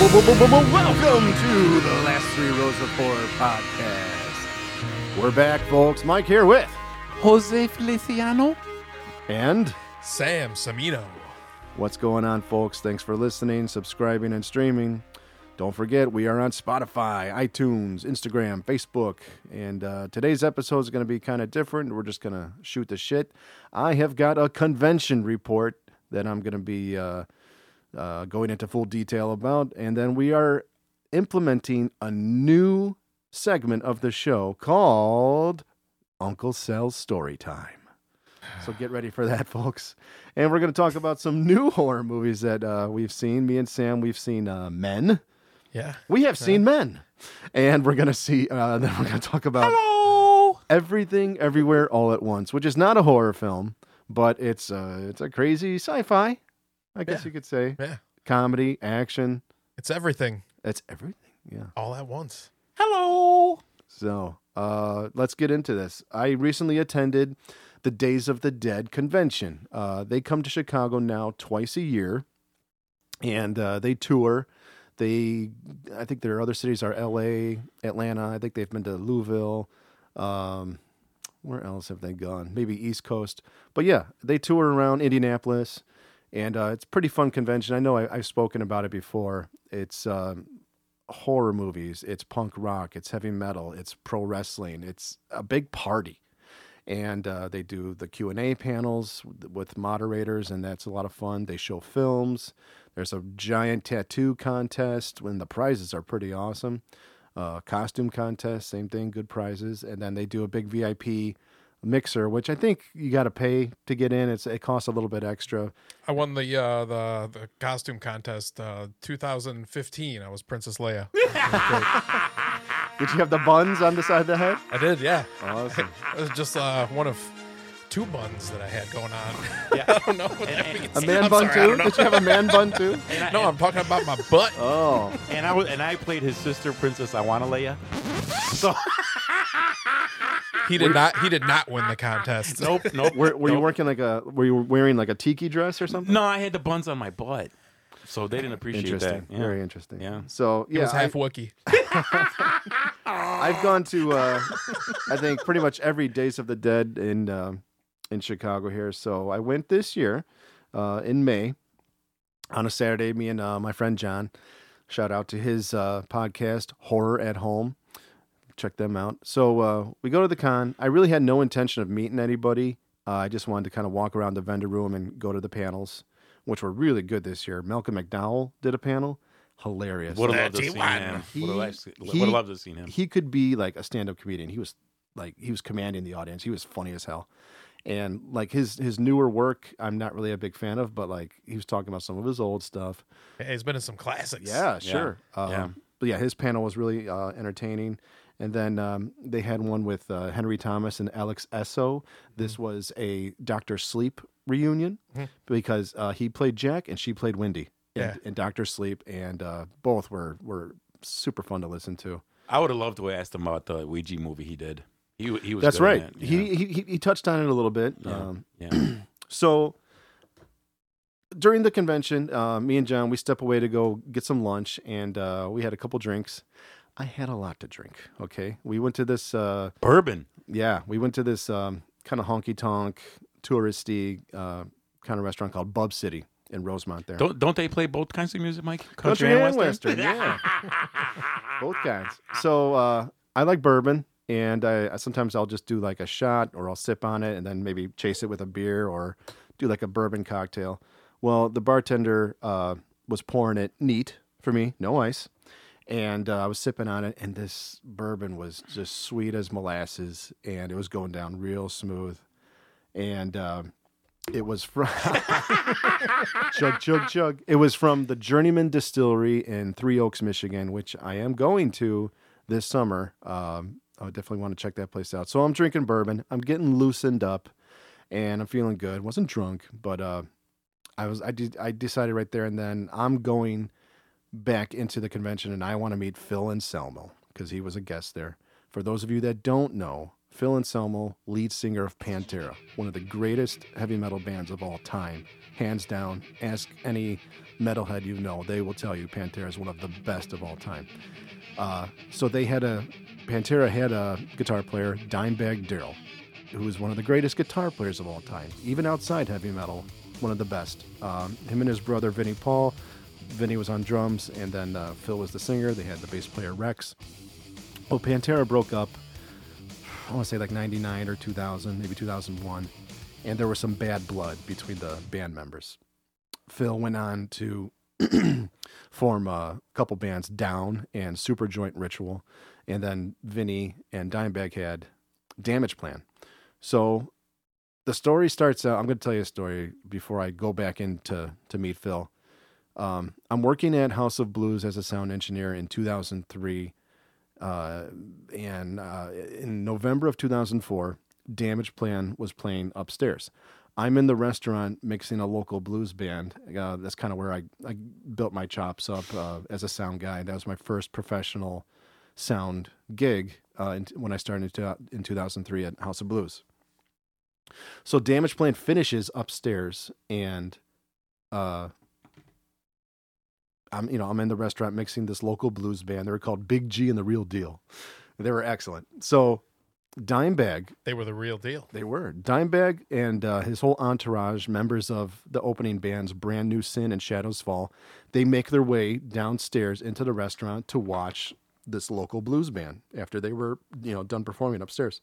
Welcome to the Last Three Rows of Horror podcast. We're back, folks. Mike here with Jose Feliciano. and Sam Samino. what's going on, folks? Thanks for listening, subscribing, and streaming. Don't forget, we are on Spotify, iTunes, Instagram, Facebook, and uh, today's episode is going to be kind of different. We're just going to shoot the shit. I have got a convention report that I'm going to be uh, uh, going into full detail about, and then we are implementing a new segment of the show called Uncle Sal's Story Time. So get ready for that, folks. And we're going to talk about some new horror movies that uh, we've seen. Me and Sam, we've seen uh, Men. Yeah. We have seen Men, and we're going to see. Uh, then we're going to talk about Hello. everything, everywhere, all at once, which is not a horror film, but it's uh, it's a crazy sci-fi. I guess Yeah. you could say Yeah. comedy, action. It's everything That's everything. Yeah. all at once. Hello. So uh, let's get into this. I recently attended the Days of the Dead convention. Uh, they come to Chicago now twice a year, and uh, they tour. They, I think their other cities are L.A., Atlanta. I think they've been to Louisville. Um, where else have they gone? Maybe East Coast. But yeah, they tour around Indianapolis, and uh, it's a pretty fun convention. I know I, I've spoken about it before. It's um, horror movies, it's punk rock, it's heavy metal, it's pro wrestling, it's a big party. And uh, they do the Q and A panels with- with moderators, and that's a lot of fun. They show films. There's a giant tattoo contest, when the prizes are pretty awesome. Uh, costume contest, same thing, good prizes. And then they do a big VIP mixer, which I think you got to pay to get in. It's it costs a little bit extra. I won the uh, the the costume contest uh, 2015. I was Princess Leia. Did you have the buns on the side of the head? I did, yeah. Awesome. It was just uh, one of two buns that I had going on. Yeah. I don't know what that means. A man I'm bun sorry, I too? don't know. Did you have a man bun too? And I, No, I'm talking about my butt. Oh. and I was, and I played his sister, Princess Iwanalea. So He did not. He did not win the contest. nope, nope. Were, were you working like a? Were you wearing like a tiki dress or something? No, I had the buns on my butt, so they didn't appreciate that. Interesting. Yeah. Very interesting. Yeah. So It yeah, was half I, Wookie. I've gone to uh, I think pretty much every Days of the Dead in um in Chicago here. So I went this year uh, in May on a Saturday. Me and uh, my friend John. Shout out to his uh, podcast Horror at Home. Check them out. So uh, we go to the con. I really had no intention of meeting anybody. Uh, I just wanted to kind of walk around the vendor room and go to the panels, which were really good this year. Malcolm McDowell did a panel. Hilarious. Would have loved to have seen 31. him. He- Would have liked- would he- have loved to have seen him. he could be like a stand-up comedian. He was like he was commanding the audience. He was funny as hell. And like his his newer work, I'm not really a big fan of, but like he was talking about some of his old stuff. Hey, he's been in some classics. Yeah, Yeah. sure. Um, Yeah. But yeah, his panel was really uh, entertaining. And then um, they had one with uh, Henry Thomas and Alex Esso. This was a Doctor Sleep reunion because uh, he played Jack and she played Wendy. Yeah. And Doctor Sleep and uh, both were were super fun to listen to. I would have loved to have asked him about the Ouija movie he did. He w- he was. That's good in right. it, He, yeah. he he he touched on it a little bit. Um, yeah. so during the convention, uh, me and John we step away to go get some lunch, and uh, we had a couple drinks. I had a lot to drink. Okay, we went to this. Uh, Bourbon. yeah, we went to this um, kind of honky tonk, touristy uh, kind of restaurant called Bub City in Rosemont. There, Don't don't they play both kinds of music, Mike? country, and western, yeah, both kinds. So uh, I like bourbon, and I, I sometimes I'll just do like a shot, or I'll sip on it, and then maybe chase it with a beer, or do like a bourbon cocktail. Well, the bartender uh, was pouring it neat for me, no ice, and uh, I was sipping on it, and this bourbon was just sweet as molasses, and it was going down real smooth, and. Uh, it was from chug chug chug. It was from the Journeyman Distillery in Three Oaks, Michigan, which I am going to this summer. Um, I would definitely want to check that place out. So I'm drinking bourbon. I'm getting loosened up, and I'm feeling good. wasn't drunk, but uh, I was. I did. I decided right there and then I'm going back into the convention, and I want to meet Phil Anselmo because he was a guest there. For those of you that don't know, Phil Anselmo, lead singer of Pantera, one of the greatest heavy metal bands of all time. Hands down, ask any metalhead you know, they will tell you Pantera is one of the best of all time. Uh, so they had a, Pantera had a guitar player, Dimebag Daryl, who was one of the greatest guitar players of all time, even outside heavy metal, one of the best. Um, him and his brother, Vinnie Paul, Vinny was on drums, and then uh, Phil was the singer. They had the bass player, Rex. Well, Pantera broke up. I want to say like '99 or 2000, maybe 2001, and there was some bad blood between the band members. Phil went on to form a couple bands, Down and Superjoint Ritual, and then Vinny and Dimebag had Damage Plan. So the story starts out. I'm going to tell you a story before I go back in to, to meet Phil. Um, I'm working at House of Blues as a sound engineer in 2003 uh, and uh, in November of 2004, Damage Plan was playing upstairs. I'm in the restaurant mixing a local blues band. Uh, that's kind of where I, I built my chops up uh, as a sound guy. That was my first professional sound gig uh, in, when I started to, in 2003 at House of Blues. So Damage Plan finishes upstairs, and uh, I'm you know I'm in the restaurant mixing this local blues band. They were called Big G and the Real Deal. They were excellent. So Dimebag, They were the real deal. they were Dimebag and uh, his whole entourage, members of the opening bands Brand New Sin and Shadows Fall, they make their way downstairs into the restaurant to watch this local blues band after they were you know done performing upstairs.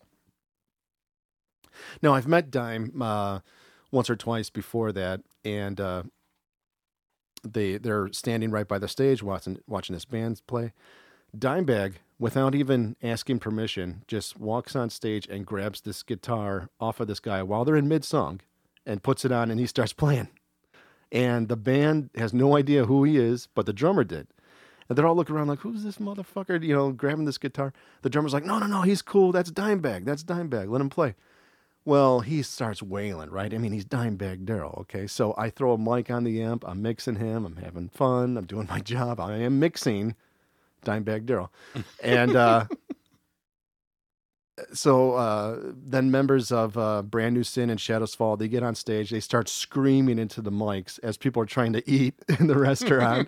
Now I've met Dime uh, once or twice before that, and uh, they they're standing right by the stage watching watching this band play. Dimebag, without even asking permission, just walks on stage and grabs this guitar off of this guy while they're in mid song, and puts it on, and he starts playing. And the band has no idea who he is, but the drummer did. And they're all looking around like, who's this motherfucker? You know, grabbing this guitar. The drummer's like, no, no, no, he's cool. That's Dimebag. That's Dimebag. Let him play. Well, he starts wailing, right? I mean, he's Dimebag Daryl, okay? So I throw a mic on the amp. I'm mixing him. I'm having fun. I'm doing my job. I am mixing Dimebag Daryl. And uh, so uh, then members of uh, Brand New Sin and Shadows Fall, they get on stage. They start screaming into the mics as people are trying to eat in the restaurant.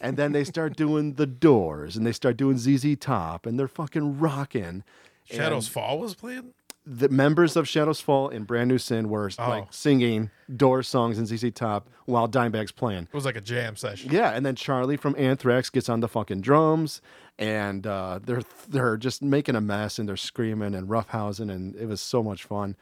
and then they start doing The Doors and they start doing ZZ Top and they're fucking rocking. Shadows Fall was playing. the members of Shadows Fall and Brand New Sin were Oh. like singing Doors songs and ZZ Top while Dimebag's playing. It was like a jam session. Yeah, and then Charlie from Anthrax gets on the fucking drums, and uh, they're they're just making a mess and they're screaming and roughhousing, and it was so much fun.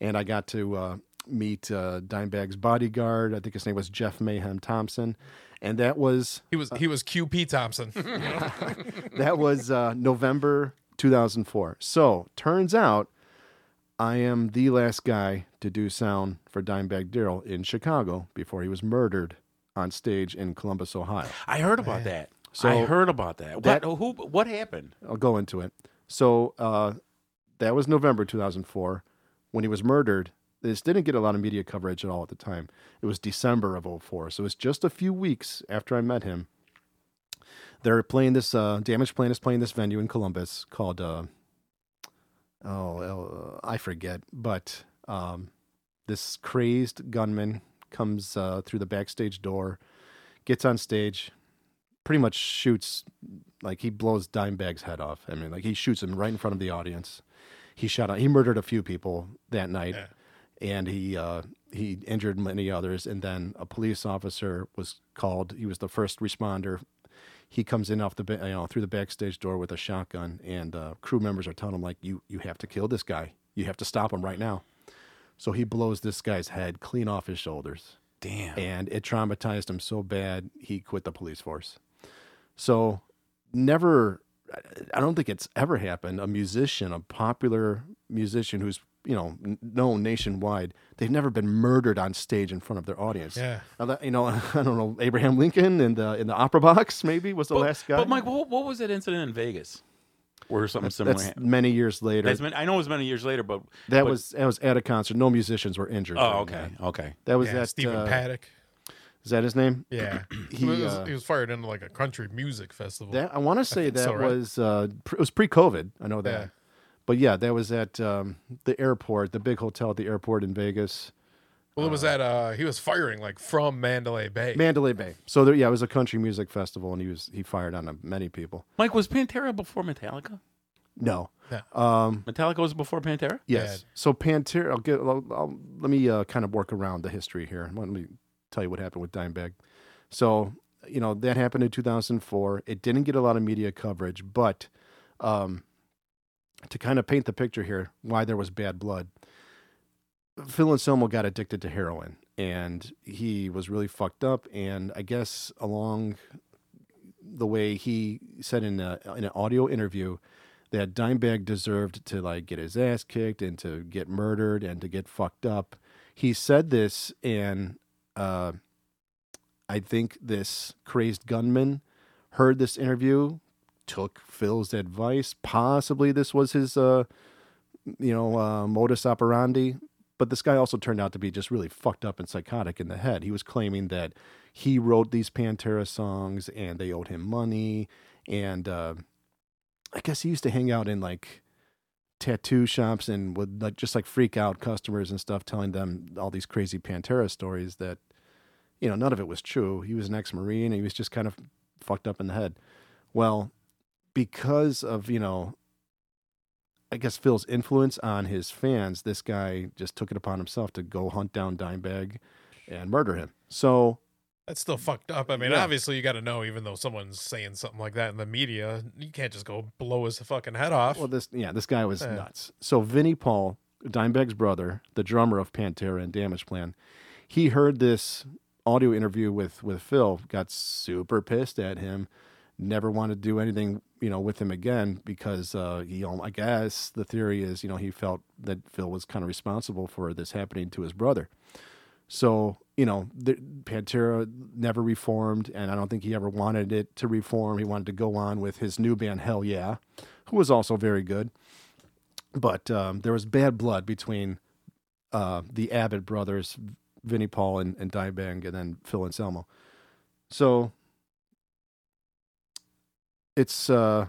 And I got to uh, meet uh, Dimebag's bodyguard. I think his name was Jeff Mayhem Thompson, and that was He was he was QP Thompson. that was uh, November 2004. So turns out I am the last guy to do sound for Dimebag Daryl in Chicago before he was murdered on stage in Columbus, Ohio. I heard about that. So- I heard about that. That- what, who, what happened? I'll go into it. So uh, that was November 2004 when he was murdered. This didn't get a lot of media coverage at all at the time. It was December of 04. So it was just a few weeks after I met him. They're playing this, uh, Damage Plan is playing this venue in Columbus called, uh, oh, uh, I forget, but um, this crazed gunman comes uh, through the backstage door, gets on stage, pretty much shoots like he blows Dimebag's head off. I mean, like he shoots him right in front of the audience. He shot. He murdered a few people that night, Yeah. and he uh, he injured many others. And then a police officer was called. He was the first responder. He comes in off the ba- you know through the backstage door with a shotgun, and uh, crew members are telling him like, "You you have to kill this guy. You have to stop him right now." So he blows this guy's head clean off his shoulders Damn. and it traumatized him so bad he quit the police force. So, never, I don't think it's ever happened. A musician, a popular musician who's you know n- known nationwide, they've never been murdered on stage in front of their audience. Yeah. Now that- you know, I don't know Abraham Lincoln in the in the opera box maybe was the but, last guy. But Mike, what, what was that incident in Vegas? Where something similar that's happened? many years later. That's been, I know it was many years later, but that but- was that was at a concert. No musicians were injured. Oh, during okay, That, okay. That was Yeah, that. Stephen uh, Paddock. is that his name? Yeah, he, he, was, uh, he was fired into like a country music festival. That I want to say that so, right? was uh, pr- it was pre-COVID. I know that, Yeah. But yeah, that was at um, the airport, the big hotel at the airport in Vegas, Well, it was at uh he was firing like from Mandalay Bay. Mandalay Bay. So there, yeah, it was a country music festival, and he was he fired on uh, many people. Mike, was Pantera before Metallica? No. Yeah. Um, Metallica was before Pantera? yes. So Pantera, I'll get. I'll, I'll, let me uh, kind of work around the history here. Let me tell you what happened with Dimebag. So you know that happened in 2004. It didn't get a lot of media coverage, but um, to kind of paint the picture here, why there was bad blood. Phil Anselmo got addicted to heroin, and he was really fucked up. And I guess along the way, he said in a, in an audio interview that Dimebag deserved to like get his ass kicked and to get murdered and to get fucked up. He said this, and uh, I think this crazed gunman heard this interview, took Phil's advice. Possibly this was his, uh, you know, uh, modus operandi. But this guy also turned out to be just really fucked up and psychotic in the head. He was claiming that he wrote these Pantera songs and they owed him money. And uh, I guess he used to hang out in like tattoo shops and would like just like freak out customers and stuff, telling them all these crazy Pantera stories that, you know, none of it was true. He was an ex Marine and he was just kind of fucked up in the head. Well, because of, you know, I guess Phil's influence on his fans, this guy just took it upon himself to go hunt down Dimebag and murder him. So That's still fucked up. I mean, Yeah. obviously you got to know even though someone's saying something like that in the media, you can't just go blow his fucking head off. Well, this yeah, this guy was Yeah. nuts. So Vinnie Paul, Dimebag's brother, the drummer of Pantera and Damage Plan, he heard this audio interview with with Phil, got super pissed at him, never wanted to do anything you know with him again because uh, he, al- I guess the theory is you know he felt that Phil was kind of responsible for this happening to his brother. So you know, the, Pantera never reformed, and I don't think he ever wanted it to reform. He wanted to go on with his new band, Hell Yeah, who was also very good. But um, there was bad blood between uh, the Abbott brothers, Vinnie Paul and, and Dimebag, and then Phil Anselmo. So it's, uh,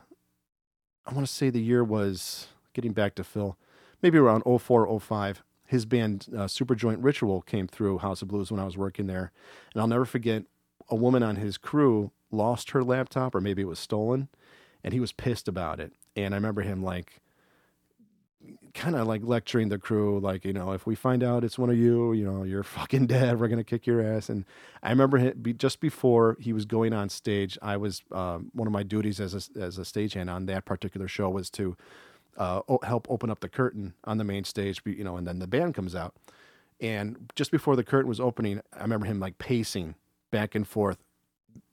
I want to say the year was, getting back to Phil, maybe around 04, 05. His band, uh, Superjoint Ritual, came through House of Blues when I was working there. And I'll never forget a woman on his crew lost her laptop, or maybe it was stolen, and he was pissed about it. And I remember him like, kind of like lecturing the crew, like, you know, if we find out it's one of you, you know, you're fucking dead. We're going to kick your ass. And I remember him, be, just before he was going on stage, I was, um, one of my duties as a, as a stagehand on that particular show was to uh, o- help open up the curtain on the main stage, you know, and then the band comes out. And just before the curtain was opening, I remember him like pacing back and forth,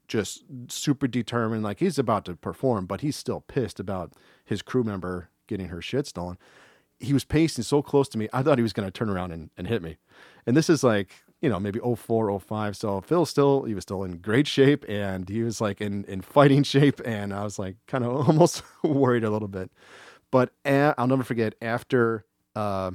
just super determined, like he's about to perform, but he's still pissed about his crew member getting her shit stolen. He was pacing so close to me, I thought he was going to turn around and, and hit me. And this is like, you know, maybe 04, 05. So Phil still, he was still in great shape and he was like in, in fighting shape. And I was like kind of almost worried a little bit. But a- I'll never forget after uh,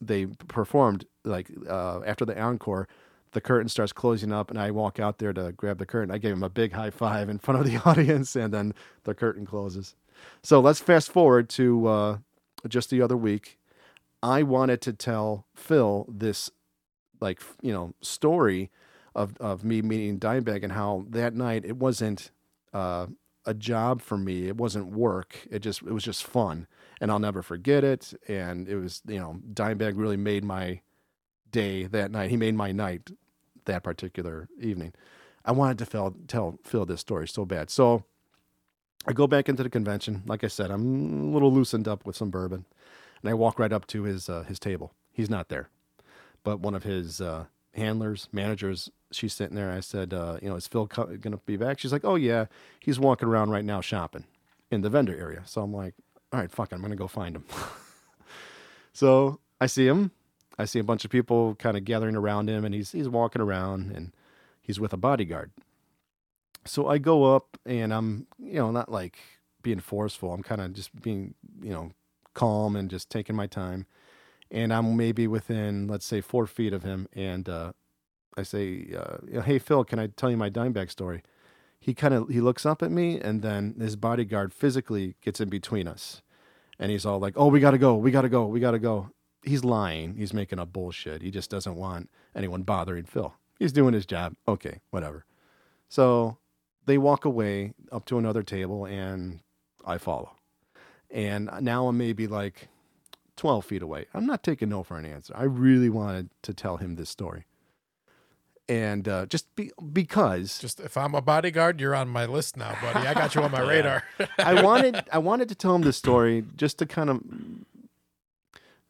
they performed, like uh, after the encore, the curtain starts closing up and I walk out there to grab the curtain. I gave him a big high five in front of the audience and then the curtain closes. So let's fast forward to uh, just the other week. I wanted to tell Phil this, like, you know, story of, of me meeting Dimebag and how that night it wasn't uh, a job for me. It wasn't work. It just, it was just fun and I'll never forget it. And it was, you know, Dimebag really made my day that night. He made my night that particular evening. I wanted to tell, tell Phil this story so bad. So I go back into the convention. Like I said, I'm a little loosened up with some bourbon, and I walk right up to his uh, his table. He's not there, but one of his uh, handlers, managers, she's sitting there. I said, uh, you know, is Phil co- gonna be back? She's like, oh yeah, he's walking around right now shopping in the vendor area. So I'm like, all right, fuck it, I'm gonna go find him. so I see him. I see a bunch of people kind of gathering around him, and he's he's walking around, and he's with a bodyguard. So I go up, and I'm you know not like being forceful. I'm kind of just being you know calm and just taking my time. And I'm maybe within let's say four feet of him, and uh, I say, uh, you know, "Hey Phil, can I tell you my Dimebag story?" He kind of he looks up at me, and then his bodyguard physically gets in between us and he's all like, "Oh, we gotta go, we gotta go, we gotta go." He's lying. He's making up bullshit. He just doesn't want anyone bothering Phil. He's doing his job. Okay, whatever. So they walk away up to another table, and I follow. And now I'm maybe like 12 feet away. I'm not taking no for an answer. I really wanted to tell him this story. And uh, just be, because Just if I'm a bodyguard, you're on my list now, buddy. I got you on my radar. I wanted I wanted to tell him this story just to kind of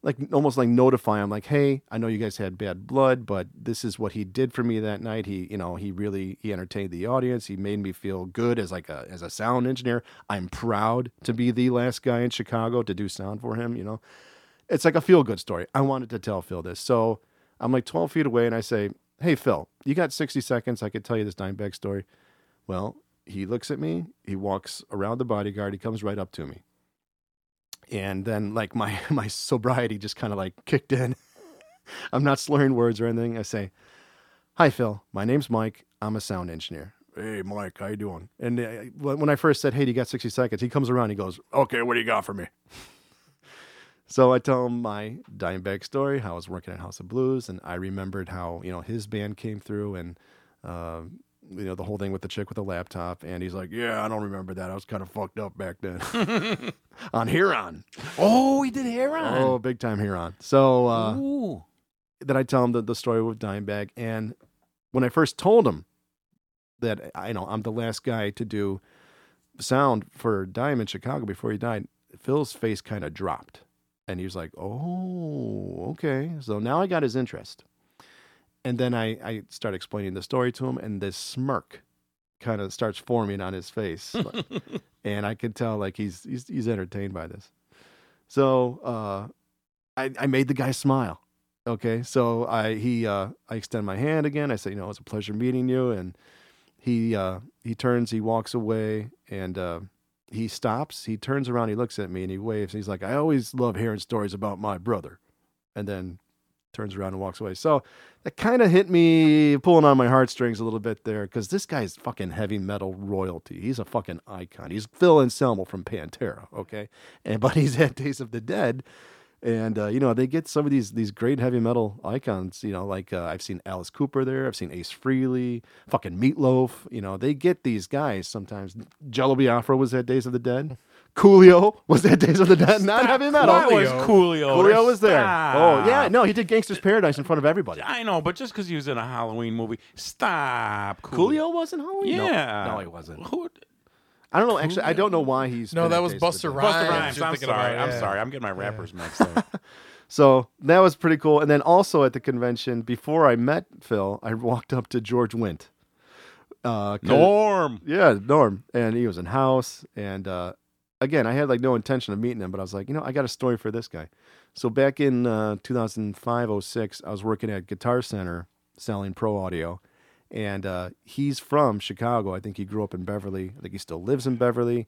like almost like notify him like hey I know you guys had bad blood but this is what he did for me that night he you know he really he entertained the audience he made me feel good as like a as a sound engineer I'm proud to be the last guy in Chicago to do sound for him you know it's like a feel good story I wanted to tell Phil this so I'm like 12 feet away and I say hey Phil you got 60 seconds I could tell you this Dimebag story well, he looks at me, he walks around the bodyguard, he comes right up to me. And then like my my sobriety just kind of like kicked in. I'm not slurring words or anything. I say, "Hi Phil, my name's Mike. I'm a sound engineer." Hey Mike, how you doing? And uh, when when I first said, "Hey, do you got 60 seconds?" He comes around, he goes, "Okay, what do you got for me?" So I tell him my Dimebag story, how I was working at House of Blues, and I remembered how you know his band came through, and uh, you know the whole thing with the chick with the laptop. And he's like, "Yeah, I don't remember that. I was kind of fucked up back then on Huron. Oh, he did hair on. Oh, big time Huron." So uh, Ooh. then I tell him the, the story with Dimebag, and when I first told him that I you know I'm the last guy to do sound for Dime in Chicago before he died, Phil's face kind of dropped. And he was like, Oh, okay. So now I got his interest. And then I, I start explaining the story to him, and this smirk kind of starts forming on his face. and I could tell like he's he's he's entertained by this. So uh I, I made the guy smile. Okay. So I he uh I extend my hand again. I say, you know, it's a pleasure meeting you. And he uh he turns, he walks away, and uh he stops, he turns around, he looks at me and he waves. And he's like, I always love hearing stories about my brother. And then turns around and walks away. So that kind of hit me pulling on my heartstrings a little bit there because this guy's fucking heavy metal royalty. He's a fucking icon. He's Phil Anselmo from Pantera, okay? And but he's at Days of the Dead. And uh, you know they get some of these these great heavy metal icons. You know, like uh, I've seen Alice Cooper there. I've seen Ace Frehley, fucking Meatloaf. You know, they get these guys sometimes. Jello Biafra was at Days of the Dead. Coolio was at Days of the Dead. Not heavy metal. That was Coolio. Coolio. Coolio was there. Stop. Oh yeah, no, he did Gangster's Paradise in front of everybody. I know, but just because he was in a Halloween movie, stop. Coolio wasn't Halloween. No. Yeah. no, he wasn't. Who? I don't know. Actually, I don't know why he's. No, been that at was Days of the Buster Dead. Rhymes. Busta Rhymes. You're I'm thinking about sorry. it, I'm yeah. sorry. I'm getting my rappers mixed up. So that was pretty cool. And then also at the convention, before I met Phil, I walked up to George Wint. Uh, 'cause- Norm. Yeah, Norm, and he was in house. And uh, again, I had like no intention of meeting him, but I was like, you know, I got a story for this guy. So back in uh, 2005, 06, I was working at Guitar Center selling pro audio, and uh, he's from Chicago. I think he grew up in Beverly. I think he still lives in Beverly,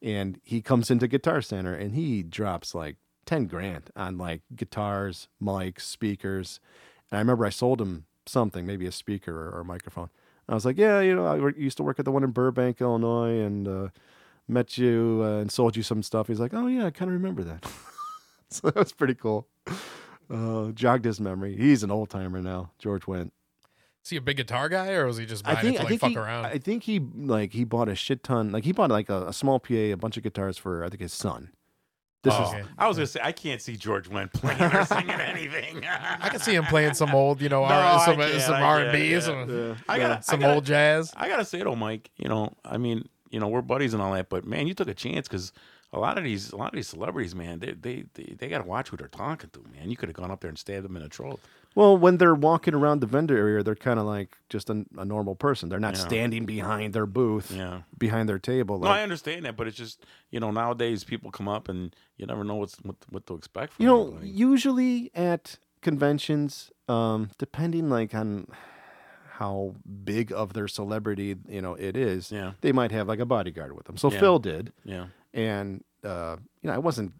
and he comes into Guitar Center and he drops like 10 grand on like guitars, mics, speakers. And I remember I sold him something, maybe a speaker or, or a microphone. And I was like, yeah, you know, I wor- used to work at the one in Burbank, Illinois, and uh, met you uh, and sold you some stuff. He's like, oh, yeah, I kind of remember that. so that was pretty cool. Uh, jogged his memory. He's an old timer now. George went. Is he a big guitar guy, or was he just buying I think. it to I like think fuck he, around? I think he like he bought a shit ton. Like he bought like a, a small PA, a bunch of guitars for I think his son. This Oh, is okay. I was gonna say I can't see George Wendt playing or singing anything. I can see him playing some old, you know, No, I R, some, can't, some I R and B, can't, some, yeah. I gotta, some I gotta, old jazz. I gotta say though, Mike. You know, I mean, you know, we're buddies and all that, but man, you took a chance because a lot of these, a lot of these celebrities, man, they, they, they, they gotta watch who they're talking to, man. You could have gone up there and stabbed them in the throat. Well, when they're walking around the vendor area, they're kind of like just a, a normal person. They're not Yeah. standing behind their booth, Yeah. behind their table. No, I Like, understand that, but it's just you know nowadays people come up and you never know what's what, what to expect. From you know, them. Like, usually at conventions, um, depending like on how big of their celebrity you know it is, Yeah. they might have like a bodyguard with them. So Yeah. Phil did, yeah. and uh, you know, I wasn't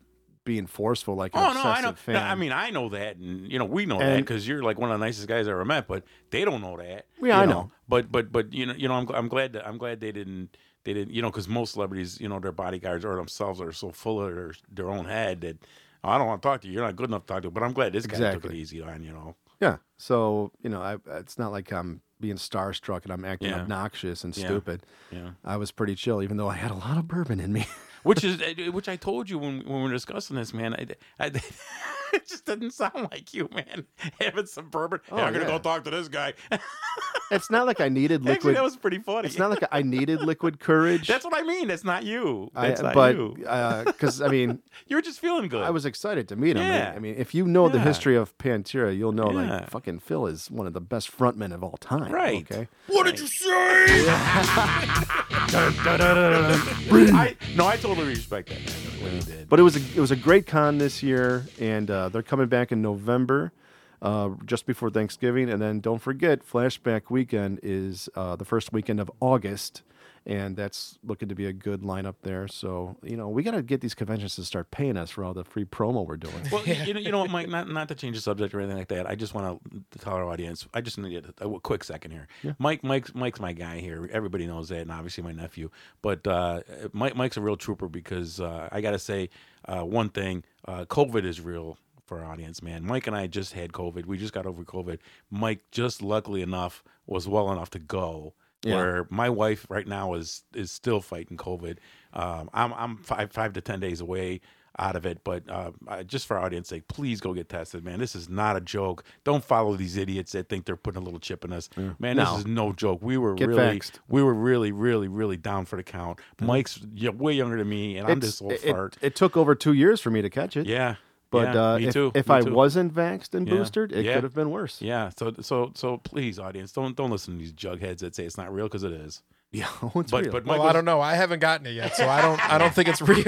being forceful like an Oh no, obsessive I know. fan. No, I mean, I know that, and you know, we know that that And- because you're like one of the nicest guys I ever met. But they don't know that. Yeah, you I know. But but but you know, you know, I'm, gl- I'm glad that I'm glad they didn't they didn't, you know, because most celebrities, you know, their bodyguards or themselves are so full of their, their own head that "Oh, I don't want to talk to you. You're not good enough to talk to. But I'm glad this guy took it Exactly. easy on you know. Yeah. So, you know, I, it's not like I'm being starstruck and I'm acting Yeah. obnoxious and Yeah. stupid. Yeah. I was pretty chill, even though I had a lot of bourbon in me. which is eh, which I told you when, when we were discussing this, man. I, I it just doesn't sound like you, man. Having some bourbon. Hey, Oh, I'm gonna yeah. go talk to this guy. it's not like I needed Actually, liquid. that was pretty funny. it's not like I needed liquid courage. That's what I mean. That's not you. I, That's not you. but because I mean, You were just feeling good. I was excited to meet him. Yeah. I mean, if you know the Yeah. history of Pantera, you'll know Yeah. like fucking Phil is one of the best frontmen of all time. Right. Okay. What did you say? I, no, I totally respect that. Man, what he did. But it was a, it was a great con this year, and uh, they're coming back in November, uh, just before Thanksgiving, and then don't forget Flashback Weekend is uh, the first weekend of August, and that's looking to be a good lineup there. So you know we got to get these conventions to start paying us for all the free promo we're doing. Well, y- you know, you know what, Mike. Not not to change the subject or anything like that. I just want to tell our audience. I just need a, a quick second here. Mike, Mike, Mike's my guy here. Everybody knows that, and obviously my nephew. But uh, Mike, Mike's a real trooper because uh, I got to say uh, one thing: uh, COVID is real for our audience, man. Mike and I just had COVID. We just got over COVID. Mike just luckily enough was well enough to go. Yeah. Where my wife right now is is still fighting COVID. Um, I'm I'm five five to ten days away out of it, but uh, I- just for our audience sake, please go get tested, man. This is not a joke. Don't follow these idiots that think they're putting a little chip in us, man. No. This is no joke. We were Get really vaxxed. we were really really really down for the count. Mike's yeah, way younger than me, and I'm It's- this old it, it- fart. it took over two years for me to catch it. yeah, But yeah, uh, me if, too. if me I too. wasn't vaxxed and Yeah. boosted, it Yeah. could have been worse. Yeah, so so so please, audience, don't don't listen to these jugheads that say it's not real because it is. Yeah, it's But real. but Mike Well, I was- don't know. I haven't gotten it yet, so I don't. I don't think it's real.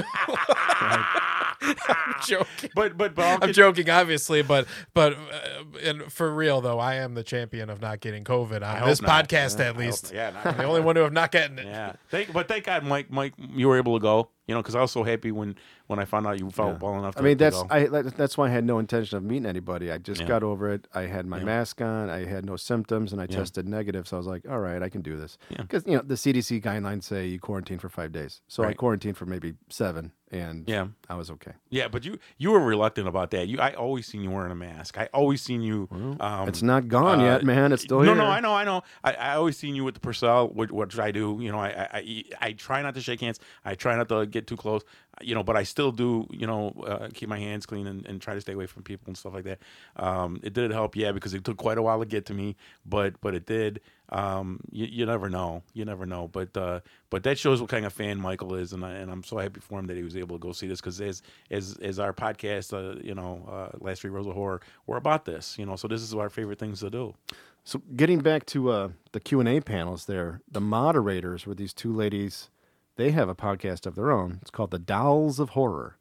I'm joking. but but but I'll I'm get- joking, obviously, but but uh, and for real though, I am the champion of not getting COVID on hope this not. podcast, at I hope- least. yeah, I'm not- the only one who have not gotten it. Yeah. Thank, but thank God, Mike. Mike, you were able to go. You know, because I was so happy when when I found out you felt well enough. To, I mean, to that's go. I, that- that's why I had no intention of meeting anybody. I just Yeah. got over it. I had my mask on. I had no symptoms, and I tested negative. So I was like, "All right, I can do this." Yeah. Because you know the CDC guidelines say you quarantine for five days. So I Right. quarantined for maybe seven, and Yeah. I was okay. yeah. But you you were reluctant about that. You, I always seen you wearing a mask. I always seen you. um, It's not gone uh, yet, man. It's still here. no, no, I know, I know. I, I always seen you with the Purcell, which, which I do. You know, I, I- I I try not to shake hands. I try not to get too close. You know, but I still do. You know, uh, keep my hands clean and, and try to stay away from people and stuff like that. Um, it did help, yeah, because it took quite a while to get to me, but but it did. Um, you, you never know, you never know. But uh, but that shows what kind of fan Michael is, and I, and I'm so happy for him that he was able to go see this because as as as our podcast, uh, you know, uh, last three rows of horror, we're about this. You know, so this is our favorite things to do. So getting back to uh, the Q and A panels, there, the moderators were these two ladies. They have a podcast of their own. It's called The Dolls of Horror.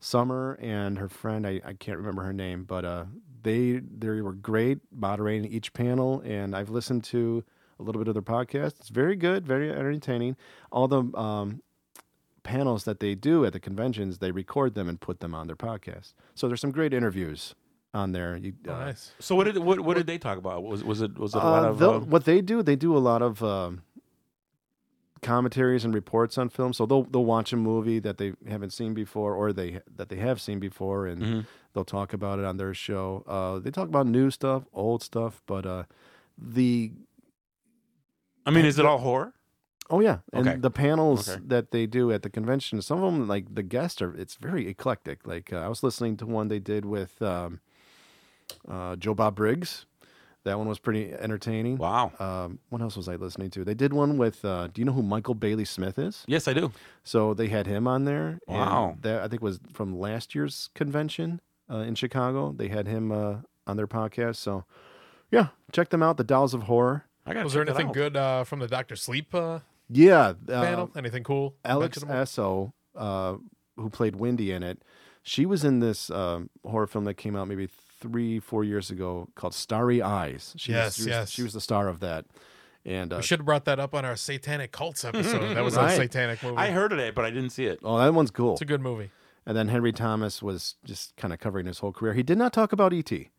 Summer and her friend, I, I can't remember her name, but uh, they they were great moderating each panel, and I've listened to a little bit of their podcast. It's very good, very entertaining. All the um, panels that they do at the conventions, they record them and put them on their podcast. So there's some great interviews on there. You, Oh, uh, nice. So what did what, what did they talk about? Was was it was it a uh, lot of they'll- uh, what they do, they do a lot of um, commentaries and reports on films. So they'll they'll watch a movie that they haven't seen before, or they that they have seen before, and Mhm. they'll talk about it on their show. Uh, they talk about new stuff, old stuff, but uh, the I mean, is it all horror? oh yeah, and Okay. the panels Okay. that they do at the convention, some of them like the guests are it's very eclectic. Like uh, I was listening to one they did with um, uh, Joe Bob Briggs. That one was pretty entertaining. Wow. um, what else was I listening to? They did one with. Uh, do you know who Michael Bailey Smith is? Yes, I do. So they had him on there. and Wow. that I think was from last year's convention uh, in Chicago. They had him uh, on their podcast. So yeah, check them out. The Dolls of Horror. I got. Was there anything good uh, from the Doctor Sleep uh, Yeah, uh, panel? Anything cool? Alex mentionable? Esso, uh, who played Wendy in it, she was in this um, horror film that came out maybe three, four years ago called Starry Eyes. She was, Yes, she was, yes. She was the star of that. And uh, We should have brought that up on our Satanic Cults episode. That was Right. a satanic movie. I heard of it, but I didn't see it. oh, that one's cool. it's a good movie. And then Henry Thomas was just kind of covering his whole career. He did not talk about E.T.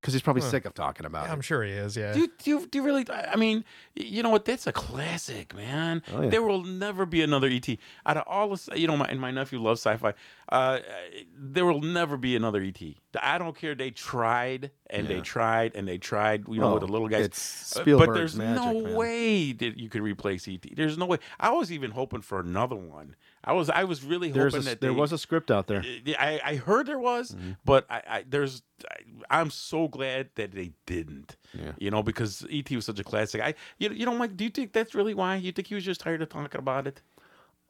because he's probably Huh. sick of talking about I'm it. sure he is. Yeah. Do you, do, you, do you really? I I mean, y- you know what? That's a classic, man. Oh, yeah. There will never be another ET. Out of all the, you know, my, and my nephew loves sci-fi. Uh, there will never be another ET. I don't care. They tried and they Yeah. Oh, tried and they tried. You know, with the Well, little guys. It's Uh, Spielberg's but there's magic, no man. way that you could replace ET. There's no way. I was even hoping for another one. I was. I was really There's hoping a, that there they, uh, was a script out there. Mm-hmm. I, I heard there was, but I, I there's I, I'm so glad that they didn't. Yeah. You know, because ET was such a classic. I you, you know, Mike, do you think that's really why? You think he was just tired of talking about it?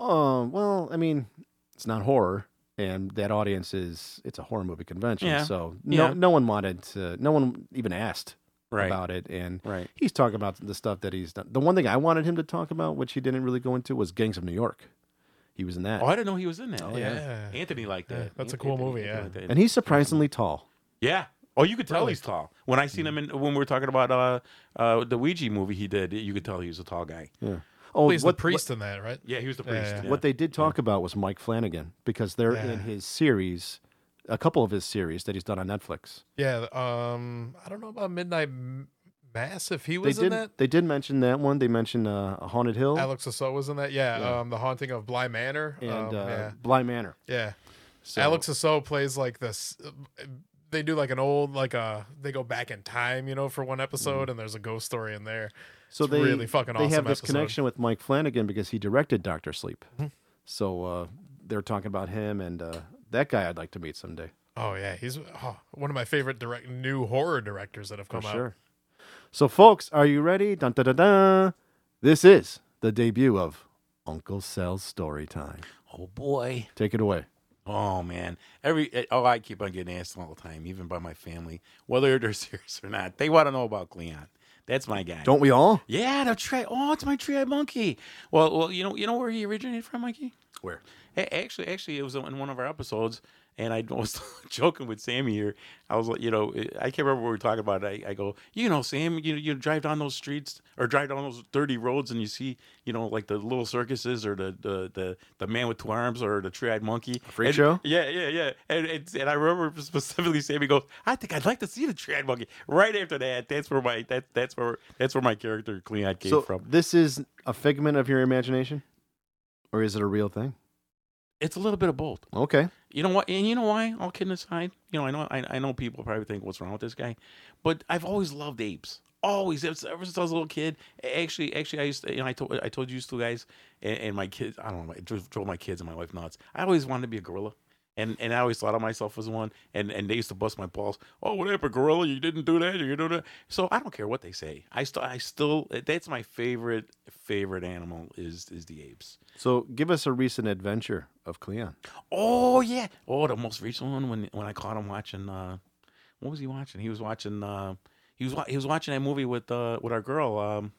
Um, well, I mean, it's not horror, and that audience is it's a horror movie convention, Yeah. so no Yeah. no one wanted to, no one even asked Right. about it, and Right. he's talking about the stuff that he's done. The one thing I wanted him to talk about, which he didn't really go into, was Gangs of New York. He was in that, Oh, I didn't know he was in that. Oh, yeah. Anthony liked that. Yeah, that's a Anthony- cool movie, Anthony yeah. liked that. and he's surprisingly tall. Yeah. Oh, you could tell he's tall. When I seen Mm-hmm. him in when we were talking about uh uh the Ouija movie he did, you could tell he was a tall guy. Yeah. Oh, He's what the priest in that, right? Yeah, he was the Yeah, priest. yeah. yeah. What they did talk about was Mike Flanagan because they're Yeah. in his series, a couple of his series that he's done on Netflix. Yeah. Um, I don't know about Midnight M- Mass if he They was in did. that. They did mention that one. They mentioned uh, Haunted Hill Alex Asso was in that. Yeah. Yeah. Um, the haunting of Bly Manor. and um, uh, yeah. Bly Manor. Yeah. So, Alex Asso plays like this. uh, They do like an old like a. They go back in time, you know, for one episode, and there's a ghost story in there. Mm-hmm. so it's really fucking They awesome have this episode. Mm-hmm. connection with Mike Flanagan because he directed Doctor Sleep. So uh, they're talking about him and uh, that guy. I'd like to meet someday. Oh yeah, he's oh, one of my favorite direct new horror directors that have come For out. sure. So, folks, are you ready? Dun, dun, dun, dun. This is the debut of Uncle Sal's Story Time. Oh boy. Take it away. Oh man, every eh, oh I keep on getting asked all the time, even by my family, whether they're serious or not. They want to know about Cleon. That's my guy. Don't we all? Yeah, the tri. Oh, it's my tree-eyed monkey. Well, well, you know, you know where he originated from, Mikey. Where? A- Actually, actually, it was in one of our episodes, and I was joking with Sammy here. I was like, you know, I can't remember what we were talking about. I, I go, you know, Sam, you you drive down those streets or drive down those dirty roads, and you see, you know, like the little circuses or the the the, the man with two arms or the three eyed monkey. freak And- show? Yeah, yeah, yeah. And, and and I remember specifically Sammy goes, I think I'd like to see the three eyed monkey. Right after that, that's where my that that's where that's where my character Cleon came So, from. this is a figment of your imagination? Or is it a real thing? It's a little bit of both. Okay. You know what? And you know why? All kidding aside, you know, I know, I, I know people probably think, "What's wrong with this guy?" But I've always loved apes. Always, ever ever since I was a little kid. Actually, actually, I used to, you know, I told, I told you two guys and, and my kids. I don't know, it drove, drove my kids and my wife nuts. I always wanted to be a gorilla. And, and I always thought of myself as one, and, and they used to bust my balls. Oh, what happened, gorilla? You didn't do that. You didn't do that. So I don't care what they say. I still, I still, that's my favorite favorite animal is is the apes. So, give us a recent adventure of Cleon. Oh yeah. Oh, the most recent one when when I caught him watching. Uh, what was he watching? He was watching. Uh, he was wa- he was watching that movie with uh, with our girl. Um,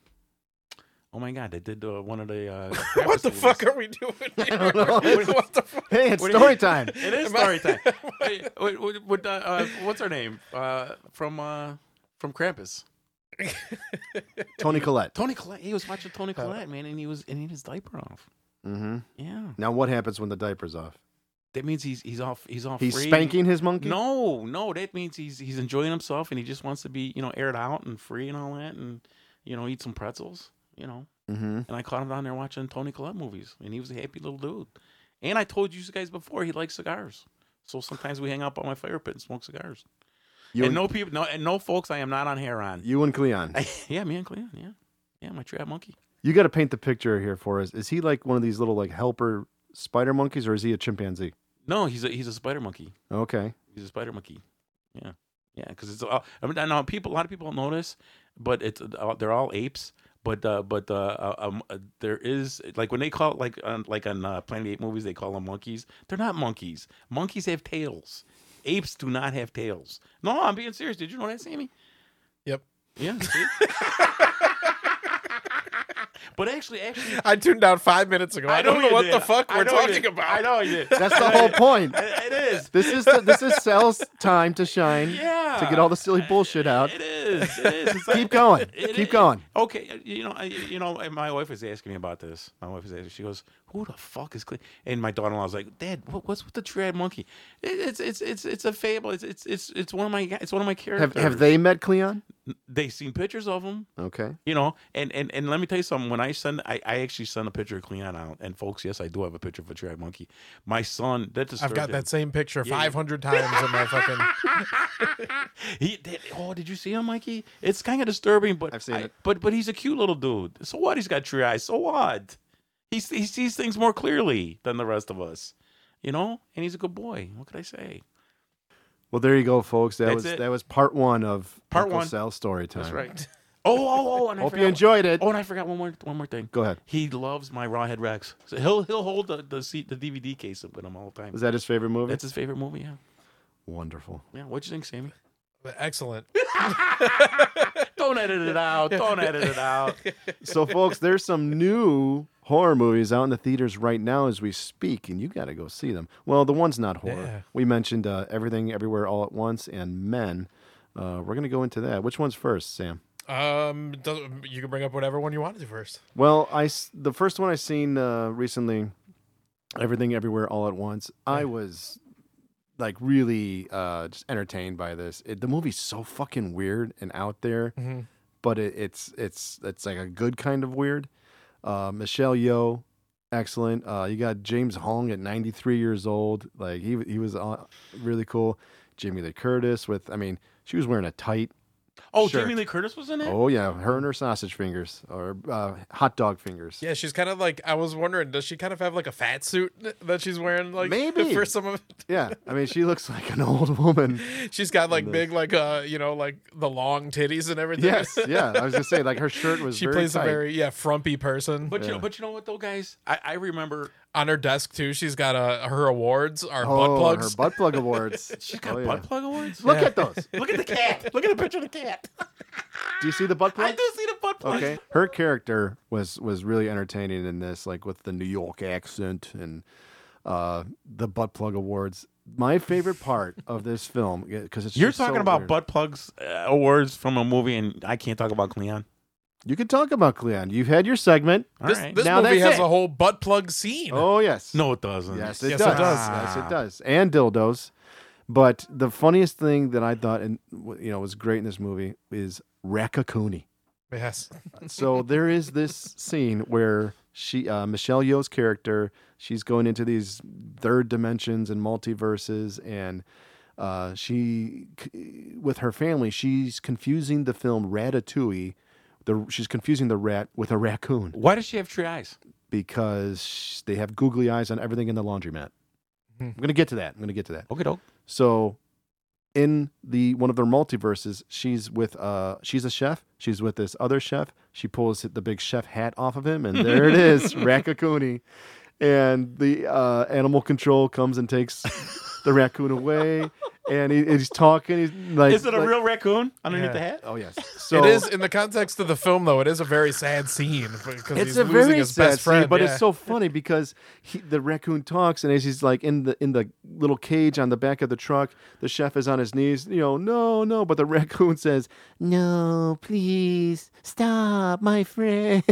oh my god, they did uh, one of the. Uh, What the Krampus fuck movies. are we doing? Here? know. what the fuck? Hey, it's What do you- story time. It is Am I- story time. Hey, with- with- with, uh, uh, what's her name? Uh, from uh, from Krampus. Tony Collette. Tony Collette. He was watching Tony Uh, Collette, man, and he was and he had his diaper off. Mm-hmm. Yeah, Now, what happens when the diaper's off? that means he's he's off he's off. He's free. spanking his monkey? No, no, that means he's he's enjoying himself and he just wants to be, you know, aired out and free and all that and you know, eat some pretzels, you know. Mm-hmm. And I caught him down there watching Tony Collette movies and he was a happy little dude. And I told you guys before he likes cigars. So sometimes we hang out by my fire pit and smoke cigars. You, and and, no people no and no folks I am not on hair on. you and Cleon. yeah, me and Cleon, yeah. Yeah, my trap monkey. You got to paint the picture here for us. Is he like one of these little like helper spider monkeys, or is he a chimpanzee? No, he's a he's a spider monkey. Okay. He's a spider monkey. Yeah, yeah. Because it's all. I mean, I know people. A lot of people don't notice, but it's uh, they're all apes. But uh, but uh, uh, um, uh, there is like when they call like on like on uh, Planet Eight movies they call them monkeys. They're not monkeys. Monkeys have tails. Apes do not have tails. No, I'm being serious. Did you know that, Sammy? Yep. Yeah. see? but actually, actually, I tuned out five minutes ago. I, don't know you what did. the fuck I we're know you talking did. about. I know you did. That's the whole point. It- it is. This is the, this is Sal's time to shine. Yeah. To get all the silly bullshit out. It is. is. It is. It's Keep going. It- Keep it- going. Okay, you know, I, you know, and my wife was asking me about this. My wife was asking. She goes, "Who the fuck is Clint?" And my daughter-in-law was like, "Dad, what, what's with the triad monkey? It, it's it's it's it's a fable. It's it's it's it's one of my it's one of my Have characters. have they met Cleon? They seen pictures of him, Okay. you know. And and and let me tell you something. When I send, I, I actually send a picture of Cleon out. And folks, yes, I do have a picture of a triad monkey. My son, that I've disturbed got him. that same picture Yeah, yeah. 500 times in my fucking. He, did, oh, did you see him, Mikey? It's kind of disturbing, but I've seen I- it. But but he's a cute little dude. So what? He's got three eyes. So what? He he sees things more clearly than the rest of us, you know. And he's a good boy. What could I say? Well, there you go, folks. That That's was it. that was part one of Part Uncle one. Sal's story time. That's right. Oh oh oh! And I Hope you forgot- enjoyed it. Oh, and I forgot one more one more thing. Go ahead. He loves my Rawhead Rex. So he'll he'll hold the the, C, the DVD case up with him all the time. Is that his favorite movie? That's his favorite movie. Yeah. Wonderful. Yeah. What you think, Sammy? Excellent. Don't edit it out. Don't edit it out. So, folks, there's some new horror movies out in the theaters right now as we speak, and you got to go see them. Well, the one's not horror. Yeah. We mentioned uh, Everything, Everywhere, All at Once, and Men. Uh, we're going to go into that. Which one's first, Sam? Um, doesn't- you can bring up whatever one you want to first. Well, I s- the first one I seen uh, recently, Everything, Everywhere, All at Once. I was like really uh, just entertained by this. It, the movie's so fucking weird and out there. Mm-hmm. but it, it's it's it's like a good kind of weird. Uh, Michelle Yeoh, excellent. Uh, you got James Hong at 93 years old. Like he he was uh, really cool. Jamie Lee Curtis with I mean she was wearing a tight. Oh, Sure. Jamie Lee Curtis was in it. Oh yeah, her and her sausage fingers or uh, hot dog fingers. Yeah, she's kind of like I was wondering, does she kind of have like a fat suit that she's wearing? Like Maybe. for some of, Yeah, I mean she looks like an old woman. she's got like big like uh you know like the long titties and everything. Yes, yeah. I was gonna say like her shirt was she very plays tight. a very yeah frumpy person. But you know, but you know what though, guys? I, I remember on her desk too, she's got uh her awards are oh, butt plugs. her butt plug awards. she's got Oh, yeah. butt plug awards. Look at those. Look at the cat. Look at the picture of the cat. Do you see the butt plug? I do see the butt plug. Okay. Her character was was really entertaining in this, like with the New York accent and uh, the butt plug awards. My favorite part of this film because it's You're just so talking about weird. butt plugs uh, awards from a movie, and I can't talk about Cleon. You can talk about Cleon. You've had your segment. All this right. this Now movie that's has it. a whole butt plug scene. Oh yes. no, it doesn't. Yes, it Yes, it does. does. Yes, it does. And dildos. But the funniest thing that I thought and you know was great in this movie is Rakakuni. Yes, so there is this scene where she uh, Michelle Yeoh's character she's going into these third dimensions and multiverses and uh, she c- with her family she's confusing the film Ratatouille the, she's confusing the rat with a raccoon Why does she have three eyes? because sh- they have googly eyes on everything in the laundromat. Hmm. I'm gonna get to that. I'm gonna get to that. Okay, doke. So in the one of their multiverses, she's with uh she's a chef. She's with this other chef. She pulls the big chef hat off of him, and there it is, Rakakuni. And the uh, animal control comes and takes the raccoon away, and he, he's talking. He's like, Is it a like- real raccoon underneath Yeah. the hat? Oh yes, so it is in the context of the film though. It is a very sad scene because It's he's a losing very his sad best friend. scene, but yeah. it's so funny because he, the raccoon talks, and as he's like in the in the little cage on the back of the truck, the chef is on his knees, you know, no, no, but the raccoon says, "No, please stop, my friend."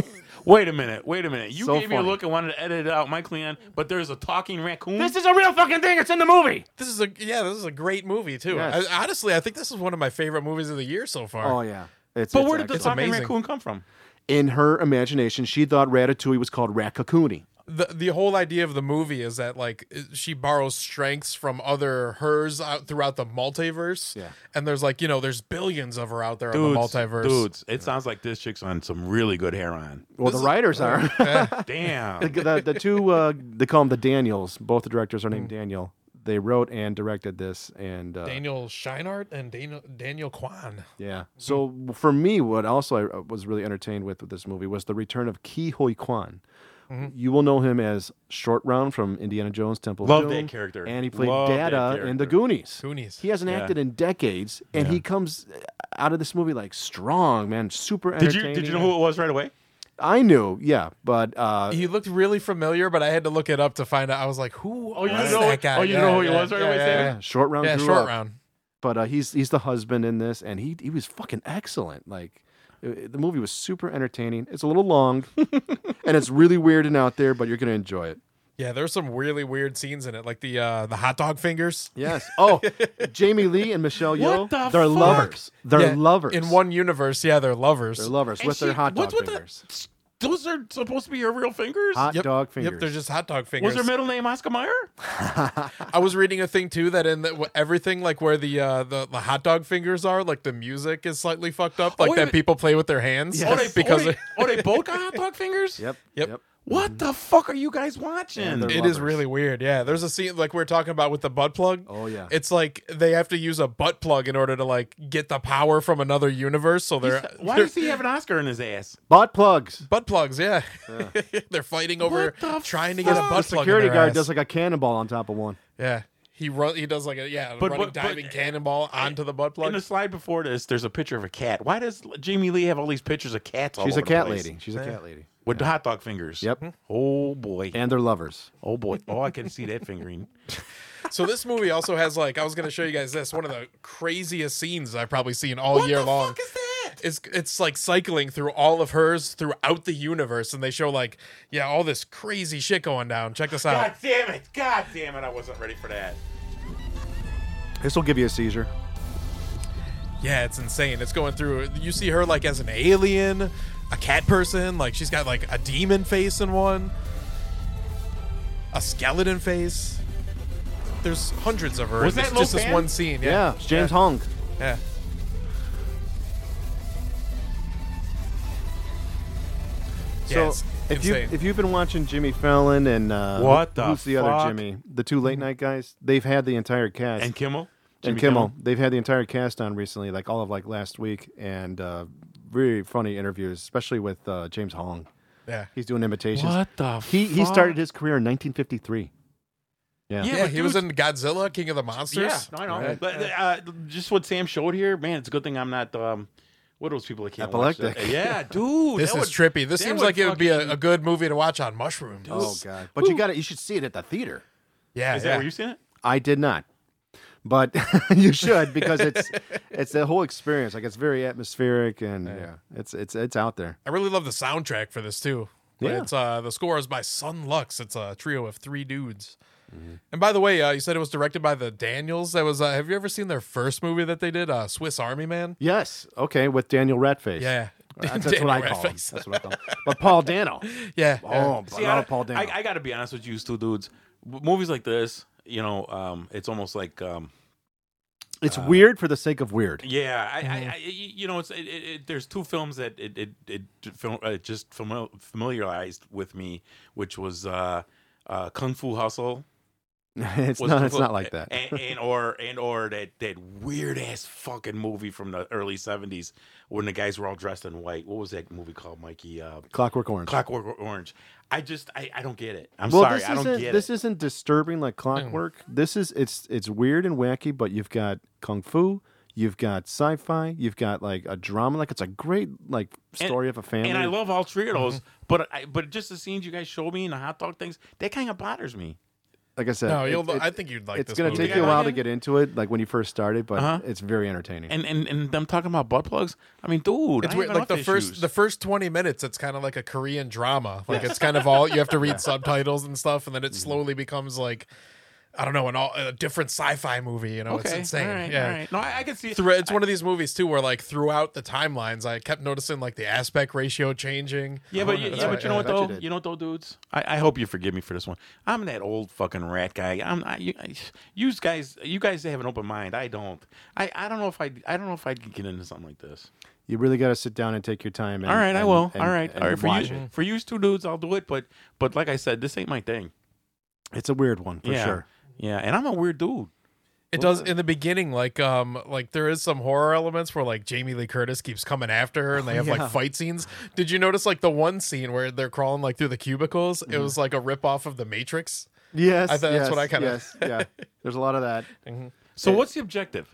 Wait a minute. Wait a minute. You So gave me funny. a look and wanted to edit it out my Cleon, but there's a talking raccoon. is a real fucking thing. It's in the movie. This is a yeah, this is a great movie too. Yes. I, honestly, I think this is one of my favorite movies of the year so far. Oh yeah, it's but it's where did the excellent. talking amazing. raccoon come from? in her imagination, she thought Ratatouille was called Raccoonie. the the whole idea of the movie is that like i- she borrows strengths from other hers out throughout the multiverse. Yeah. And there's like, you know, there's billions of her out there on the Dudes, multiverse. dudes, it sounds like this chick's on some really good hair on. Well, the writers are. Damn. the, the- the two uh, they call them the Daniels. Both the directors are Mm. named Daniel. They wrote and directed this, and uh, Daniel Scheinart and Daniel Daniel Kwan. Mm-hmm. Yeah. So for me, what also I uh, was really entertained with with this movie was the return of Ki Huy Kwan. Mm-hmm. You will know him as Short Round from Indiana Jones Temple. of Love Doom, that character. And he played Love that Data in The character. Goonies. Goonies. He hasn't Yeah. acted in decades, and he comes uh, out of this movie like strong, man, super Did you entertaining. did you know who it was right away? I knew, yeah, but uh, He looked really familiar, but I had to look it up to find out. I was like, who Oh, you was know that who- guy? oh, you know who he was right away, yeah, Short Round Yeah, grew short up. round. But uh, he's he's the husband in this, and he he was fucking excellent. Like uh, the movie was super entertaining. It's a little long, and it's really weird and out there, but you're gonna enjoy it. Yeah, there's some really weird scenes in it, like the uh, the hot dog fingers. Yes. Oh, Jamie Lee and Michelle Yeoh, What the they're fuck? lovers. They're Yeah, lovers In one universe, yeah, they're lovers. They're lovers with their hot dog fingers. those are supposed to be your real fingers. Hot Yep. dog fingers. Yep, they're just hot dog fingers. was her middle name Oscar Mayer? I was reading a thing too that in the, everything like where the, uh, the the hot dog fingers are, like the music is slightly fucked up, like Oh, wait that a minute. people play with their hands Oh, they, because oh, they, oh, they both got hot dog fingers. Yep. Yep. What the fuck are you guys watching? And they're- it lovers. is really weird. Yeah, there's a scene like we are talking about with the butt plug. Oh, yeah. it's like they have to use a butt plug in order to like get the power from another universe. So they're Why they're- does he have an Oscar in his ass? Butt plugs. butt plugs. Yeah, they're fighting over What the trying to get a fuck? butt plug. in Security their guard ass. does like a cannonball on top of one. yeah. He run. He does like a yeah, But- running but- but- diving cannonball onto the butt In plug. the slide before this, there's a picture of a cat. Why does Jamie Lee have all these pictures of cats? All She's over a the cat place? lady. She's a cat lady. with hot dog fingers. Yep. Oh boy. And they're lovers. Oh boy. Oh, I can see that fingering. So this movie also has like I was gonna show you guys this one of the craziest scenes I've probably seen all year long. is that? it's it's like cycling through all of hers throughout the universe, and they show like yeah all this crazy shit going down. Check Oh. this out. God damn it! God damn it! I wasn't ready for that. This will give you a seizure. Yeah, it's insane. It's going through. You see her like as an alien, a cat person. Like she's got like a demon face in one, a skeleton face. There's hundreds of her. Was in that this, just this Lopan? one scene? Yeah, Yeah, it's James Hong. Yeah. So yeah, it's if you insane. if you've been watching Jimmy Fallon and uh, What the who's the other fuck? Mm-hmm. Jimmy, the two late night guys, they've had the entire cast And Kimmel. and Jimmy Kimmel, they've had the entire cast on recently, like all of like last week, and uh, really funny interviews, especially with uh, James Hong. yeah. He's doing imitations. What the? He he started his career in 1953. Yeah. Yeah. Yeah, he was dudes- in Godzilla, King of the Yeah, Monsters. no, I know. Right. But uh, just what Sam showed here, man, it's a good thing I'm not. Um, what are those people that can't watch that? Epileptic. Yeah, dude. This that is would- trippy. This that seems would like it would be a, fucking- a good movie to watch on Mushroom. Oh god. But you got to You should see it at the theater. Yeah, Is yeah. that where you seen it? I did not. But you should because it's it's the whole experience. Like it's very atmospheric and yeah, it's it's it's out there. I really love the soundtrack for this too. But Yeah. It's uh the score is by Sun Lux. It's a trio of three dudes. Mm-hmm. And by the way, uh, you said it was directed by the Daniels. That was uh, have you ever seen their first movie that they did? Uh, Swiss Army Man. Yes. Okay. With Daniel Radface. Yeah. That's, that's what I Daniel call him. Radcliffe. That's what I call him. But Paul Dano. Yeah. Oh, yeah. I love Paul Dano. I, I got to be honest with you, two dudes. W- Movies like this, you know, um, it's almost like, um, it's Uh, weird for the sake of weird. yeah, I, I, I, you know, it's it, it, it, there's two films that it it, it, fil- uh, just famil- familiarized with me, which was uh, uh, Kung Fu Hustle. it's was not. Kung It's Fu- not like that. and, and or and or that that weird ass fucking movie from the early '70s when the guys were all dressed in white. What was that movie called, Mikey? Uh, Clockwork Orange. Clockwork Orange. I just I, I don't get it. I'm well, sorry, this I don't isn't get this it. Hmm. isn't disturbing like Clockwork. This is it's it's weird and wacky, but you've got kung fu, you've got sci-fi, you've got like a drama. Like it's a great like story of a family. and I love all three of those, but I, but just the scenes you guys show me and the hot dog things, that kind of bothers me. like I said, No, you'll, it- it- I think you'd like it's this gonna movie. take you a Yeah. while to get into it, like when you first started, but Uh-huh. it's very entertaining. And and and I'm talking about butt plugs. I mean, dude, It's I weird. have Like the enough first issues. the first twenty minutes, it's kind of like a Korean drama. Like it's kind of all you have to read subtitles and stuff, and then Mm-hmm. it slowly becomes like I don't know, an all a different sci-fi movie. You know, it's okay, insane. All right, yeah. all right. No, I, I can see. Thro- it's one of these movies too, where like throughout the timelines, I kept noticing like the aspect ratio changing. Yeah, but Oh, you, that's yeah, right, but you know yeah. what bet you though? did. You know what though, dudes? I, I hope you forgive me for this one. I'm that old fucking rat guy. I'm I, you, I, you guys. You guys have an open mind. I don't. I, I don't know if I I don't know if I could get into something like this. you really got to sit down and take your time. And, all right, I and- will. and- all right, and all right. For watch you, it. for you two dudes, I'll do it. But but like I said, this ain't my thing. it's a weird one for yeah. sure. Yeah, and I'm a weird dude. It does in the beginning, like um, like there is some horror elements where like Jamie Lee Curtis keeps coming after her, and Oh, they have yeah. like fight scenes. Did you notice like the one scene where they're crawling like through the cubicles? Mm-hmm. It was like a ripoff of The Matrix. Yes, I thought that's yes, what I kinda- Yes, yeah. There's a lot of that. So what's the objective?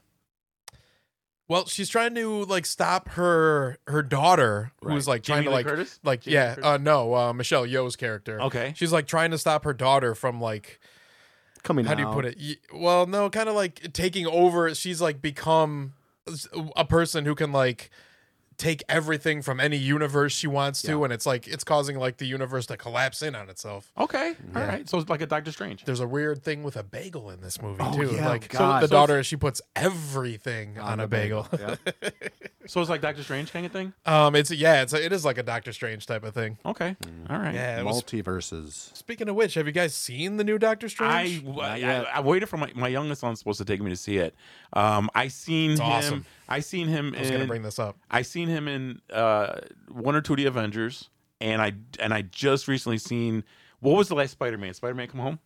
Well, she's trying to like stop her her daughter, who's Right. like trying Jamie to Lee like Curtis? like Jamie Lee yeah, Curtis? uh, no, uh, Michelle Yeoh's character. Okay. she's like trying to stop her daughter from like coming How out. do you put it? Y- Well, no, kind of like taking over. She's like become s- a person who can like take everything from any universe she wants to, and it's like it's causing like the universe to collapse in on itself. Okay, all right. So it's like a Doctor Strange. There's a weird thing with a bagel in this movie Oh, too. yeah, like God. the So- daughter, she puts everything on, a bagel. Yeah. So it's like Doctor Strange kind of thing. um, it's yeah, it's it is like a Doctor Strange type of thing. Okay, all right. Yeah, it was- Multiverses. Speaking of which, have you guys seen the new Doctor I, Strange? I, yet. I waited for my, my youngest son's supposed to take me to see it. Um, I seen him. awesome. I seen him. I was gonna in- bring this up. I seen him in uh, one or two of the Avengers, and I and I just recently seen what was the last Spider Man? Spider Man Come Home.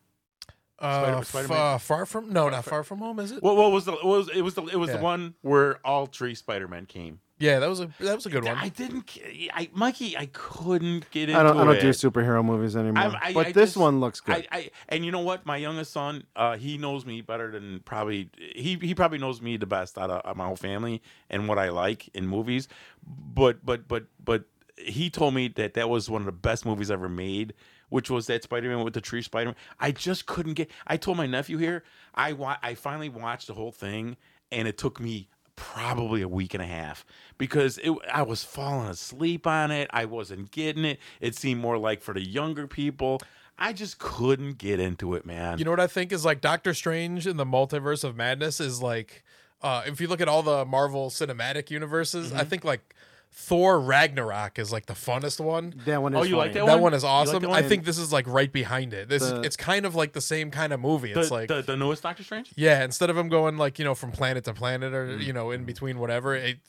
Uh, f- Spider-Man? uh, far from no, not far from home, is it? What, what was the what was it was the it was Yeah. the one where all three Spider Men came. yeah, that was a that was a good one. I didn't, c- I Mikey, I couldn't get into I don't. I don't it. do superhero movies anymore. I'm- I- but I this just- one looks good. I, I and you know what? My youngest son, uh, he knows me better than probably he he probably knows me the best out of, of my whole family and what I like in movies. But but but but he told me that that was one of the best movies ever made, which was that Spider Man with the tree Spider Man. I just couldn't get. I told my nephew here, I wa- I finally watched the whole thing, and it took me probably a week and a half because it, I was falling asleep on it. I wasn't getting it. It seemed more like for the younger people. I just couldn't get into it, man. You know what I think is like Doctor Strange in the Multiverse of Madness is like uh if you look at all the Marvel cinematic universes, Mm-hmm. I think like Thor Ragnarok is like the funnest one. that one. Is Oh, you like funny. that that one? one is You like awesome. that one? I think this is like right behind it. This The- it's kind of like the same kind of movie. the, It's like the, the newest Doctor Strange. yeah, instead of him going like, you know, from planet to planet or you know, in between whatever, it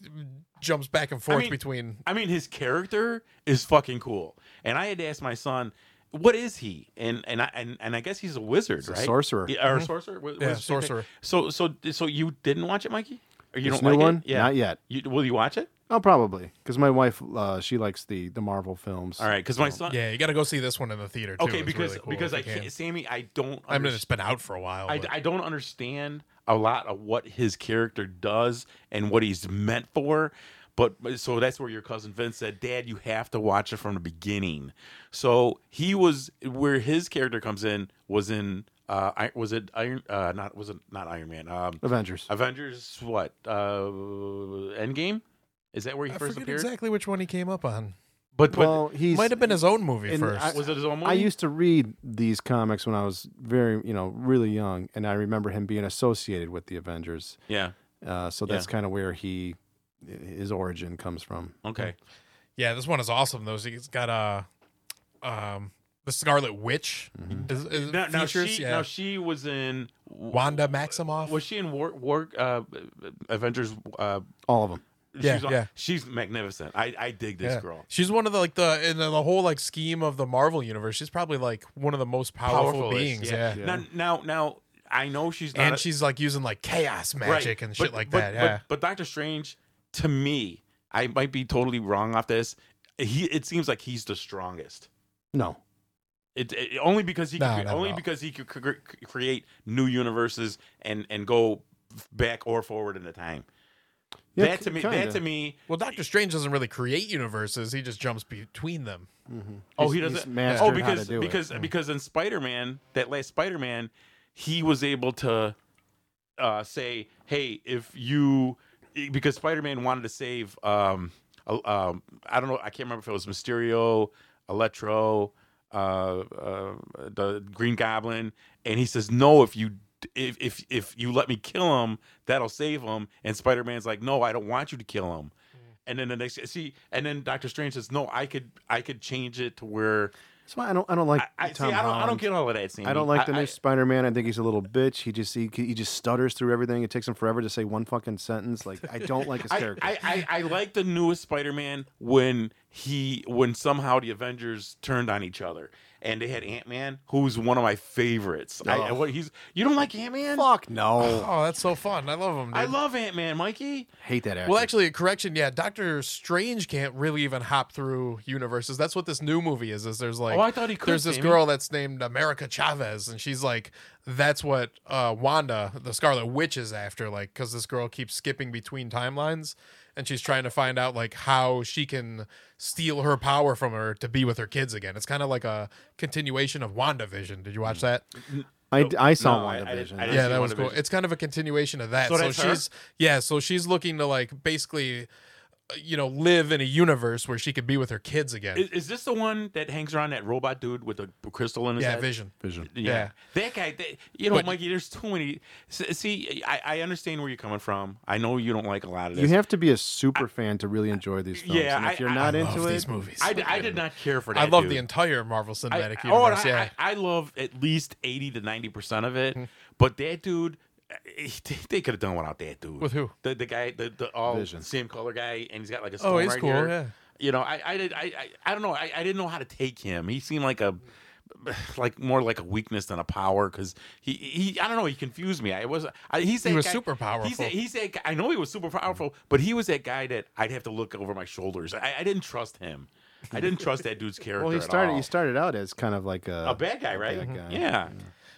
jumps back and forth mean, between Mm. I mean, his character is fucking cool. And I had to ask my son, "What is he?" And and I and, and I guess he's a wizard, a right? sorcerer. Yeah, or a sorcerer. Wi- Mm-hmm. Yeah, wizard, same thing. sorcerer. So so so you didn't watch it, Mikey? Or you This don't new like one? it? Yeah, Not yet. You, will you watch it? Oh, probably because my wife, uh, she likes the the Marvel films. All right, because my son. Yeah, you got to go see this one in the theater too. Okay, It's because really cool because if I you can't, Sammy, I don't. I mean, underst- it's been out for a while. I, but- I don't understand a lot of what his character does and what he's meant for. But so that's where your cousin Vince said, Dad, you have to watch it from the beginning. So he was where his character comes in was in uh I was it Iron uh not was it not Iron Man um Avengers. Avengers what uh Endgame is that where he I first forget appeared? exactly which one he came up on. But but well, he's Might have been his own movie and first. I- was it his own movie? I used to read these comics when I was very, you know, really young, and I remember him being associated with the Avengers. yeah Uh, so that's kind of where he his origin comes from. okay yeah, this one is awesome though. It's got uh, um, the Scarlet Witch. Is, is now, now features, she yeah. now she was in Wanda Maximoff. was she in War War uh, Avengers uh All of them. Yeah, she's, on- yeah. she's magnificent. I, I dig this yeah. girl. She's one of the like the in the whole like scheme of the Marvel universe. She's probably like one of the most powerful, Powerful beings. Yeah. Now, now, now, I know she's not And a- she's like using like chaos magic right, and shit but- like but- that. But, yeah. But, Doctor Strange, to me, I might be totally wrong off this. He it seems like he's the strongest. No, It, it- only because he No, could, no, only no. because he could cre- cre- create new universes and and go back or forward in the time. Yeah, that ki- to me, kinda. that to me. well, Doctor Strange doesn't really create universes. He just jumps between them. Oh, he He's- he's doesn't. mastered how oh, to because do it. because because in Spider Man, that last Spider Man, he was able to uh, say, "Hey, if you," because Spider Man wanted to save. Um, uh, um, I don't know. I can't remember if it was Mysterio, Electro, uh, uh, the Green Goblin, and he says, "No, if you." If, if if you let me kill him, that'll save him. And Spider Man's like, no, I don't want you to kill him. And then the next see, and then Doctor Strange says, "No, I could, I could change it to where that's why I don't. I don't like I, I see. Tom I don't, I Holland. don't get all of that. Sammy. I don't like the I- new Spider Man. I think he's a little bitch. He just he, he just stutters through everything. It takes him forever to say one fucking sentence. Like I don't like his I, character. I, I, I like the newest Spider-Man when he when somehow the Avengers turned on each other and they had Ant-Man, who's one of my favorites. I, I- what he's you don't like Ant-Man? Oh. Fuck no. Oh, that's so fun. I love him. Dude. I love Ant-Man, Mikey. Hate that actor. Well, actually, a correction. Yeah, Doctor Strange can't really even hop through universes. That's what this new movie is. Is there's like Oh, I thought he could, There's this Sammy. girl that's named America Chavez, and she's like, that's what uh, Wanda, the Scarlet Witch, is after. Like, because this girl keeps skipping between timelines, and she's trying to find out like how she can steal her power Hmm. from her to be with her kids again. It's kind of like a continuation of WandaVision. Did you watch that? I, I saw No, I- I one WandaVision. didn't- I didn't yeah, see that was cool. WandaVision. It's kind of a continuation of that. So So, that's her? she's yeah, so she's looking to like basically, uh, you know, live in a universe where she could be with her kids again. Is, is this the one that hangs around that robot dude with the crystal in his yeah, head? Vision. Vision. Yeah. Yeah. that guy. That, you know, But- Mikey. There's too many. s- See, I, I understand where you're coming from. I know you don't like a lot of You this. have to be a super fan to really enjoy these films. Yeah, and if I- you're I not I into love it, these movies. I, d- I did not care for that. I love dude. the entire Marvel I- Cinematic I- oh, and Universe. I, yeah, I, I love at least eighty to ninety percent of it. But that dude, uh, he- they- they could have done without that dude. With who? The the guy, the, the all Vision. same color guy, and he's got like a Oh, stone he's right cool, here. yeah. You know, I I did I I, I don't know. I, I didn't know how to take him. He seemed like a like more like a weakness than a power because he, he I don't know he confused me I was I, he's that was guy- super he's that- powerful. he's that guy- I know he was super powerful but he was that guy that I'd have to look over my shoulders I, I didn't trust him I didn't trust that dude's character well, he at started. all He started out as kind of like a, a bad guy, right? bad guy. Yeah.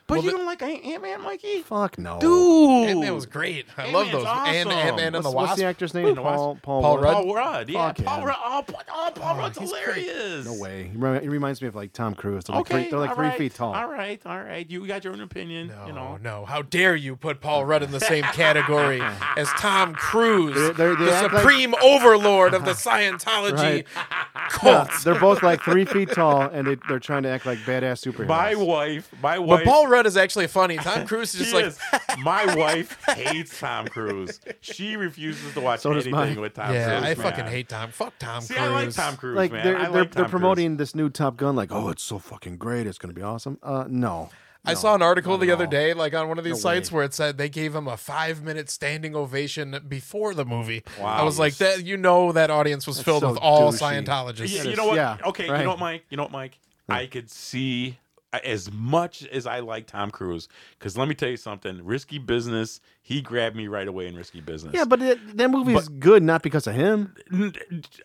But you don't like Ant Man, Mikey? Fuck no, Dude, Ant Man was great. I love Ant-Man's those. And awesome. Ant Man and What's, the what's Wasp. the actor's name? the Wasp? Paul Paul, Paul Rudd. Rudd? Paul Rudd, yeah, Fuck Paul him. Rudd. Oh, Paul- oh, Paul Rudd's he's great. hilarious. No way. He remi- he reminds me of like Tom Cruise. They're like Okay, three, they're like all three right, feet tall. All right, all right. You got your own opinion. No, You know, Oh, no. How dare you put Paul Rudd in the same category as Tom Cruise, They- they- they the act like- supreme overlord of the Scientology Right. cult? They're both like three feet tall, and they, they're trying to act like badass superheroes. my wife, my wife. But Paul Rudd is actually funny. Tom Cruise is she just like, is- my wife hates Tom Cruise. She refuses to watch So does anything mine. with Tom yeah, Cruise. I man. fucking hate Tom. Fuck Tom See, Cruise. I like Tom Cruise, like man. they're I like they're, Tom they're Cruise. promoting this new Top Gun. Like, oh, it's so fucking great. It's gonna be awesome. Uh, no. I No. saw an article the at other all. day, like on one of these No way. sites, where it said they gave him a five-minute standing ovation before the movie. Wow. I was like, that you know, that audience was filled so with all douchey. Scientologists. Yeah, Yes, you know what? yeah, okay, you right. know what, Mike? You know what, Mike? I could see uh, as much as I like Tom Cruise, because let me tell you something. Risky Business, he grabbed me right away in Risky Business. Yeah, but it, that movie's good not because of him. N-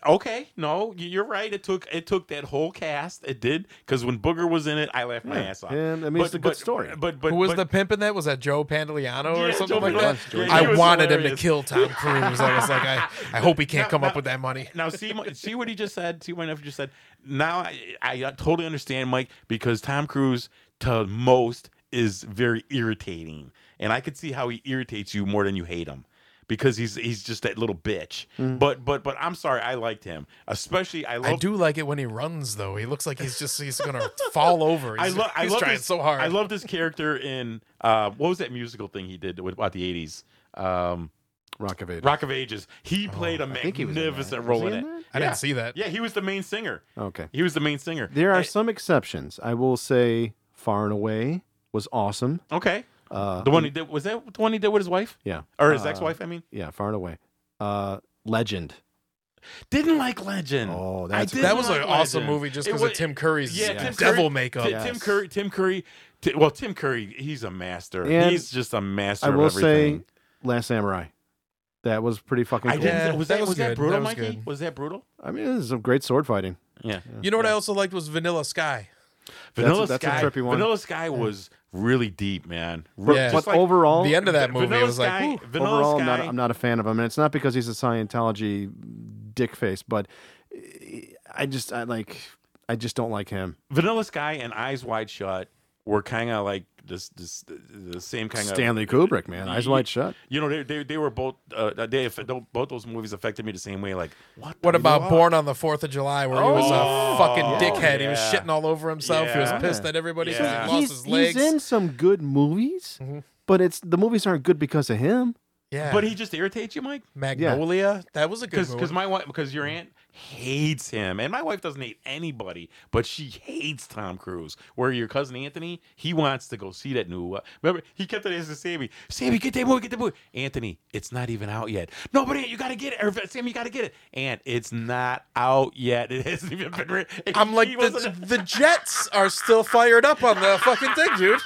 okay, no, y- you're right. It took it took that whole cast. It did because when Booger was in it, I laughed my Yeah, ass off. and I mean, it's a good story. But but Who was but, the pimp in that? Was that Joe Pantoliano or Yeah, something Joe like Pantoliano. that? Yeah, he I was wanted him hilarious. to kill Tom Cruise. I was like, I, I hope he can't No, come no. up with that money. now see my- see what he just said. See what my nephew just said. Now I, I totally understand Mike because Tom Cruise to most is very irritating, and I could see how he irritates you more than you hate him because he's he's just that little bitch. But but but I'm sorry, I liked him, especially I love. I do like it when he runs though. He looks like he's just he's gonna fall over. I He's, love. I he's love trying this- so hard. I love this character in uh, what was that musical thing he did with about the '80s? Um, Rock of Ages. Rock of Ages. He played a think he was in that. magnificent Was role he in, in it. that? I Yeah. didn't see that. Yeah, he was the main singer. Okay. He was the main singer. There are Eh, some exceptions. I will say, Far and Away was awesome. Okay. Uh, The one he did was that the one he did with his wife yeah, or his Uh, ex-wife. I mean, yeah, Far and Away. Uh, Legend. didn't like Legend. Oh, I that's did That was not an like awesome Legend. movie just It because of was- Tim Curry's uh, yeah, Tim Curry- devil makeup. Ti- Yes. Tim Curry. Tim Curry. Ti- well, Tim Curry. He's a master. And he's just a master. I will of everything. say, Last Samurai. That was pretty fucking I cool. didn't. Yeah, was that that, was was, good. that brutal, That was Mikey? good. Was that brutal? I mean, this is some great sword fighting. Yeah. You know what I also liked was Vanilla Sky. Vanilla that's a Sky. trippy one. Vanilla Sky was really deep, man. But, Yeah. but Just like overall, The end of that movie Oh, Vanilla was Sky. like, whew. Vanilla overall, I'm Sky. not, I'm not a fan of him, and it's not because he's a Scientology dick face, but eh, I just I like I just don't like him. Vanilla Sky and Eyes Wide Shut were kind of like this, this, the same kind of Stanley Kubrick, man, eyes wide shut. You know, they they, they were both uh, they aff- tho- both those movies affected me the same way. Like, what? What the about fuck? Born on the Fourth of July, where he was Oh, a fucking yeah. dickhead? He was Yeah. shitting all over himself. He was Yeah. pissed at everybody 'cause Yeah. he lost He's, his he's legs. Mm-hmm. in some good movies, but it's the movies aren't good because of him. yeah, But he just irritates you, Mike, Magnolia. That was a good because movie. because my wife because your aunt hates him, and my wife doesn't hate anybody, but she hates Tom Cruise. Where your cousin Anthony, he wants to go see that new. Uh, remember, he kept on asking Sammy, Sammy, get that movie, get the movie. Anthony, it's not even out yet. No, but Aunt, you gotta get it. Or Sammy, you gotta get it. Aunt, it's not out yet. It hasn't even been. Re- I'm like He wasn't- the, the Jets are still fired up on the fucking thing, dude.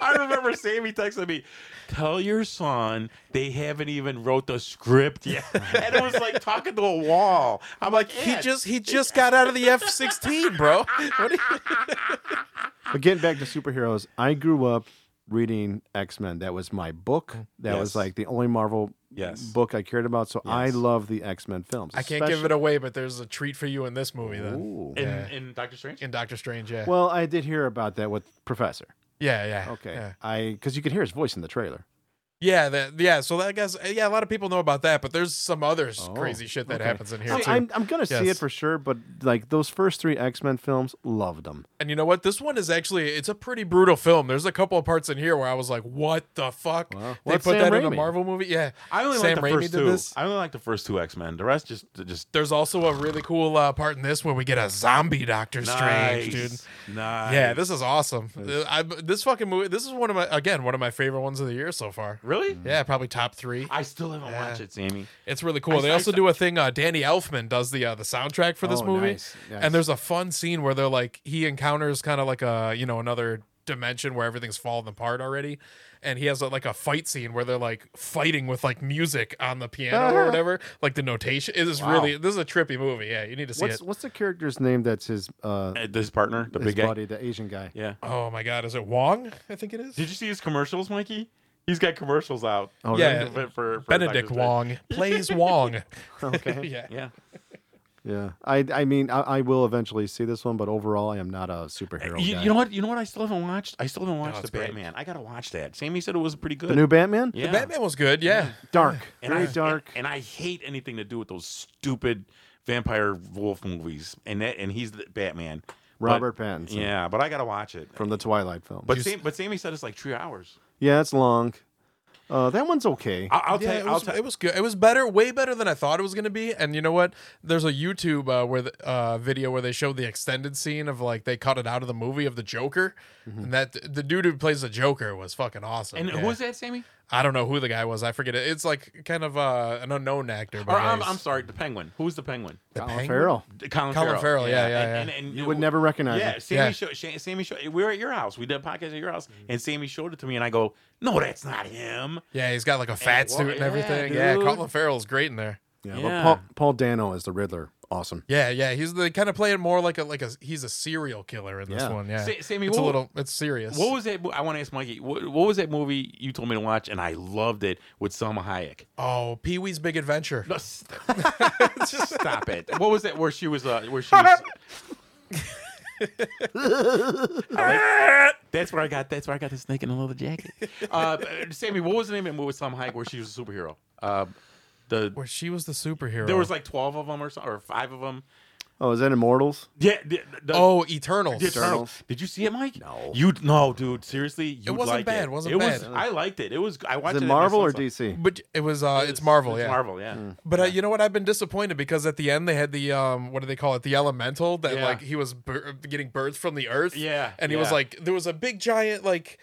I remember Sammy texted me, "Tell your son they haven't even wrote the script yet," and it was like talking to a wall. I'm like, He "Ed, just he just got out of the F-16, bro. What do you- But getting back to superheroes, I grew up reading X Men. That was my book. Mm. That was Yes. like the only Marvel Yes. book I cared about. So I Yes. love the X Men films. I can't give it away, but there's a treat for you in this movie then. Ooh. in, Yeah. in Doctor Strange." In Doctor Strange, yeah. Well, I did hear about that with Professor. Yeah, yeah. Okay. Yeah. I because you can hear his voice in the trailer. Yeah, that yeah. So that guess yeah, a lot of people know about that, but there's some other s Oh, crazy shit that okay. happens in here I'm, too. I'm, I'm gonna see it Yes. for sure, but like those first three X Men films, loved them. and you know what? This one is actually it's a pretty brutal film. There's a couple of parts in here where I was like, "What the fuck?" Wow. They What's put Sam that in a Raimi? Marvel movie. Yeah, I only Sam like the Raimi first did two. this. I only like the first two X Men. The rest just just There's also a really cool uh, part in this where we get a zombie Doctor Strange, dude. nice. Nice. Yeah, this is awesome. Uh, I, this fucking movie. This is one of my again one of my favorite ones of the year so far. really. Yeah, probably top three. I still haven't Mm. Yeah. watched it, Sammy. It's really cool. I- they I also saw- do a thing. Uh, Danny Elfman does the uh, the soundtrack for this Oh, movie, nice, nice. and there's a fun scene where they're like he encounters kind of like a you know another dimension where everything's fallen apart already, and he has a, like a fight scene where they're like fighting with like music on the piano or whatever, like the notation. It is Uh-huh. Wow. really this is a trippy movie. Yeah, you need to see What's it. what's the character's name? That's his uh Uh, This partner, the his big guy. buddy, the Asian guy. Yeah. Oh my god, is it Wong? I think it is. Did you see his commercials, Mikey? He's got commercials out. Oh, Yeah. really? For, for- for Dr. Benedict Strange. Wong plays Wong. Okay. yeah. Yeah. yeah. I I mean I, I will eventually see this one, but overall I am not a superhero. You, guy. you know what? You know what? I still haven't watched. I still haven't watched the Oh, it's great. Batman. I gotta watch that. Sammy said it was pretty good. the new Batman? yeah. Batman was good. Mm. Yeah. Dark. And Very I, dark. And, and I hate anything to do with those stupid vampire wolf movies. And that and he's the Batman. Robert But, Pattinson yeah, but I gotta watch it. from the Twilight film. But Sam, but Sammy said it's like three hours. yeah, it's long. Uh, that one's okay. I'll, I'll yeah, tell. it you- I'll was, tell. it was good. It was better, way better than I thought it was going to be. And you know what? There's a YouTube uh, where the, uh, video where they showed the extended scene of like they cut it out of the movie of the Joker, Mm-hmm. and that the dude who plays the Joker was fucking awesome. and yeah. who was that, Sammy? I don't know who the guy was. I forget it. It's like kind of uh, an unknown actor. But Or I'm, he's- I'm sorry, the Penguin. Who's the Penguin? the Colin Penguin? Farrell. Colin, Colin Farrell, yeah, yeah, And, yeah. and, and You would never recognize Yeah, him. Sammy Yeah. Mm-hmm. showed. Sha- Sammy showed. We were at your house. We did a podcast at your house, and Sammy showed it to me, and I go, "No, that's not him." Yeah, he's got like a fat wha- suit and yeah, everything. Yeah, dude. Colin Farrell's great in there. Yeah, Yeah. but Paul, Paul Dano is the Riddler. Awesome. Yeah, yeah, he's they kind of play it more like a like a he's a serial killer in this Yeah. one. Yeah, Sa- Sammy, it's a what- little it's serious. What was that? mo- I want to ask Mikey. What, what was that movie you told me to watch, and I loved it with Selma Hayek? oh, Pee Wee's Big Adventure. No, st- just stop it. What was that? Where she was? Uh, where she was? I like- that's where I got. That's where I got the snake in the leather jacket. Uh, Sammy, what was the name of the movie with Selma Hayek where she was a superhero? Uh, the Where she was the superhero. there was like twelve of them or so, or five of them. Oh, is that Immortals? Yeah. The, the, Oh, Eternals. The Eternals. Eternals. Did you see it, Mike? No. You no, dude. Seriously, you wasn't bad, It, wasn't it was- bad. I liked it. It was. I watched Is it. it at my Marvel or Hmm. son's house. DC? But it was uh it's, Marvel, yeah. Marvel, yeah. But uh, you know what? I've been disappointed because at the end they had the um what do they call it? The elemental that Yeah. like he was bir- getting birds from the earth. Yeah, And he was yeah. like there was a big giant like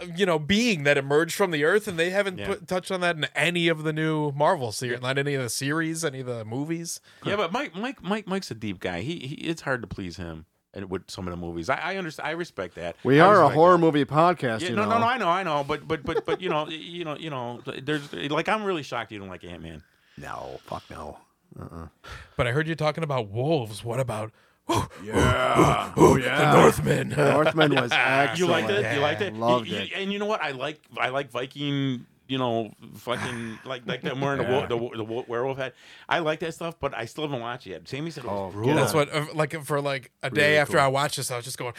uh, you know being that emerged from the earth and they haven't Yeah. put, touched on that in any of the new Marvel series, not any of the series, any of the movies. Yeah, but Mike, Mike, Mike, Mike's a deep guy. He, he it's hard to please him, and with some of the movies, I, I understand. I respect that. We I are a respect horror that. movie podcast. Yeah, you no, know. no, no. I know, I know. But, but, but, but you know, you know, you know. There's like, I'm really shocked you don't like Ant Man. No, fuck no. But I heard you talking about wolves. What about Yeah. oh Ah. the Northmen? Northman was excellent. You liked it? You liked it? You- Loved you- it. And you know what? I like, I like Viking. You know, fucking like like them wearing the, wo- the wo- the wo- werewolf hat. I like that stuff, but I still haven't watched it yet. Sammy said it was Oh, brutal. get That's what, uh, like, for like a day after I watched this, I was just going,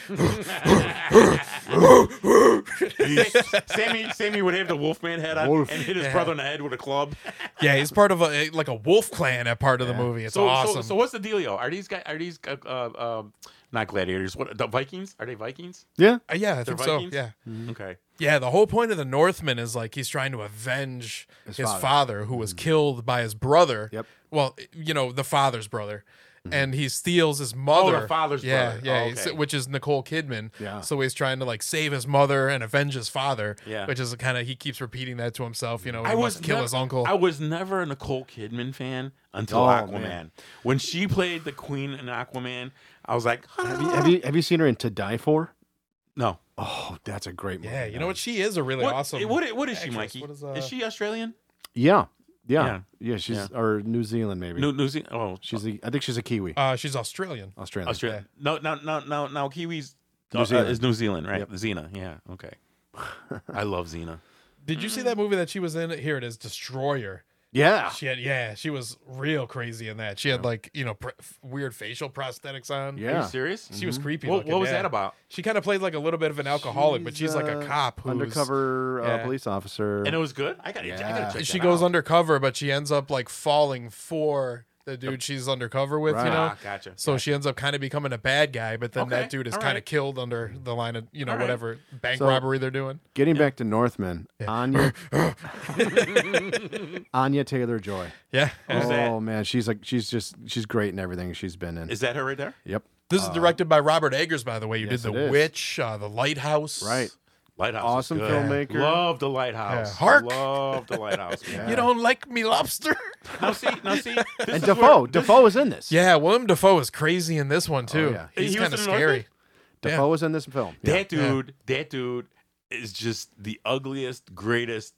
Sammy Sammy would have the Wolfman head on Wolf. and hit his brother in the head with a club. yeah, he's part of a eh, like a wolf clan at part of the movie. It's So, awesome. so so what's the dealio? Are these guys? Are these uh, uh, um, not gladiators? What the Vikings? Are they Vikings? Yeah. Uh, yeah, I think so. Vikings? Yeah, Mm-hmm. Okay. yeah. The whole point of the Northman is like he's trying to avenge his, father. father. who was killed by his brother. Yep. Well, you know the father's brother, and he steals his mother. Oh, father's yeah, brother. Yeah, Oh, he's- okay. Which is Nicole Kidman. Yeah. So he's trying to like save his mother and avenge his father. Yeah. Which is kind of he keeps repeating that to himself. You know, he I was must kill nev- his uncle. I was never a Nicole Kidman fan until Oh, Aquaman. man. When she played the Queen in Aquaman, I was like, Have you, have you have you seen her in To Die For? no. Oh, that's a great movie. yeah, you know what? She is a really What, awesome. what, what is she, actress. Mikey? What is, is, uh, she Australian? Yeah. Yeah. Yeah. Yeah. she's or New Zealand maybe. New, New Zealand? Oh, she's a, I think she's a Kiwi. Uh, she's Australian. Australian. Australia. No, no, no, no, no. Kiwis New uh, Zealand. is New Zealand, right? Yep. Xena. Yeah. Okay. I love Xena. Did you see that movie that she was in? Here it is, Destroyer. Yeah. She had, yeah, she was real crazy in that. She had like, you know, pr- weird facial prosthetics on. Are you Yeah. serious? Mm-hmm. She was creepy. What, looking, what was yeah. that about? She kind of played like a little bit of an alcoholic, but she's like a uh, cop who's undercover yeah. uh, police officer. And it was good. I got to. I got Yeah. to check. She that goes out. undercover, but she ends up like falling for the dude she's undercover with, Right. you know? Ah, gotcha. So she ends up kind of becoming a bad guy, but then Okay, that dude is all kind right. of killed under the line of, you know, All right. whatever bank So- robbery they're doing. Getting back to Northmen, Anya Anya Taylor Joy. Yeah. Who's oh that? man, she's like she's just she's great in everything she's been in. Is that her right there? yep. This is directed by Robert Eggers, by the way. You Uh, Yes, did it The is. Witch, uh, The Lighthouse. Right. Lighthouse. is Awesome good. filmmaker. Love the lighthouse. Yeah. Hark. Love the lighthouse. man. You don't like me, lobster? Now see, now see. This And is Defoe, where- Defoe is in this. yeah, William Dafoe is crazy in this one, too. Oh, yeah. He's He was kind of in The Northman? scary. Defoe is in this film. Yeah. that dude, that dude is just the ugliest, greatest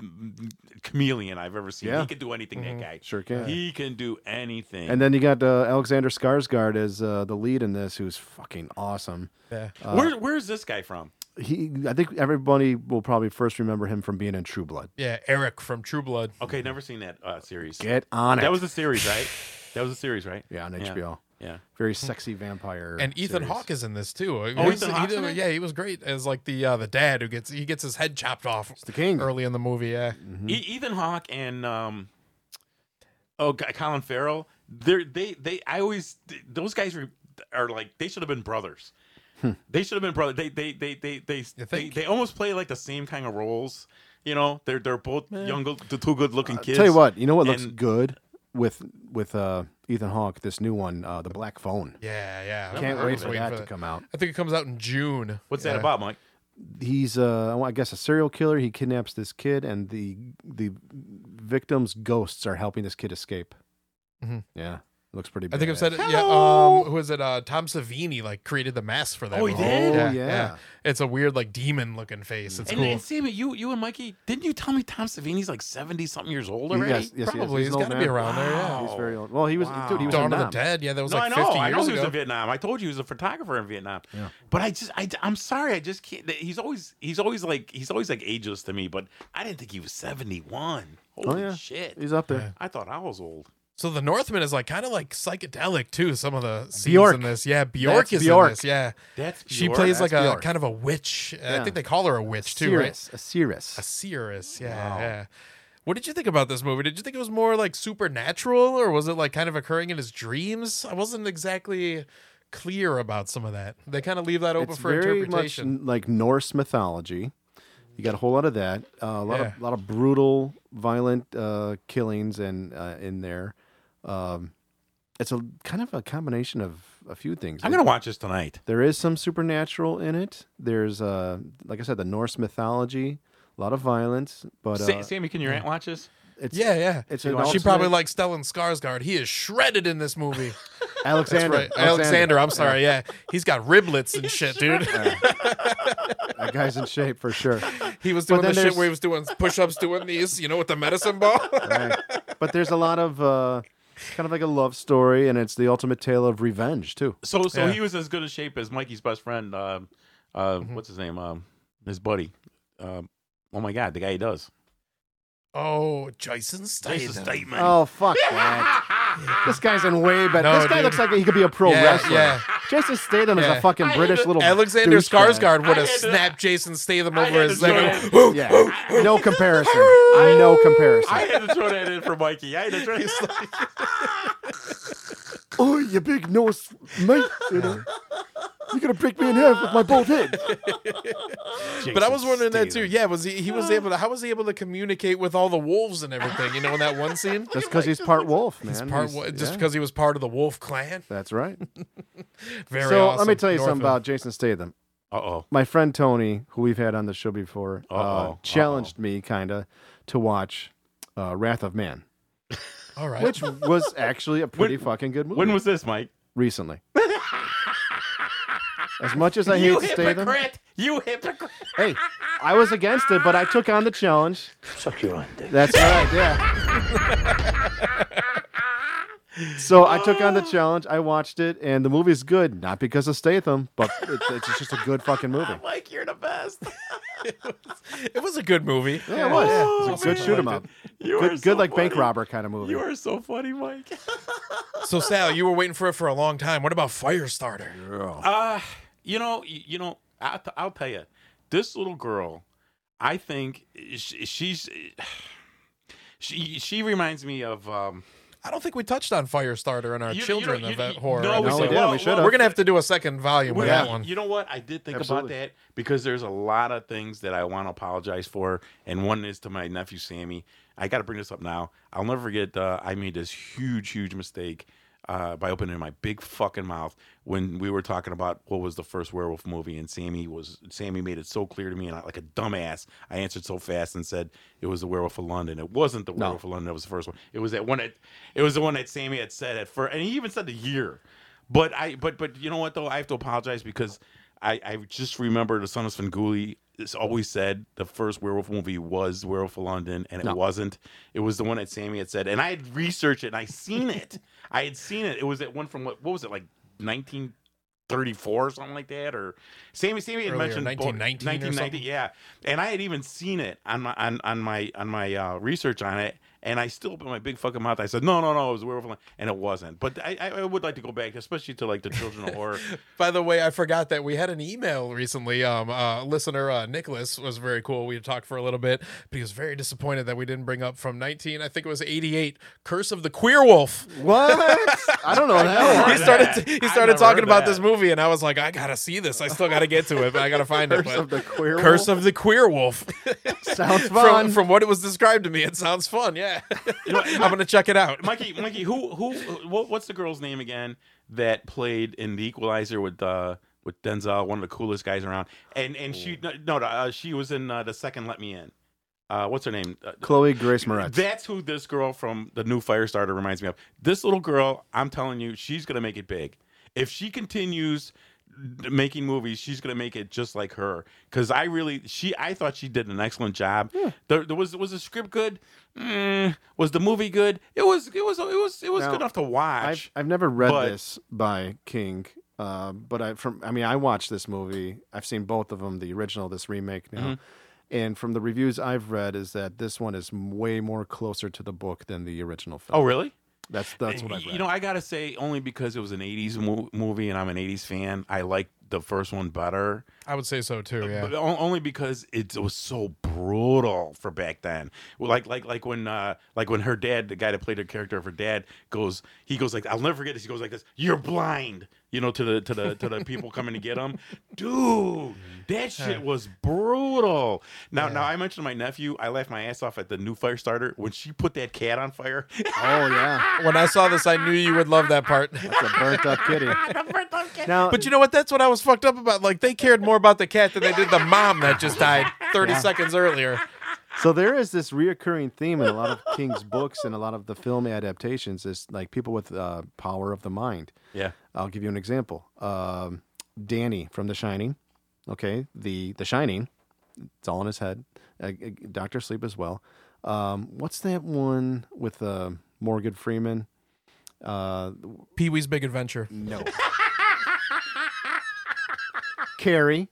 mm, chameleon I've ever seen. Yeah. He can do anything. That guy. Sure can. He can do anything. And then you got uh, Alexander Skarsgård as uh, the lead in this, who's fucking awesome. Yeah. uh, Where, where's this guy from? He, I think everybody will probably first remember him from being in True Blood. Yeah, Eric from True Blood. Okay, never seen that uh, series. Get on it. that was a series, right? That was a series, right? yeah, on Yeah. HBO. Yeah. Very sexy vampire. And Ethan series. Hawke is in this too. Oh, Ethan Hawke's in it? yeah, he was great as like the uh, the dad who gets he gets his head chopped off the king. early in the movie. Yeah, Mm-hmm. Hmm. E- Ethan Hawke and um, oh, G- Colin Farrell. They're they they. I always th- those guys are, are like they should have been brothers. Hmm. They should have been brothers. They they they they they, they think? they almost play like the same kind of roles. You know, they're they're both young, good- the two good looking kids. Uh, Tell you what, you know what looks And- good with with uh, Ethan Hawke, this new one, uh, the Black Phone. yeah, yeah. Can't I wait was for waiting that to come out. I think it comes out in June. What's Yeah. that about, Mike? He's, uh, well, I guess, a serial killer. He kidnaps this kid, and the the victim's ghosts are helping this kid escape. Mhm. Yeah, looks pretty. I think I've badass. said it. Yeah. Um, who is it? Uh, Tom Savini like created the mask for that. Oh, he movie. did? Oh, yeah. It's a weird like demon looking face. It's And, cool. and Sammy, you you and Mikey, didn't you tell me Tom Savini's like seventy something years old already? Yes, yes, yes. Probably. He's He's an old got to be man. around there. Yeah. He's very old. Well, he was, dude. He was Dawn in of the Nam. Dead. Yeah, that was No, like I know. 50 years I know he was ago. in Vietnam. I told you he was a photographer in Vietnam. But I just, I, am sorry. I just can't. He's always, he's always like, he's always like ageless to me. But I didn't think he was 71. Holy Oh yeah, shit! He's up there. I thought I was old. So the Northman is like kind of like psychedelic too. Some of the scenes Bjork. in this, yeah, Bjork That's is Bjork. in this, yeah. That's she Bjork. plays That's like a Bjork. kind of a witch. I Yeah. think they call her a witch too, right? Cirrus, a Cirrus. A seeress, yeah, yeah. What did you think about this movie? Did you think it was more like supernatural, or was it like kind of occurring in his dreams? I wasn't exactly clear about some of that. They kind of leave that open it's for very much interpretation. n- like Norse mythology. You got a whole lot of that. Uh, a lot Yeah. of lot of brutal, violent uh, killings and uh, in there. Um, it's a kind of a combination of a few things. I'm It- gonna watch this tonight. there is some supernatural in it. There's uh, like I said, the Norse mythology. A lot of violence, but Sa- uh, Sammy, can your aunt watch this? it's yeah, yeah. It's an she probably alternate- likes Stellan Skarsgård. He is shredded in this movie. That's Alexander. right. Alexander, I'm sorry. Yeah, he's got riblets and shit, dude. that guy's in shape for sure. He was doing then the shit there's- where he was doing push-ups, doing these, you know, with the medicine ball. Right. But there's a lot of uh, kind of like a love story, and it's the ultimate tale of revenge too. So, so Yeah. he was as good a shape as Mikey's best friend. Um, uh, What's his name? Um, his buddy. Um, oh my God, the guy he does. oh, Jason Statham. Jason Statham. Oh fuck that! this guy's in way better. No, this guy dude. looks like he could be a pro Yeah, wrestler. yeah. Jason Statham is Yeah. a fucking British little Alexander douchebag. Skarsgård would I have had to- snapped Jason Statham I over had his to leg. throw that- Yeah, no comparison. no comparison. I had to throw that in for Mikey. I had to throw oh, you big nose, mate! You know, you're gonna break me in half with my bald head. But I was wondering that too. Yeah, was he? He was able to. How was he able to communicate with all the wolves and everything? You know, in that one scene, That's because he's part wolf, man. part wo- just yeah. because he was part of the wolf clan. That's right. Very. so let me awesome. tell you Northam. something about Jason Statham. Uh oh. my friend Tony, who we've had on the show before, uh, Uh-oh, challenged me kind of to watch uh, Wrath of Man, All right. which was actually a pretty fucking good movie. When was this, Mike? recently? as much as I hate you Statham, hypocrite! You hypocrite! hey, I was against it, but I took on the challenge. Suck your own dick. That's right. Yeah. So I took on the challenge. I watched it, and the movie's good, not because of Statham, but it, it's just a good fucking movie. Mike, you're the best. It was a good movie. Yeah, it was. Oh, It's a good man. shoot 'em up. You are Good, so good like bank funny. robber kind of movie. You are so funny, Mike. So Sal, you were waiting for it for a long time. What about Firestarter? Uh, you know, y- you know, I'll, t- I'll tell you, this little girl, I think sh she's she she reminds me of um I don't think we touched on Firestarter in our You- you children know- you- event you- horror. No, we, No, we episode. didn't. did. Well, We should well, We're gonna have to do a second volume Well, with Yeah. that one. You know what? I did think Absolutely. about that because there's a lot of things that I want to apologize for, and one is to my nephew Sammy. I got to bring this up now. I'll never forget. Uh, I made this huge, huge mistake uh, by opening my big fucking mouth when we were talking about what was the first werewolf movie, and Sammy was Sammy made it so clear to me, and I, like a dumbass, I answered so fast and said it was the werewolf of London. It wasn't the werewolf of London. That was the first one. It was that one. That, it was the one that Sammy had said at first, and he even said the year. But I, but but you know what though, I have to apologize because I, I just remember the son of Svengoolie has always said the first werewolf movie was Werewolf of London, and it wasn't. It was the one that Sammy had said, and I had researched it, and I seen it. I had seen it. It was that one from what? What was it like? Nineteen thirty-four or something like that, or Sammy. Sammy had Earlier, mentioned both- 1919 or 1990, something? yeah. And I had even seen it on my on, on my on my uh, research on it, and I still opened my big fucking mouth. I said, no, no, no, it was werewolf, Land," and it wasn't. But I, I I would like to go back, especially to like the children of horror. By the way, I forgot that we had an email recently. Um, uh, listener uh, Nicholas was very cool. We talked for a little bit, but he was very disappointed that we didn't bring up from 19. I think it was 88. Curse of the Queer Wolf. What? I don't know that He one. Heard started. that. He I've started never talking heard about that. this movie, and I was like, I gotta see this. I still gotta get to it, but I gotta find it. Curse but- of the Queer Curse Wolf? of the Queer Wolf. Sounds fun. from, from what it was described to me, it sounds fun. Yeah, I'm gonna check it out. Mikey, Mikey, who who what, what's the girl's name again that played in The Equalizer with uh with Denzel, one of the coolest guys around, and and she no, no uh, she was in uh, the second Let Me In. Uh, what's her name? Uh, Chloe Grace Moretz. That's who this girl from the new Firestarter reminds me of. This little girl, I'm telling you, she's gonna make it big. If she continues making movies, she's gonna make it just like her. Cause I really, she, I thought she did an excellent job. There, there was was the script good? Mm, was the movie good? It was, it was, it was, it was Now, good enough to I've watch. I've never read But- this by King, uh, but I from I mean I watched this movie. I've seen both of them, the original, this remake now, and from the reviews I've read is that this one is m- way more closer to the book than the original film. oh, really? that's that's what I've read. You know, I gotta say, only because it was an '80s mo- movie and I'm an '80s fan, I liked the first one better. I would say so too. Yeah. But on- only because it was so brutal for back then. Well, Like like like when uh like when her dad, the guy that played the character of her dad, goes he goes like I'll never forget this. He goes like this. You're blind, you know, to the to the to the people coming to get him. Dude, that shit was brutal. Now now I mentioned my nephew. I laughed my ass off at the new fire starter when she put that cat on fire. oh yeah, When I saw this, I knew you would love that part. it's a burnt up kitty. now, But you know what? That's what I was fucked up about. Like they cared more about the cat than they did the mom that just died 30 seconds earlier. so there is this reoccurring theme in a lot of King's books and a lot of the film adaptations is like people with uh, power of the mind. yeah. I'll give you an example. Um, Danny from The Shining. Okay, the The Shining. It's all in his head. Uh, Doctor Sleep as well. Um, what's that one with uh, Morgan Freeman? Uh, Pee Wee's Big Adventure. no. Carrie,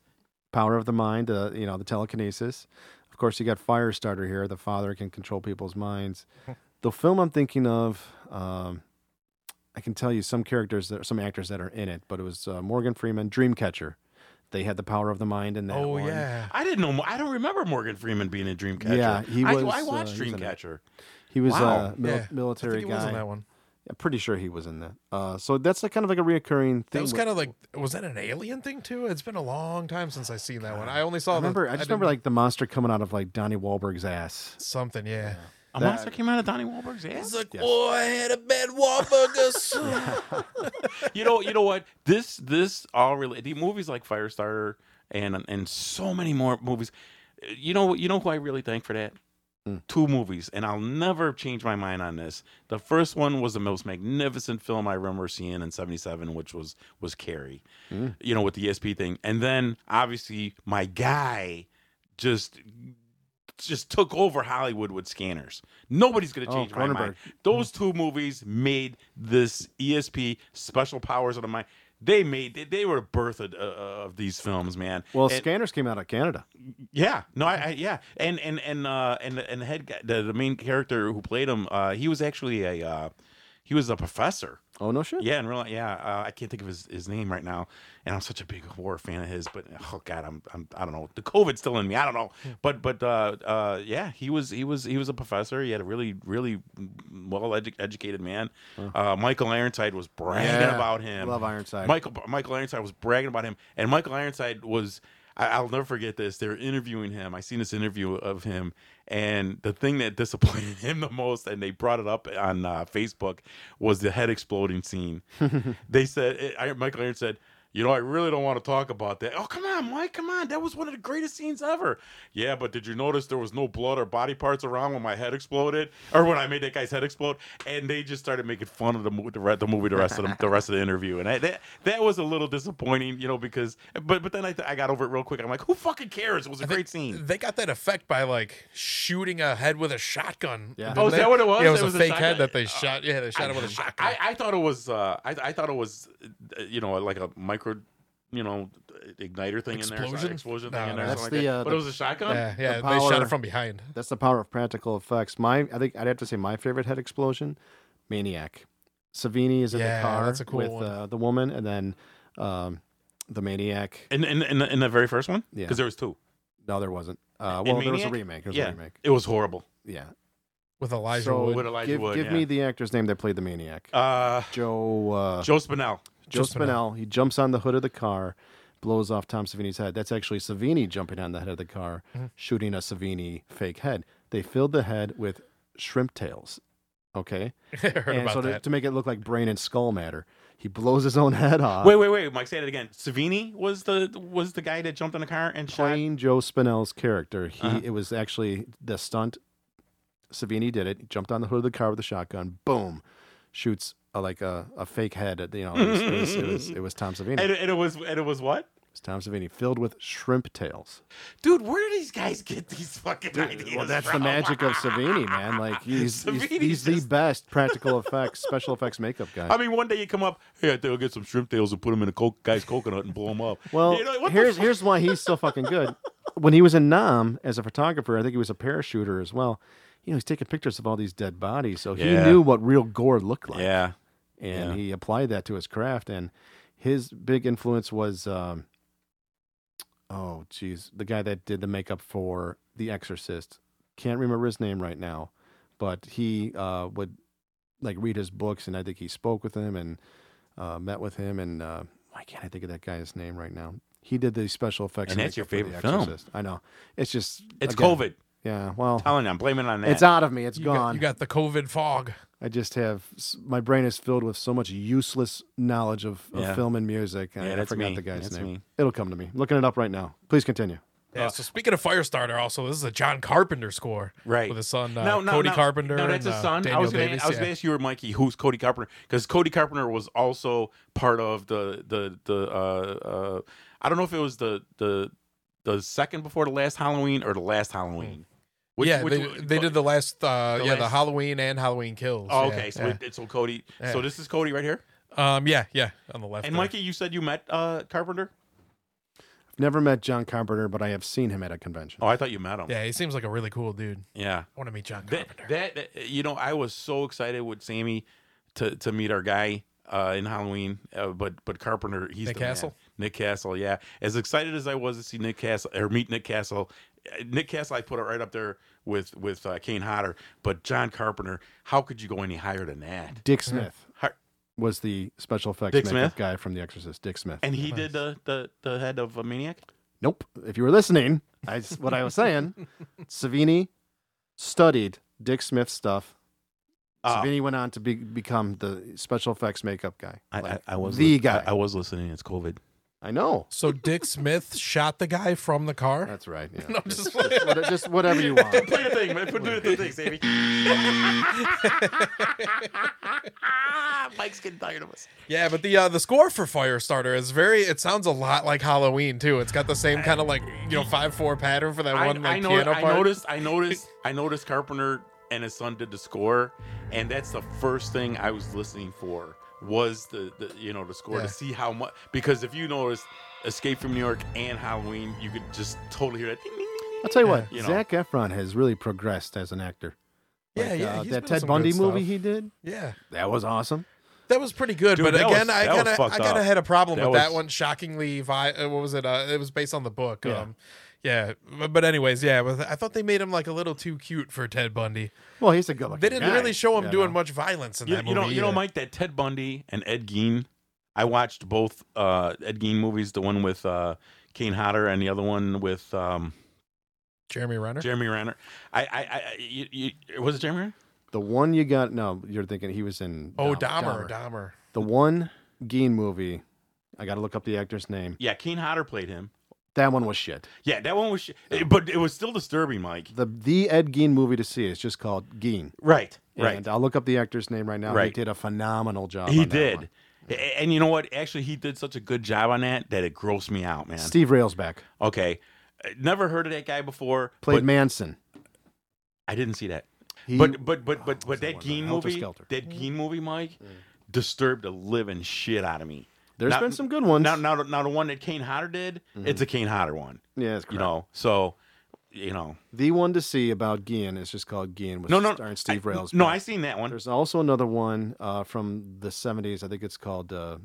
power of the mind. Uh, you know the telekinesis. Of course, you got Firestarter here. The father can control people's minds. the film I'm thinking of. Um, I can tell you some characters that some actors that are in it, but it was uh, Morgan Freeman, Dreamcatcher. They had the power of the mind in that Oh one. yeah. I didn't know. Mo- I don't remember Morgan Freeman being in Dreamcatcher. Yeah, he I, was, I uh, watched he was in it. Dreamcatcher. He was Wow. a mil- Yeah. I military think he guy. was in that one. I'm pretty sure he was in that. Uh, so that's like kind of like a reoccurring thing. That was with- kind of like was that an alien thing too? It's been a long time since I seen that one. I only saw. I remember. The, I just didn't- remember like the monster coming out of like Donnie Wahlberg's ass. something. Yeah. A That- monster came out of Donnie Wahlberg's ass. Yes. oh, I had a bad Wahlburgers. you know, you know what? This this all really the movies like Firestarter and and so many more movies. You know, you know who I really thank for that. Two movies, and I'll never change my mind on this. The first one was the most magnificent film I remember seeing in '77, which was was Carrie. Mm. You know, with the ESP thing, and then obviously my guy just just took over Hollywood with scanners. Nobody's going to Oh, change my mind. Those two movies made this ESP special powers of the mind. They made they, they were the birth of, uh, of these films, man. Well, And- Scanners came out of Canada. yeah, no, I, I yeah, and and and uh, and the- and the head guy, the, the main character who played him, uh, he was actually a uh, he was a professor. Oh no shit. Yeah, and real yeah, uh, I can't think of his, his name right now, and I'm such a big horror fan of his, but oh god, I'm, I'm I don't know, the COVID's still in me, I don't know, but but uh, uh, yeah, he was he was he was a professor, he had a really really well edu- educated man. Uh, Michael Ironside was bragging Yeah. about him. Love Ironside. Michael Michael Ironside was bragging about him, and Michael Ironside was. I- I'll never forget this. They're interviewing him. I seen this interview of him, and the thing that disappointed him the most, and they brought it up on uh, Facebook, was the head exploding scene. they said, it, I, Michael Ironside said, "You know, I really don't want to talk about that." Oh, come on, Mike, come on. That was one of the greatest scenes ever. Yeah, but did you notice there was no blood or body parts around when my head exploded, or when I made that guy's head explode? And they just started making fun of the movie, the, re- the movie, the rest of the, the rest of the interview, and I, that that was a little disappointing, you know, because but but then I, I got over it real quick. I'm like, who fucking cares? It was a great scene. They got that effect by like shooting a head with a shotgun. Yeah. didn't Oh, is they? that what it was? Yeah, it was, It a was a fake shotgun? head that they shot. Yeah, they shot it with a shotgun. I, I thought it was uh, I, I thought it was uh, you know like a micro you know igniter thing in there so- Explosion? explosion No, thing in there no. That's something like the, that. uh, but the- it was a shotgun yeah, yeah, The they shot power- it from behind. That's the power of practical effects. My, I think I'd have to say my favorite head explosion, Maniac. Savini is in Yeah, the car that's a cool with one. Uh, the woman, and then um, the Maniac. in in, in, the, in the very first one Yeah. because there was two No, there wasn't. Uh, In well, there was a Maniac? remake. There was Yeah. a remake. it was horrible Yeah. with Elijah So- Wood. with Elijah give Wood give yeah. me the actor's name that played the Maniac. uh, Joe uh, Joe Spinell Joe Joe Spinell. Spinell. He jumps on the hood of the car, blows off Tom Savini's head. That's actually Savini jumping on the head of the car, Mm-hmm. shooting a Savini fake head. They filled the head with shrimp tails. Okay. I heard and about so to, that. to make it look like brain and skull matter, he blows his own head off. wait wait wait Mike say it again Savini was the was the guy that jumped in the car and shot Plain Joe Spinell's character. He it was actually the stunt. Savini did it. He jumped on the hood of the car with a shotgun. Boom, shoots a, like a, a fake head. At, you know, it was, it was, it was, it was Tom Savini. and, It and it was and it was what was Tom Savini filled with shrimp tails. dude where do these guys get these fucking ideas Well, that's the from? magic of Savini, man. Like he's he's, Savini's he's the just- best practical effects, special effects makeup guy. I mean, one day you come up, hey, I think I'll get some shrimp tails and put them in a co- guy's coconut and blow them up. Well, You know, what the here's fuck? here's why he's so fucking good. When he was in Nam as a photographer, I think he was a parachuter as well. You know, he's taking pictures of all these dead bodies, so he Yeah. knew what real gore looked like, yeah, and yeah. he applied that to his craft. And his big influence was, um, oh, geez, the guy that did the makeup for The Exorcist. Can't remember his name right now, but he uh, would like read his books, and I think he spoke with him and uh, met with him. And uh, why can't I think of that guy's name right now? He did the special effects. And that's your makeup for The favorite film. Exorcist. I know. It's just it's again, COVID. Yeah. Well, telling you, I'm blaming it on that. it's out of me. It's You gone. got, you got the COVID fog. I just have s- my brain is filled with so much useless knowledge of, of Yeah. film and music. I- Yeah, I that's forgot me. the guy's That's name. me. It'll come to me. Looking it up right now. Please continue. Yeah. so speaking of Firestarter, also this is a John Carpenter score, Right With his son, uh, No, no, Cody no. Carpenter. No, that's and, his uh, son. I Daniel was gonna, Davis, I was yeah. gonna ask you, or Mikey, who's Cody Carpenter? Because Cody Carpenter was also part of the the the. Uh, uh, I don't know if it was the the the second before the last Halloween or the last Halloween. Which, Hmm. yeah, which- they, they did the last, uh, the yeah, the last- Halloween and Halloween Kills. Oh, yeah, okay. So yeah. it- so Cody. Yeah. So this is Cody right here. um, yeah, yeah, on the left. And there. Mikey, you said you met uh, Carpenter. I've never met John Carpenter, but I have seen him at a convention. Oh, I thought you met him. yeah, he seems like a really cool dude. yeah. I want to meet John that, Carpenter. that that- you know i was so excited with sammy to to meet our guy uh in halloween uh, but but carpenter he's Nick the man. Castle? nick castle yeah as excited as i was to see nick castle or meet nick castle uh, nick castle i put it right up there with with uh, kane hodder but john carpenter how could you go any higher than that Dick Smith Har- was the special effects Dick makeup Smith? guy from The Exorcist. Dick Smith. and he did the, the the head of a maniac nope. If you were listening, that's what I was saying. Savini studied Dick Smith stuff. Oh. Savini went on to be, become the special effects makeup guy. I, Like, I, I was the lis- guy. I, I was listening. It's COVID. I know. So Dick Smith shot the guy from the car. That's right. Yeah. No, I'm just playing. What- just whatever you want. Play the thing, man. Put do the thing, Sammy. Mike's getting tired of us. yeah, but the uh, the score for Firestarter is very. It sounds a lot like Halloween too. It's got the same kind of like you know five four pattern for that I, one like I, know, piano I part. noticed. I noticed. I noticed Carpenter and his son did the score, and that's the first thing I was listening for was the, the you know the score Yeah. to see how much because if you notice Escape from New York and Halloween, you could just totally hear that. ding, ding, ding, ding. I'll tell you what, You know. Zach Efron has really progressed as an actor. Yeah, Like, yeah, uh, he's been that in Ted some good Bundy stuff. movie he did, yeah, that was awesome. that was pretty good. Dude, but that was- again, I that was kind of I fucked kind of up. had a problem That with that was- one. Shockingly, vi- uh, what was it? Uh, it was based on the book. Yeah. Um, yeah, but- but anyways, yeah, with, I thought they made him like a little too cute for Ted Bundy. Well, he's a good looking They didn't guy, really show him you doing know. much violence in You, that you movie. know, you know, either. Mike, that Ted Bundy and Ed Gein. I watched both uh, Ed Gein movies, the one with uh, Kane Hodder and the other one with um, Jeremy Renner. Jeremy Renner. I, I, I I- you, you, was it Jeremy Renner? The one you got, no, you're thinking he was in. oh, Dom- Dahmer, Dahmer. The one Geen movie, I got to look up the actor's name. Yeah, Kane Hodder played him. That one was shit. Yeah, that one was, sh- it- but it was still disturbing, Mike. The the Ed Geen movie to see is just called Geen. Right, And I'll look up the actor's name right now. He Right. did a phenomenal job. he on that did, one. A- and you know what? Actually, he did such a good job on that that it grossed me out, man. Steve Railsback Okay, Uh, never heard of that guy before. played but Manson. I didn't see that. He- but but but but but that one? Geen Oh, Helter movie, Skelter. Mm-hmm. Mm. that Geen movie, Mike, disturbed the living shit out of me. There's Not- been some good ones. Now now the- now the one that Kane Hodder did, Mm-hmm. it's a Kane Hodder one. yeah, it's You correct. know, so you know, The one to see about Geen is just called Geen with no no starring Steve I, Railsback. No, I seen that one. There's also another one uh, from the 70s. I think it's called uh,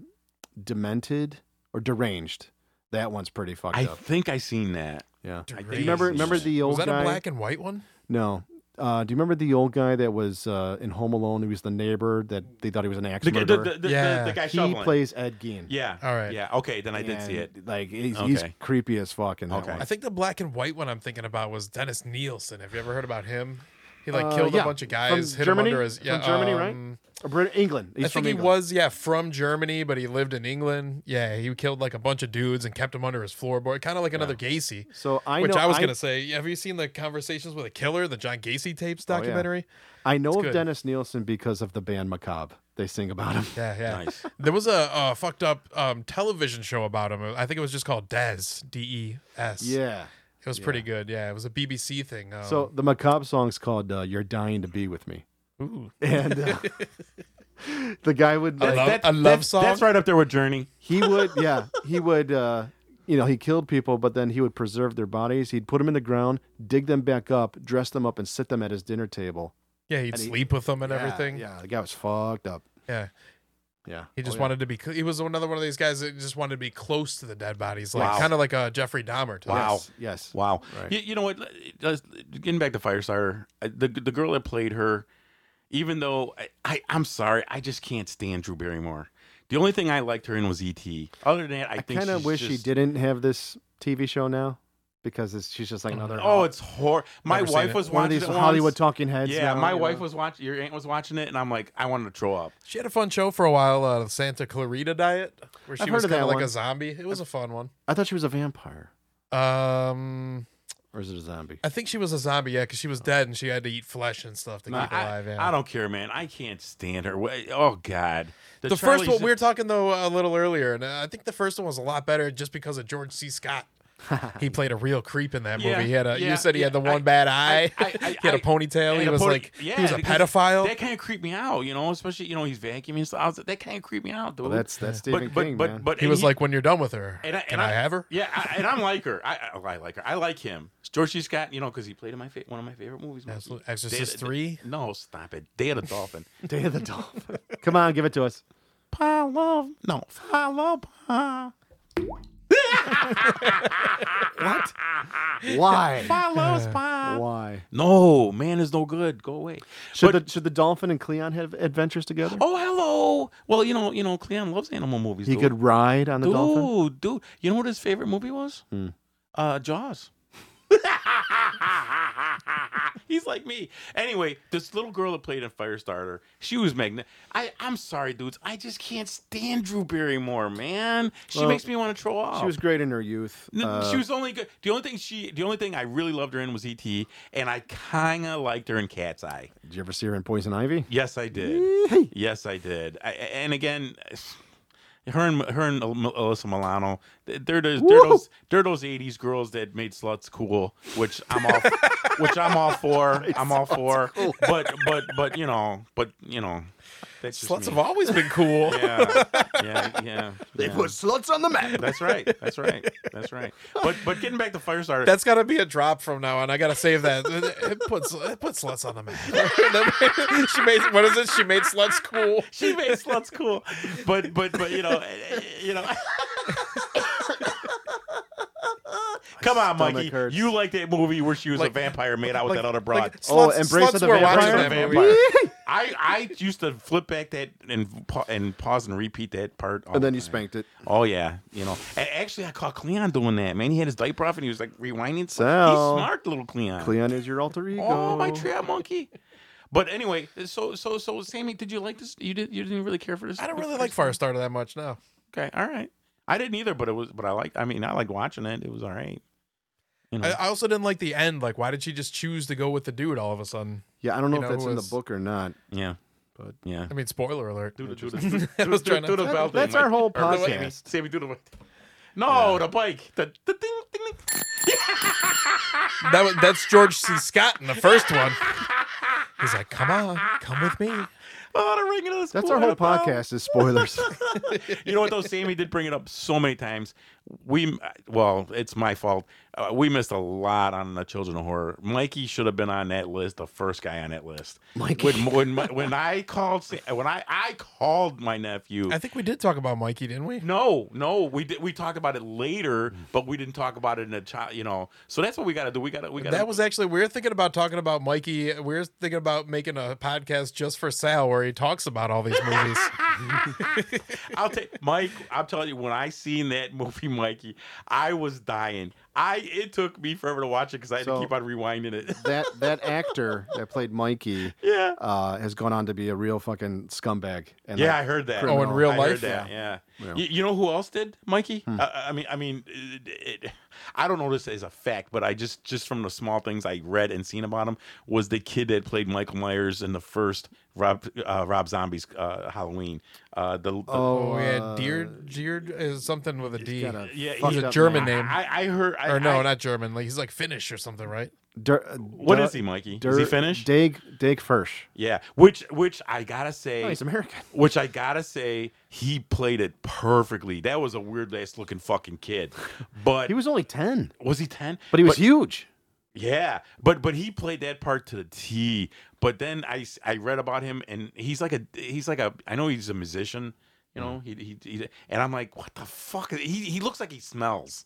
Demented or Deranged. That one's pretty fucked I up. think I seen that. Yeah. I think Deranged. Remember, remember the old was that guy? a black and white one? No. Uh, do you remember the old guy that was uh, in Home Alone? He was the neighbor that they thought he was an axe The, the, the, murderer. the- the- Yeah. the guy he shoveling. plays Ed Gein. Yeah. All right. Yeah. Okay. Then I did see it. And, Like he's, he's Okay. creepy as fuck in that Okay. one. I think the black and white one I'm thinking about was Dennis Nielsen. Have you ever heard about him? He like Uh, killed yeah. a bunch of From guys, hit Germany? him under his From yeah, Germany, right? um, Or Brit- England. He's I think from he England. was yeah from Germany, but he lived in England. Yeah, he killed like a bunch of dudes and kept them under his floorboard, kind of like another Gacy. So I which know. I was gonna say, have you seen the Conversations with a Killer, the John Gacy tapes Oh, yeah. documentary? I know of good. Dennis Nielsen because of the band Macabre. They sing about him. yeah, yeah. Nice. There was a, uh fucked up um, television show about him. I think it was just called Des, D E S. Yeah. it was pretty good. Yeah, it was a BBC thing. Um, So the Macabre song's called uh, "You're Dying to Be with Me," ooh. and uh, the guy would I like, love, That- I love that's, song. That's right up there with Journey. he would yeah he would uh, you know he killed people, but then he would preserve their bodies. He'd put them in the ground, dig them back up, dress them up, and sit them at his dinner table. Yeah, he'd And he- sleep with them and Yeah, everything. Yeah. Yeah, the guy was fucked up. Yeah, He just Oh, yeah. wanted to be, cl- he was another one of these guys that just wanted to be close to the dead bodies, like Wow. kind of like uh, Jeffrey Dahmer. To Wow. this. Yes. Wow. Right. You, you know what? Let's- Getting back to Firestarter, I- the the girl that played her, even though I, I I'm sorry, I just can't stand Drew Barrymore. The only thing I liked her in was E.T. Other than that, I, I, think kind of she's wish he just- didn't have this TV show now because it's, she's just like Mm-hmm. another. Oh, it's horror. My Never seen wife it. was one of watching these it once. Hollywood talking heads. Yeah, now, my you wife know? was watching. Your aunt was watching it, and I'm like, I wanted to throw up. She had a fun show for a while, uh, the Santa Clarita Diet, where she I've was heard of that kind of like one. a zombie. It was a fun one. I thought she was a vampire, Um, or is it a zombie? I think she was a zombie, yeah, because she was dead and she had to eat flesh and stuff to I, keep alive. Yeah. I don't care, man. I can't stand her. Wait, Oh God. the Charlie's- first one we were talking though a little earlier, and uh, I think the first one was a lot better just because of George C. Scott. he played a real creep in that movie. Yeah, he had a. yeah, you said he had the yeah. one I- bad eye. I- I- he had a I- ponytail. and He a was pony- like he was a because pedophile. That kind of creeped me out, you know, especially you know he's vacuuming stuff. I was like, That kind of creeped me out, dude. Well, that's that's but Stephen but King, but man. but he and was like, "When you're done with her, and I, can and I, have her?" Yeah, I, and I'm like her. I, I oh, I like her. I like him. George C. Scott, you know, because he played in my fa- one of my favorite movies. Monkey. Absolute- Day of Exorcist the- three. No, stop it. Day of the Dolphin. Day of the Dolphin. Come on, give it to us. I love no. I love. Why? Follows pie. Why? No, man is no good. Go away. Should But- the should the dolphin and Cleon have adventures together? oh, hello. Well, you know, you know, Cleon loves animal movies. he dude. could ride on the dude, dolphin. Hmm. dude. You know what his favorite movie was? Uh, Jaws. He's like me. Anyway, this little girl that played in Firestarter, she was magnet. I I'm sorry, dudes. I just can't stand Drew Barrymore, man. She Well, makes me want to throw up. She was great in her youth. No, Uh, she was only good. The only thing she, the only thing I really loved her in was ET, and I kind of liked her in Cat's Eye. did you ever see her in Poison Ivy? Yes, I did. Yes, I did. I, and again, her and her and Mel- Alyssa Milano, they're those, they're Woo! those they're those '80s girls that made sluts cool, which I'm all which I'm all for. I'm all for. But but but you know, but you know, that's just Sluts me. have always been cool. yeah, yeah, yeah. They yeah. put sluts on the map. That's right. That's right. That's right. But but getting back to Firestarter, That's got to be a drop from now on. I got to save that. It it puts it puts sluts on the map. she made what is it? She made sluts cool. she made sluts cool. But but but you know eh, eh, you know. Come on, stomach Mikey. hurts. You like that movie where she was a Like- vampire made out with like- that other broad? like, Oh, sluts- Embrace of sluts the were Vampire. watching Embrace that of the movie. Vampire. I I used to flip back that and pa- and pause and repeat that part. all And then the you time. spanked it. Oh yeah, you know. And actually, I caught Cleon doing that. Man, he had his diaper off and he was like rewinding. So- He's smart, little Cleon. Cleon is your alter ego. Oh, my trap monkey. But anyway, so so so Sammy, did you like this? You did you didn't really care for this? I don't really like Firestarter that much now. Okay, all right. I didn't either, but it was but I liked. I mean, I liked watching it. It was all right. You know, I, I also didn't like the end. Like, why did she just choose to go with the dude all of a sudden? Yeah, I don't know You if know that's who in the was- book or not. yeah, But- yeah. I mean, spoiler alert. Do the do the I was trying do to. the bell That's thing, our Mike. whole Or the- Sammy, podcast. Sammy, do the bike. No, the bike. The the ding ding ding. That was, that's George C. Scott in the first one. He's like, come on, come with me. Oh, the ringing of the That's school our whole bell. podcast is spoilers. you know what though sammy did bring it up so many times we well it's my fault uh, we missed a lot on the children of horror mikey should have been on that list the first guy on that list Mikey. when, when, my- when i called Sa- when i i called my nephew I think we did talk about Mikey, didn't we? no, no, we did. We talked about it later, but we didn't talk about it in a child. You know, so that's what we got to do. We got to. We got. That was actually we were thinking about talking about Mikey. We were thinking about making a podcast just for Sal where he talks about all these movies. I'll take Mike. I'm telling you, when I seen that movie, Mikey, I was dying. I it took me forever to watch it because I had So- to keep on rewinding it. that that actor that played Mikey yeah. uh, has gone on to be a real fucking scumbag. And Yeah, like, I heard that. Oh, in real I life? heard that. Yeah. Yeah. You, you know who else did, Mikey? Uh, I mean, I mean, it, it, I don't know this as a fact, but I just just from the small things I read and seen about him was the kid that played Michael Myers in the first Rob uh, Rob Zombie's uh, Halloween. Uh, the, the Oh, yeah, uh, Deer Deer is something with a D. got a Yeah, he's fucked a up German name. name. I, I heard. I, or no, I, not German. Like he's like Finnish or something, right? Dur- uh, What Dur- is he, Mikey? is he Dur- finished? Dag Dag Fersh. yeah. Which which I gotta say. Oh, he's American. Which I gotta say, he played it perfectly. That was a weird ass looking fucking kid, but He was only ten, was he ten? but he was huge. Yeah, but but he played that part to the T. But then I s- I read about him and he's like a he's like a I know he's a musician, you know. Mm. He he, he and I'm like, what the fuck? Is, he he looks like he smells,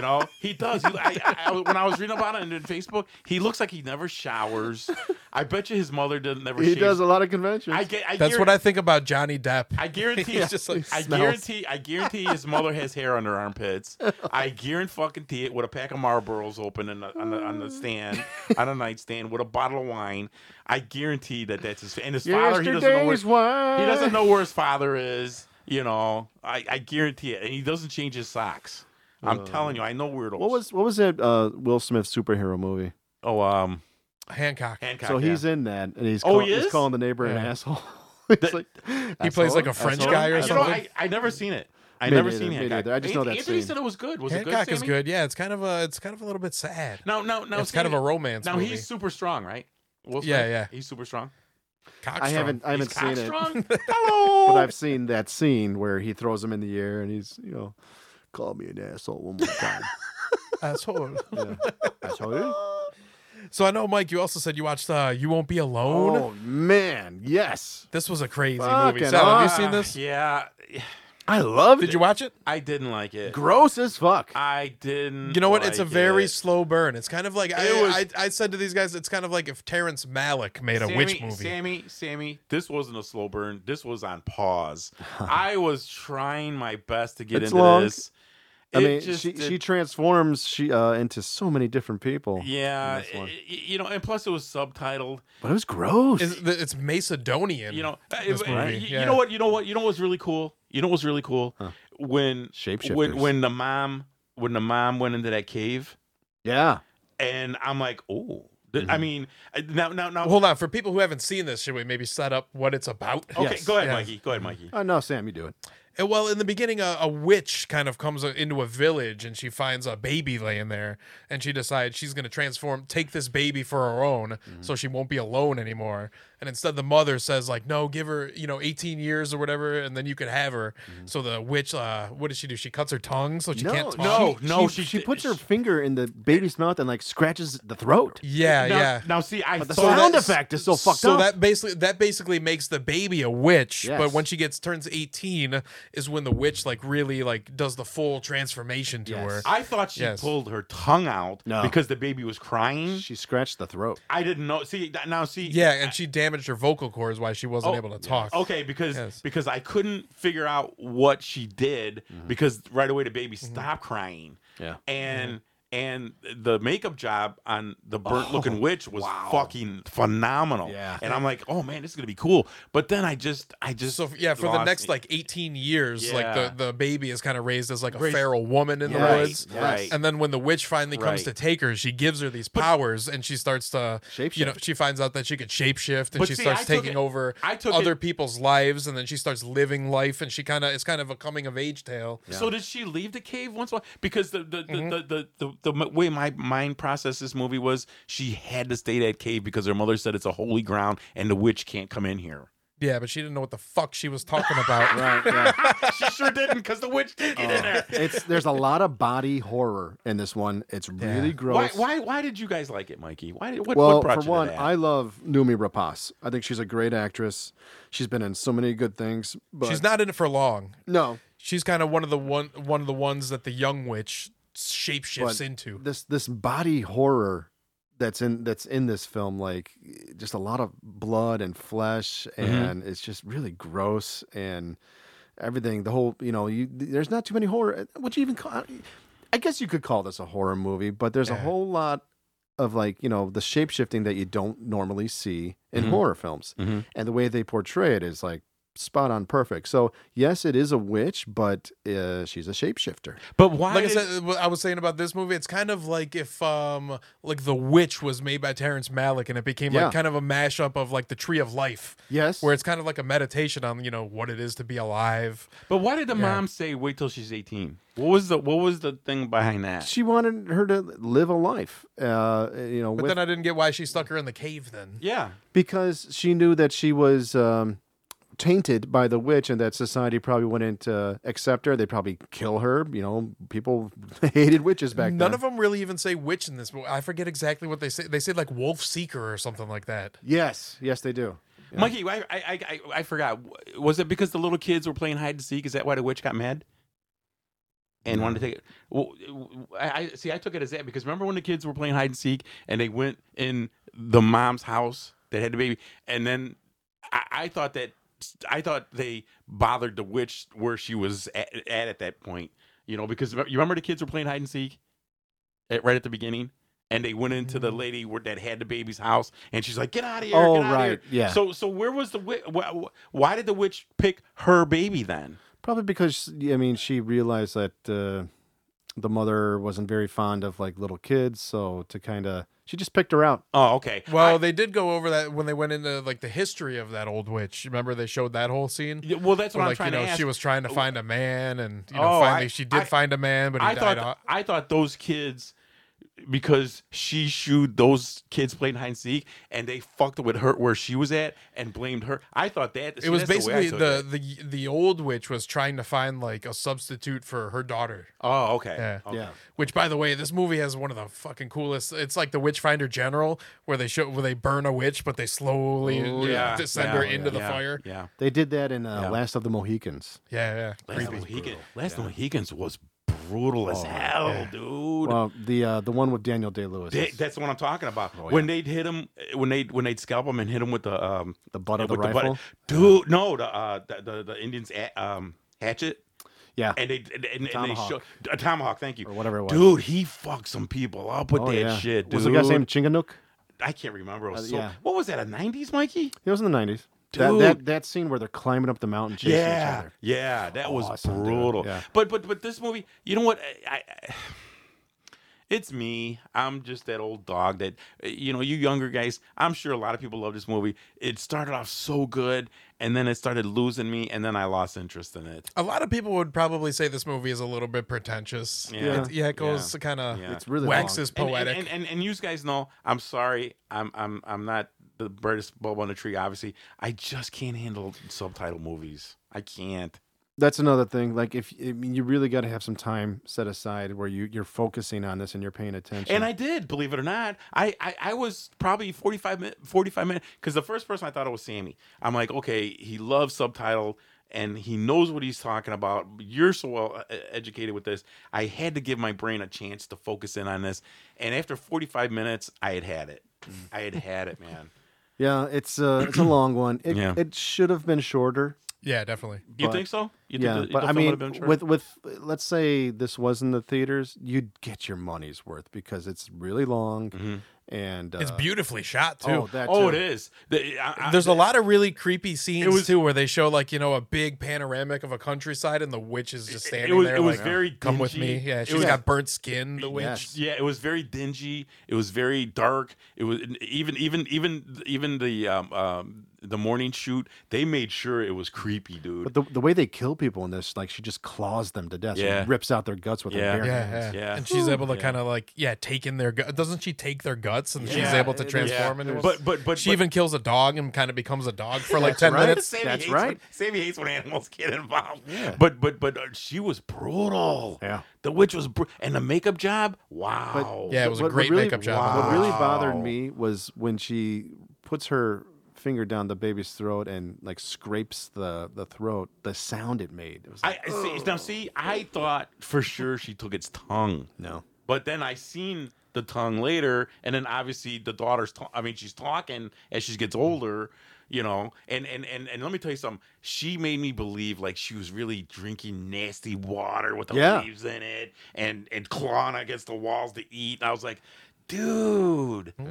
know. He does. He, I, I, I- when I was reading about it on Facebook, he looks like he never showers. I bet you his mother doesn't never. He shaves. does a lot of conventions. I get. I That's guarantee- what I think about Johnny Depp. I guarantee He's just like, I smells. guarantee I guarantee his mother has hair on her armpits. I guarantee fucking it with a pack of Marlboros open in the, on the on the stand on a nightstand with a bottle of wine. I guarantee that that's his and his father he doesn't know where Yesterday's wine. he doesn't know where his father is. You know, I, I guarantee it, and he doesn't change his socks. I'm telling you, I know weirdos. Uh, What was what was that uh, Will Smith superhero movie? oh um Hancock. Hancock? So yeah. he's in that, and he's Oh, call- he he's is? calling the neighbor an Yeah. asshole. He's That- like, He plays like a "Asshole? French Asshole? guy or you know, something? I, I never seen it. I Me never neither, seen me Hancock. neither. I just know An- that Anthony scene. said it was good. Was Hancock it good? is Sammy? good. Yeah, it's kind of a it's kind of a little bit sad. No, no, no. it's kind of Sammy- a romance. Now movie. he's super strong, right? Will Yeah, Smith? yeah. He's super strong. Cockstrom. I haven't I haven't he's seen it, strong. but Hello. I've seen that scene where he throws him in the air, and he's you know, call me an asshole one more time. asshole. yeah. Asshole? So I know, Mike. You also said you watched uh, "You Won't Be Alone." Oh man, yes, This was a crazy Fucking movie. Sal, have you ah. seen this? Yeah, I loved Did you watch it? I didn't like it. Gross as fuck. I didn't. You know what? it's a like very it. slow burn. It's kind of like I, It was- I, I said to these guys, it's kind of like if Terrence Malick made a witch Sammy, movie. Sammy, Sammy, this wasn't a slow burn. This was on pause. I was trying my best to get It's into long. this. I It mean, just- she, it- she transforms she uh, into so many different people. yeah, this one. y- y- you know, and plus it was subtitled. But it was gross. It's, it's Macedonian. You know, uh, this uh, movie, y- you, yeah. know what? You know what? You know what's really cool? You know what's really cool? When when Shapeshifters. when the mom when the mom went into that cave, yeah. and I'm like, oh, th- Mm-hmm. I mean, uh, now now now. hold on. For people who haven't seen this, should we maybe set up what it's about? okay, yes, go ahead, yeah. Mikey. Go ahead, Mikey. Oh, no, Sam, you do it. And, well, in the beginning, a, a witch kind of comes uh, into a village and she finds a baby laying there, and she decides she's going to transform, take this baby for her own, Mm-hmm. so she won't be alone anymore. And instead, the mother says like, "No, give her, you know, 18 years or whatever, and then you can have her." Mm-hmm. So the witch, uh, what does she do? She cuts her tongue so she can't talk. no, no, She, she- she puts her finger in the baby's mouth and like scratches the throat. Yeah, now, yeah. Now see, I But the thought that- sound effect is so fucked so up. that basically that basically makes the baby a witch Yes. but when she gets turns 18 is when the witch like really like does the full transformation to Yes. her I thought she Yes. pulled her tongue out No. because the baby was crying. she scratched the throat. I didn't know. See th- now, see, yeah and she damaged her vocal cords why she wasn't Oh, able to talk Okay, because Yes. because I couldn't figure out what she did Mm-hmm. because right away the baby Mm-hmm. stopped crying. Yeah. And and the makeup job on the burnt looking witch was fucking phenomenal. Yeah. And I'm like, oh man, this is gonna be cool. But then I just I just so yeah for the lost next it. like 18 years Yeah. like the, the baby is kind of raised as like a Raised- feral woman in Yes, the woods right, right. and then when the witch finally comes Right. to take her she gives her these powers and she starts to you know Shapeshift. she finds out that she could shapeshift and But she see, starts I took taking it- over I took other it- people's lives and then she starts living life and she kind of it's kind of a coming of age tale So did she leave the cave once? in a while? Because the the, Mm-hmm. the, the, the, the the way my mind processed this movie was she had to stay that cave because her mother said it's a holy ground and the witch can't come in here. yeah but she didn't know what the fuck she was talking about Right. Yeah. she sure didn't because the witch did get in there. it's there's a lot of body horror in this one. It's really Why, gross. why, why did you guys like it, Mikey? Why did what, Well, what brought for you one, to that? I love Numi Rapace. I think she's a great actress. She's been in so many good things. But she's not in it for long no. she's kind of one of the one one of the ones that the young witch shapeshifts But into This this body horror that's in that's in this film, like just a lot of blood and flesh, and it's just really gross and everything. The whole you know, you there's not too many horror. Would you even call? I guess you could call this a horror movie, but there's a Yeah. whole lot of like you know the shape shifting that you don't normally see in horror films Mhm. and the way they portray it is like spot on perfect so yes it is a witch but uh, she's a shapeshifter but why? like I did- said, uh, what I was saying about this movie, it's kind of like if um like The Witch was made by Terrence Malick and it became Yeah. like kind of a mashup of like The Tree of Life, yes where it's kind of like a meditation on you know what it is to be alive. but why did the mom say wait till she's eighteen? What was the what was the thing behind that? she wanted her to live a life, uh, you know, But with, then I didn't get why she stuck her in the cave then. yeah, because she knew that she was um, tainted by the witch and that society probably wouldn't uh, accept her. They'd probably kill her. You know, people hated witches back then. None of them really even say witch in this movie. I forget exactly what they say. They say like wolf seeker or something like that. yes, yes, they do. Mikey, I, I I I- I forgot. Was it because the little kids were playing hide and seek? Is that why the witch got mad? And wanted to take it. Well, I, I see. I took it as that because remember when the kids were playing hide and seek and they went in the mom's house that had the baby, and then I, I thought that I thought they bothered the witch where she was at at, at that point, you know, because remember- you remember the kids were playing hide and seek at, right at the beginning, and they went into the lady where that had the baby's house, and she's like, "Get out of here!" Mm-hmm. Oh, get outta here." right, yeah. So so where was the witch? Why, why did the witch pick her baby then? Probably because I mean, she realized that uh, the mother wasn't very fond of like little kids, so to kind of she just picked her out. Oh, okay. Well, they did go over that when they went into like the history of that old witch. Remember they showed that whole scene? Yeah, well, that's what Where, I'm like you trying know, to ask. she was trying to find a man, and you know, Oh, finally I- she did I- find a man, but he I died. thought Thought, I thought those kids because she shooed those kids playing hide and seek and they fucked with her where she was at and blamed her. I thought that it was that's way I basically took the, it. the the old witch was trying to find like a substitute for her daughter. oh okay Yeah. Okay. Yeah. Which, by the way, this movie has one of the fucking coolest. It's like the Witchfinder General, where they show where they burn a witch, but they slowly Oh, you know, yeah, descend yeah, her into the yeah, fire. Yeah, Yeah, They did that in uh, Yeah. Last of the Mohicans. yeah. Last creepy. Mohican, Last Mohicans was brutal as hell, dude. Oh, Well, the uh, the one with Daniel Day Lewis, They- that's what I'm talking about. Oh, When they'd hit him, when they when they'd scalp him and hit him with the um the butt of the with rifle. dude. No, the uh the the, the Indians a- um eh, hatchet. Yeah. and they and, and, and they Tomahawk. show a tomahawk. Thank you, Or whatever it was. dude. He fucked some people up with Oh, that yeah. shit, dude. Was the guy's name Chinganook? I can't remember. It was Uh, so, yeah. What was that? A '90s, Mikey? It was in the nineties. That, that Dude. that scene where they're climbing up the mountain chasing each Yeah, other. yeah, that was Awesome, dude. brutal. Yeah. But but but this movie, you know what? I, I it's me. I'm just that old dog that you know. You younger guys, I'm sure a lot of people love this movie. It started off so good, and then it started losing me, and then I lost interest in it. A lot of people would probably say this movie is a little bit pretentious. Yeah. it, yeah, it goes kind of Yeah. It's really long. waxes And- poetic. And and, and, and you guys know, I'm sorry. I'm I'm I'm not the brightest bulb on the tree. Obviously, I just can't handle subtitle movies. I can't. That's another thing. Like if I mean, you really got to have some time set aside where you you're focusing on this and you're paying attention. And I did, believe it or not. I, I, I was probably 45 minutes, 45 minutes, because the first person I thought it was Sammy. I'm like, okay, he loves subtitle and he knows what he's talking about. You're so well uh, educated with this. I had to give my brain a chance to focus in on this. And after 45 minutes, I had had it. Mm. I had had it, man. yeah, it's uh it's a long one. It Yeah. it should have been shorter. yeah, definitely. You But- think so? You yeah, think the- the but I film mean, would've been short? with with let's say this was in the theaters, you'd get your money's worth because it's really long Mm-hmm. and uh, It's beautifully shot too. Oh, that oh, it too. is. The- I- I- There's a lot of really creepy scenes Uh, was- too, where they show like you know a big panoramic of a countryside and the witch is just It- it standing was- there. it was like, very come with me. dingy. Yeah, It she's was- got burnt skin. The witch. Yes. yeah it was very dingy it was very dark it was even even even even the um, um the morning shoot they made sure it was creepy dude But the, the way they kill people in this, like she just claws them to death. Yeah. She rips out their guts with Yeah. her bare Yeah, hands. yeah, Yeah. and she's able to Yeah. kind of like yeah, take in their gut. Doesn't she take their guts and she's Yeah, able to it is. transform into? yeah. a- but but but she but- even kills a dog and kind of becomes a dog for like ten right. minutes. Sammy That's hates right. When, Sammy hates when animals get involved. But but but uh, she was brutal. Yeah. The witch was br- and the makeup job. Wow. Yeah, it was a What- what great really- makeup job. What really bothered Wow. me was when she puts her finger down the baby's throat and like scrapes the, the throat, the sound it made. It was like, I, I see, now see. I thought for sure she took its tongue. no. But then I seen the tongue later, and then obviously the daughter's. Ta- I mean, she's talking as she gets Mm-hmm. older, you know. And and and and let me tell you something. She made me believe like she was really drinking nasty water with the Yeah. leaves in it, and and clawing against the walls to eat. And I was like, dude. Uh,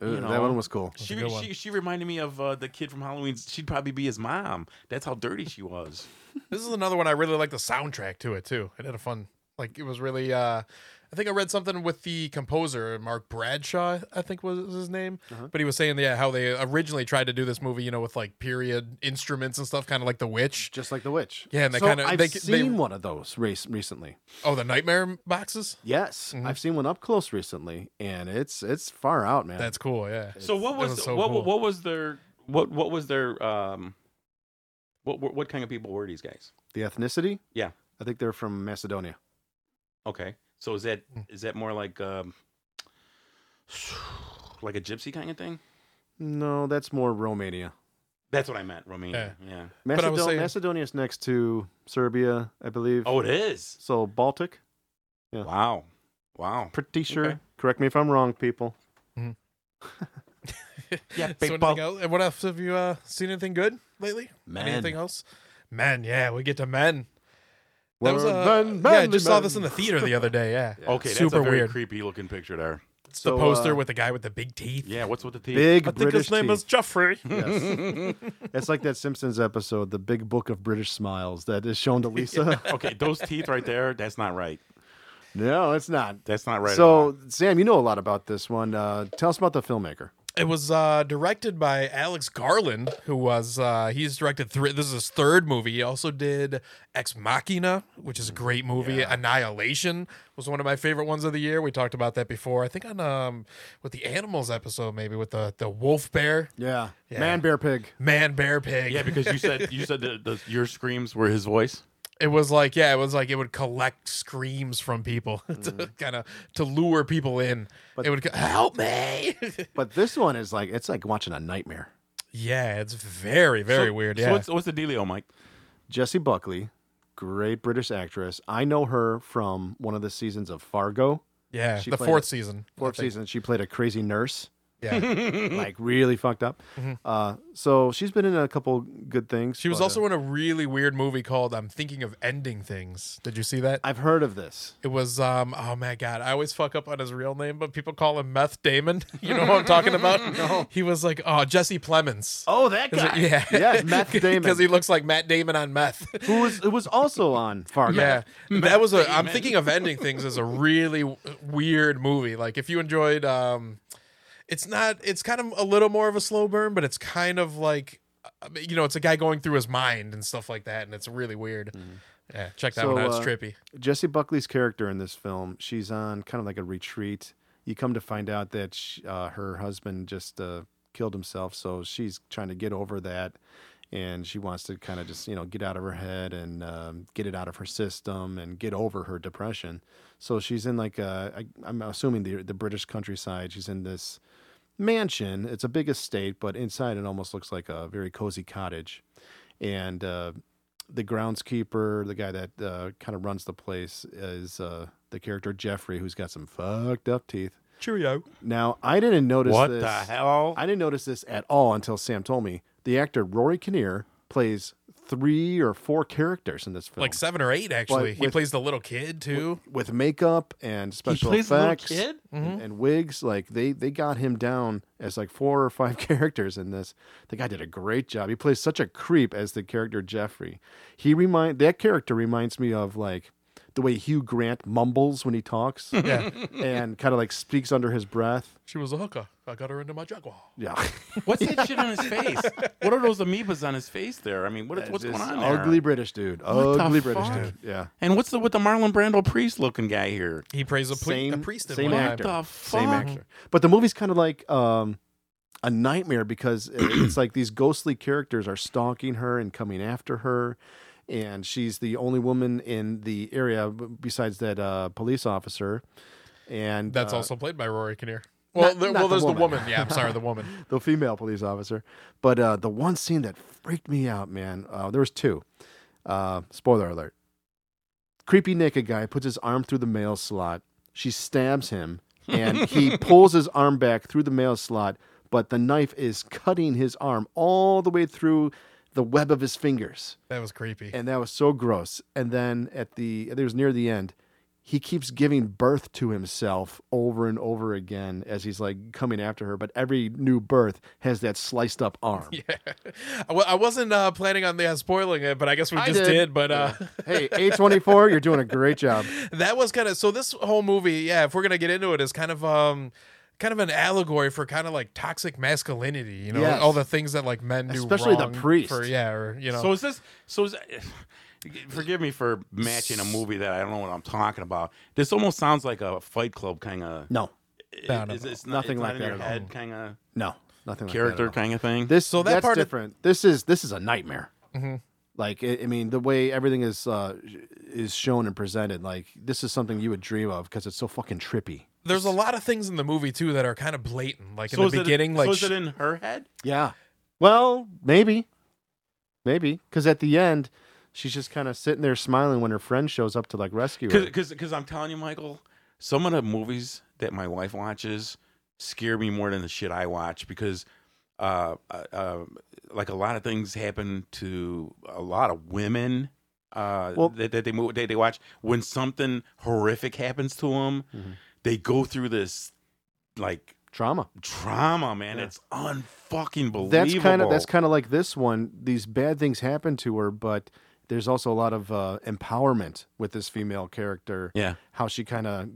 You That know. one was cool. Mm-hmm. That's a She, good one. she she reminded me of uh, the kid from Halloween. She'd probably be his mom. That's how dirty she was. This is another one I really like the soundtrack to it too. It had a fun like it was really uh I think I read something with the composer Mark Bradshaw, I think was was his name, Uh-huh. but he was saying yeah how they originally tried to do this movie, you know, with like period instruments and stuff, kind of like The Witch. Just like the witch. Yeah, and they so kinda- I've they- they- seen one of those race recently. Oh, the Nightmare boxes. Yes, Mm-hmm. I've seen one up close recently, and it's it's far out, man. That's cool. Yeah, So what That was, was so what cool. what was their what what was their um what what, what kind of people were these guys? the ethnicity. Yeah. I think they're from Macedonia. Okay, so is that Hmm. is that more like um like a gypsy kind of thing? No, that's more Romania. That's what I meant, Romania. Yeah. But I was Macedo- saying- Macedonia's next to Serbia, I believe. Oh, it is. So Baltic, Yeah. Wow. Wow. pretty sure. Okay. Correct me if I'm wrong, people. Yeah. So anything else, what else have you uh, seen? Anything good lately? Anything else? Men, yeah, we get to men. That was, uh, yeah, I just saw this in the theater the other day. Yeah, Okay, that's super a very uh, weird. creepy looking picture there. It's the poster with the guy with the big teeth. Yeah, what's with the teeth? big I think British his name teeth. is Jeffrey. Yes. it's like that Simpsons episode, the Big Book of British Smiles, that is shown to Lisa. Okay, those teeth right there, that's not right. no, it's not. That's not right. at all. so Sam, you know a lot about this one. Uh, tell us about the filmmaker. It was uh, directed by Alex Garland, who was uh, he's directed three. This is his third movie. He also did Ex Machina, which is a great movie. Annihilation was one of my favorite ones of the year. We talked about that before. I think on um with the animals episode, maybe with the the wolf bear, Yeah. Yeah. Man, Bear, Pig. man bear pig. yeah, because you said you said that the, your screams were his voice. it was like yeah, it was like it would collect screams from people Mm-hmm. to kind of to lure people in. it would go, help me. But this one is like it's like watching a nightmare. yeah, it's very very So- weird. so Yeah. what's, what's the dealio, Mike? Jessie Buckley, great British actress. I know her from one of the seasons of Fargo. Yeah, She the played fourth it. season. I Fourth think. season, she played a crazy nurse. Yeah. like really fucked up. Uh, so she's been in a couple good things. She was but, uh, also in a really weird movie called I'm Thinking of Ending Things. Did you see that? I've heard of this. It was um oh my god, I always fuck up on his real name, but people call him Meth Damon. You know what I'm talking about? no. He was like, oh Jesse Plemons. Oh, that Is it- yeah. Yes, Matt Damon. Because he looks like Matt Damon on meth. who was who was also on Fargo. yeah. that was a I'm thinking of ending things as a really w- weird movie. Like if you enjoyed um it's not it's kind of a little more of a slow burn, but it's kind of like uh, you know, it's a guy going through his mind and stuff like that, and it's really weird. Yeah, check that So, one out. It's uh, trippy. Jesse Buckley's character in this film, she's on kind of like a retreat. You come to find out that sh uh, her husband just uh, killed himself, so she's trying to get over that, and she wants to kind of just you know get out of her head and um, get it out of her system and get over her depression. So she's in like uh, I, I'm assuming the the British countryside. She's in this mansion. It's a big estate, but inside it almost looks like a very cozy cottage. And uh, the groundskeeper, the guy that uh, kind of runs the place, is uh, the character Jeffrey, who's got some fucked up teeth. Cheerio. Now, I didn't notice What this. the hell? I didn't notice this at all until Sam told me. The actor Rory Kinnear plays three or four characters in this film, Like seven or eight, actually. he with- plays the little kid too. with makeup and special plays a little effects kid? Mm-hmm. And, and wigs. Like they they got him down as like four or five characters in this. The guy did a great job. He plays such a creep as the character Jeffrey. He remind that character reminds me of like the way Hugh Grant mumbles when he talks Yeah. and kind of like speaks under his breath. she was a hooker. I got her into my jaguar. Yeah, What's that shit on his face? What are those amoebas on his face there? I mean, what, what's This going on there? Ugly British dude. the ugly British fuck? dude. Yeah. And what's the with the Marlon Brando priest looking guy here? He prays a, ple- a Same- priest. at same one time. actor. The Same fuck? actor. But the movie's kind of like um, a nightmare because it- it's like these ghostly characters are stalking her and coming after her. And she's the only woman in the area b- besides that uh, police officer. And That's uh, also played by Rory Kinnear. Well, there, not well, the there's the woman. woman. Yeah, I'm sorry, the woman. the female police officer. But uh, the one scene that freaked me out, man, uh, there was two. Uh, spoiler alert. Creepy naked guy puts his arm through the mail slot. She stabs him, and he pulls his arm back through the mail slot, but the knife is cutting his arm all the way through the web of his fingers That was creepy. and that was so gross. And then at the it was near the end, he keeps giving birth to himself over and over again as he's like coming after her. But every new birth has that sliced up arm. I wa- I wasn't uh, planning on yeah, spoiling it, but I guess we I just did. did. but uh, hey, A twenty four, you're doing a great job. that was kind of so. This whole movie, yeah, if we're gonna get into it, is kind of um, kind of an allegory for kind of like toxic masculinity. You know, Yes. all the things that like men do, Especially the wrong priest. For, yeah, or you know, So is this? So is. Forgive me for matching a movie that I don't know what I'm talking about. This almost sounds like a Fight Club kind of. No, No, no, no. Nothing like in that your at all. head kind of no, nothing like that. character at all. kind of Mm-hmm. thing. This So so that that's part of- different. this is this is a nightmare. Like I I mean, the way everything is uh, is shown and presented, like this is something you would dream of because it's so fucking trippy. there's a lot of things in the movie too that are kind of blatant. Like so in is the beginning, it, like so is sh- it in her head? Yeah. Well, maybe. Maybe. Because at the end, she's just kind of sitting there smiling when her friend shows up to like rescue her. Because I'm telling you, Michael, some of the movies that my wife watches scare me more than the shit I watch because, uh, uh, uh like a lot of things happen to a lot of women. Uh, Well- that, that they move, they, they watch when something horrific happens to them, Mm-hmm. they go through this like Trauma. trauma, man. It's unfucking believable. That's kind of that's kind of like this one. These bad things happen to her, but there's also a lot of uh, empowerment with this female character. yeah. How she kind of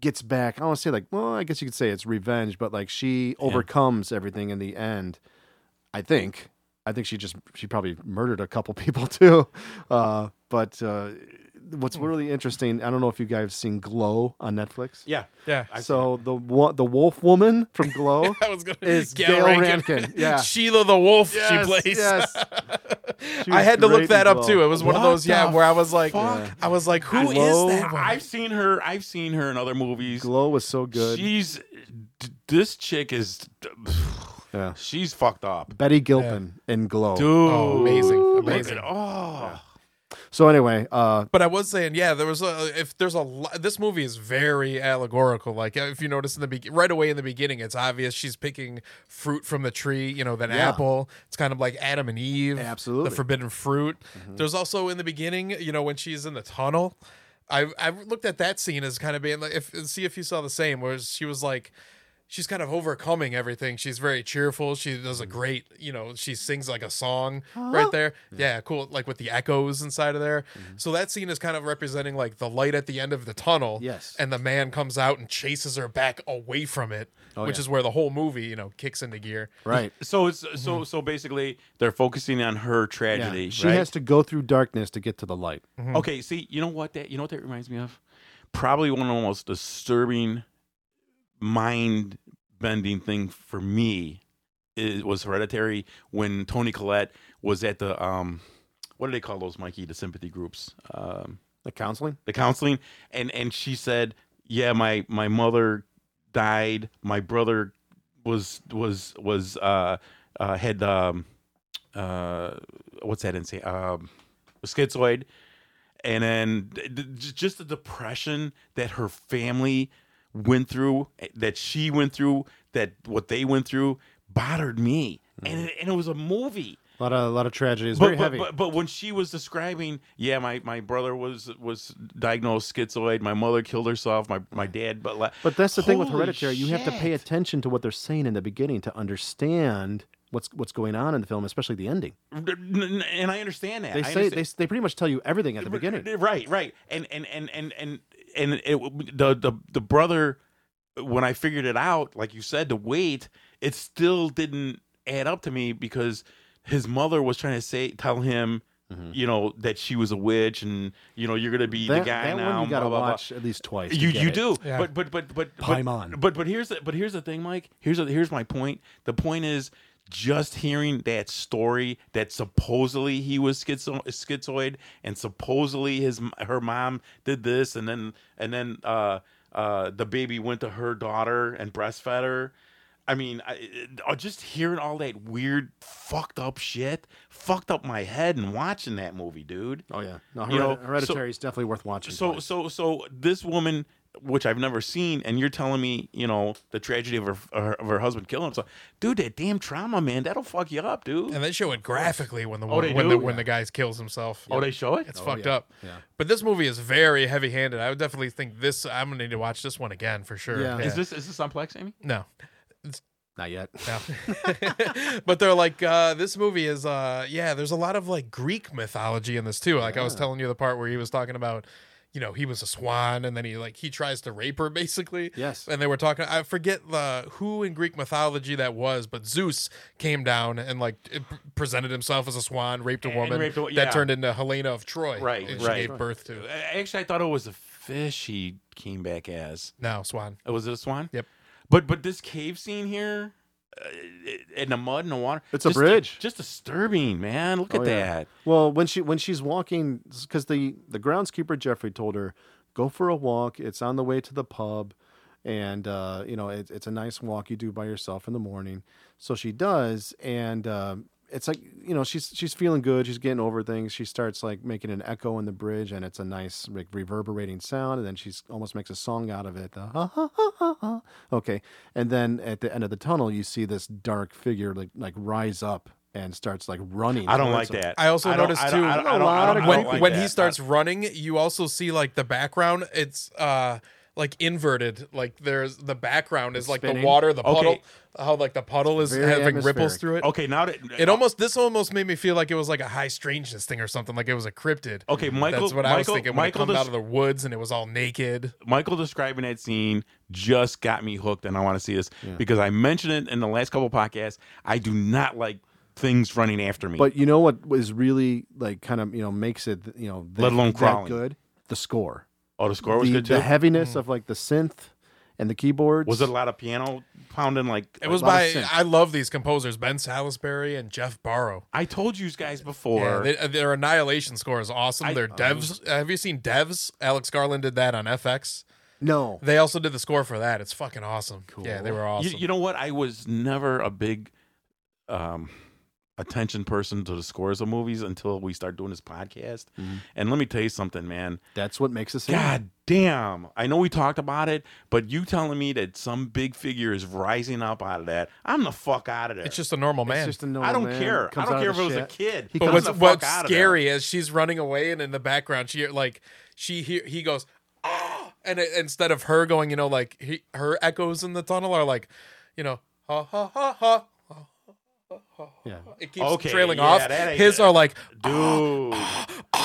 gets back. I don't want to say like, well, I guess you could say it's revenge, but like she overcomes everything in the end. I think. I think she just she probably murdered a couple people too. Uh, but uh, what's Hmm. really interesting, I don't know if you guys have seen Glow on Netflix. Yeah. yeah. so the wo- the Wolf Woman from Glow I was gonna is Gail Gail Rankin. Rankin. Yeah. Sheila the Wolf. she Yes, plays. yes. She I was had to great look in that up Glow. too. It was one of What those yeah the where I was like, fuck? I was like, who is Glow? that? woman? I've seen her. I've seen her in other movies. Glow was so good. She's d- this chick is Yeah. Oh, she's fucked up. Betty Gilpin in Glow. Dude, amazing, Look amazing. at- oh. So anyway, uh, But I was saying, yeah, there was a, if there's a lo- this movie is very allegorical. Like if you notice in the be- right away in the beginning, it's obvious she's picking fruit from the tree. You know that Yeah. apple. It's kind of like Adam and Eve, Absolutely. Mm-hmm. the forbidden fruit. There's also in the beginning, you know, when she's in the tunnel. I I looked at that scene as kind of being like, if see if you saw the same, where she was like. She's kind of overcoming everything. She's very cheerful. She does Mm. a great, you know, she sings like a song right there. Mm. Yeah, cool. Like with the echoes inside of there. Mm-hmm. So that scene is kind of representing like the light at the end of the tunnel. Yes. And the man comes out and chases her back away from it, which Oh, yeah. is where the whole movie, you know, kicks into gear. right. So it's so so basically they're focusing on her tragedy. Mm-hmm. Yeah. She right? has mm-hmm. to go through darkness to get to the light. Okay, see, you know what that you know what that reminds me of? Probably one of the most disturbing mind bending thing for me is, was hereditary when Tony Collette was at the um what do they call those, Mikey, the sympathy groups? Um The counseling. the counseling and and she said yeah my my mother died my brother was was was uh uh had um uh what's that insane um schizoid and then d- d- j- just the depression that her family went through that she went through that what they went through bothered me and, it, and it was a movie A lot of a lot of tragedy. It's but, very but, heavy. But, but when she was describing, yeah, my, my brother was was diagnosed schizoid. My mother killed herself. My my dad, but la- But that's the thing with Holy Hereditary. You have to pay shit. attention to what they're saying in the beginning to understand what's what's going on in the film, especially the ending. and I understand that They I say understand. they, they pretty much tell you everything at the beginning. Right, right, and and and and and and it, the the the brother. When I figured it out, like you said, the weight it still didn't add up to me because his mother was trying to say tell him. You know that she was a witch, and you know you're gonna be the Mm-hmm. That, guy that now. one you blah, gotta blah, blah. watch at least twice. to You get you it. do, Yeah. but but but but Paimon. but, but but here's the but here's the thing, Mike. Here's the, here's my point. The point is just hearing that story that supposedly he was schizo- schizoid and supposedly his m- her mom did this and then and then uh uh the baby went to her daughter and breastfed her. I mean, I, I- just hearing all that weird fucked up shit fucked up my head and watching that movie, dude. Oh yeah, no, You know, Hereditary, Hereditary is definitely worth watching. So twice. so so this woman, which I've never seen, and you're telling me, you know, the tragedy of her, her of her husband killing himself, dude. That damn trauma, man, that'll fuck you up, dude. And they show it graphically when the Oh, they when, the, do? when the guy kills himself. Oh, they show it. It's fucked yeah. up. Yeah. But this movie is very heavy handed. I would definitely think this, I'm going to need to watch this one again for sure. Yeah. Is this is this on Plex, Amy? no. not yet. No. but they're like, uh, this movie is, uh, yeah, there's a lot of like Greek mythology in this too. Like I was telling you the part where he was talking about, you know, he was a swan and then he like, he tries to rape her basically. Yes. And they were talking, I forget the, who in Greek mythology that was, but Zeus came down and like it p- presented himself as a swan, raped a And woman raped a wo- yeah. that turned into Helena of Troy. Right, and right. She gave birth to. Uh, Actually, I thought it was a fish he came back as. No, swan. Oh, was it a swan? Yep. But but this cave scene here, uh, in the mud and the water, It's a just- bridge. Just disturbing, man. Look Oh, at yeah. that. Well, when she when she's walking, because the the groundskeeper Jeffrey told her, go for a walk. It's on the way to the pub, and uh, you know it, it's a nice walk you do by yourself in the morning. So she does, and um, it's like you know she's she's feeling good. She's getting over things. She starts like making an echo in the bridge, and it's a nice like reverberating sound. And then she's almost makes a song out of it. The ha, ha, ha, ha, ha. Okay, and then at the end of the tunnel, you see this dark figure like like rise up. And starts like running. I don't towards like them. that. I also don't- noticed, I don't- too, I don't- I a don't- lot I don't- of I when don't like when that. he starts running, you also see like the background. It's uh like inverted. Like there's the background is like spinning. the water, the Okay. puddle, how like the puddle is Very having ripples atmospheric. through it. Okay, now that It almost this almost made me feel like it was like a high strangeness thing or something. Like it was a cryptid. Okay, Michael- That's what I was Michael- thinking. When Michael it comes des- out of the woods and it was all naked. Michael describing that scene just got me hooked, and I want to see this because I mentioned it in the last couple podcasts. I do not like things running after me. But you know what was really like kind of you know makes it you know that, Let alone that crawling. good the score oh, the score was the, good too. the heaviness of like the synth and the keyboards was it a lot of piano pounding? Like It was lot of by sense. I love these composers, Ben Salisbury and Jeff Barrow. I told you guys Yeah, before. they, uh, their annihilation score is awesome. their devs. have you seen devs? Alex Garland did that on FX. no They also did the score for that. It's fucking awesome. Yeah, they were awesome. you, you know what? I was never a big um, attention person to the scores of movies until we start doing this podcast. Mm-hmm. And let me tell you something, man. That's what makes us. God damn. I know we talked about it, but you telling me that some big figure is rising up out of that, I'm the fuck out of there. It's just a normal man. It's just a normal I don't man. care. Comes I don't out care of if the it was a shed. kid. He I'm comes but what's, the fuck what's out of there. scary is she's running away, and in the background, she like she he, he goes ah, and it, instead of her going, you know, like he, her echoes in the tunnel are like, you know, ha ha ha ha. Yeah. It keeps Okay, trailing yeah, off. that ain't His it. are like, "Ah, Dude,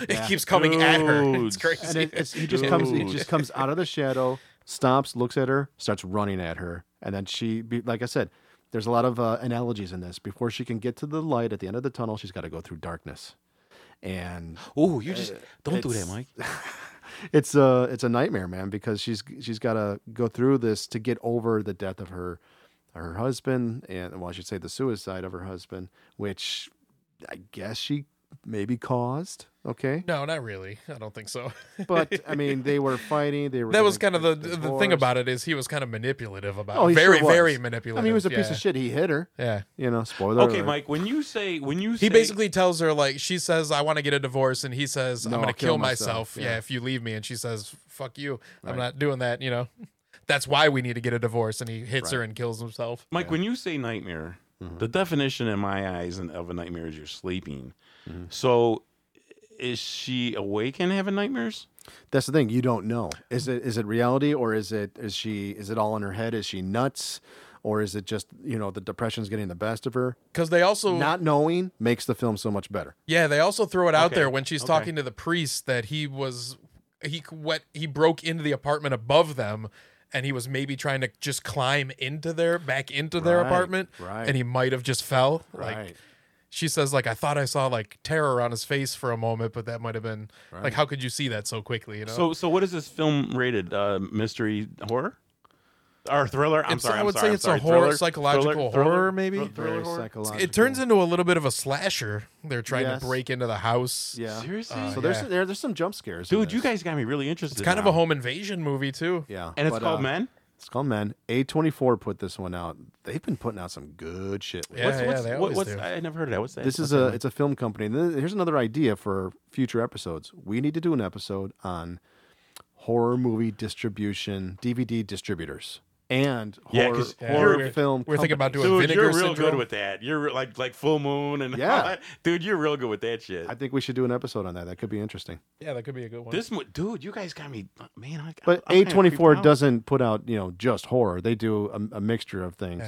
it keeps coming at her. It's Dudes. crazy. And it, it's, he just comes. He Dude. just comes out of the shadow, stops, looks at her, starts running at her, and then she, be- like I said, there's a lot of uh, analogies in this. Before she can get to the light at the end of the tunnel, she's got to go through darkness, and oh, you just don't do that, it's- Mike. it's a it's a nightmare, man, because she's she's got to go through this to get over the death of her her husband, and well, I should say the suicide of her husband, which I guess she maybe caused. Okay, no, not really. I don't think so. but I mean, they were fighting. They were that was gonna kind of the get the thing divorced. about it is he was kind of manipulative about Oh, it. he very sure was. very manipulative. I mean, he was a piece yeah. of shit. He hit her. Yeah. You know, spoiler. Okay, alert. Mike, when you say, when you say, He basically tells her like she says I want to get a divorce and he says I'm No, going I'll to kill kill myself." myself. Yeah. Yeah. if you leave me and she says fuck you. Right. I'm not doing that, you know. That's why we need to get a divorce and he hits her and kills himself. Mike, when you say nightmare, the definition in my eyes and- of a nightmare is you're sleeping. So, is she awake and having nightmares? That's the thing. You don't know. Is it is it reality or is it is she is it all in her head? Is she nuts? Or is it just, you know, the depression's getting the best of her? Cuz they also Not knowing makes the film so much better. Yeah, they also throw it out Okay, there when she's okay. talking to the priest that he was he what he broke into the apartment above them and he was maybe trying to just climb into their back into their Right, apartment right. and he might have just fell like Right. she says like I thought I saw like terror on his face for a moment, but that might have been like how could you see that so quickly? You know, So, so what is this film rated? Uh, mystery horror or thriller? I'm It's- sorry, I I'm would say sorry, I'm it's a sorry. horror, Thriller? psychological Thriller? horror, Thriller? maybe? Thr- Very Thriller horror? psychological. it turns into a little bit of a slasher. They're trying Yes. to break into the house. Yeah. Seriously, Uh, So there's yeah. there, there's some jump scares. in dude, you this. guys got me really interested. it's kind of now. a home invasion movie too. Yeah. and it's but, called uh, Men. It's called Men. A twenty four put this one out. They've been putting out some good shit. Yeah, what's, what's, they what- always what's, do. I never heard of that. What's that? This is a it's a film company. Th- Here's another idea for future episodes. We need to do an episode on horror movie distribution, DVD distributors, and Yeah, horror, 'cause horror we're- film. We're thinking about companies. doing Dude, vinegar you're real syndrome. good with that. You're re- like like Full Moon and Yeah. dude, you're real good with that shit. I think we should do an episode on that. That could be interesting. yeah, that could be a good one. this mo- dude, you guys got me, uh, man. I, But I'm A kinda twenty four creeped out. doesn't put out you know just horror. They do a, a mixture of things.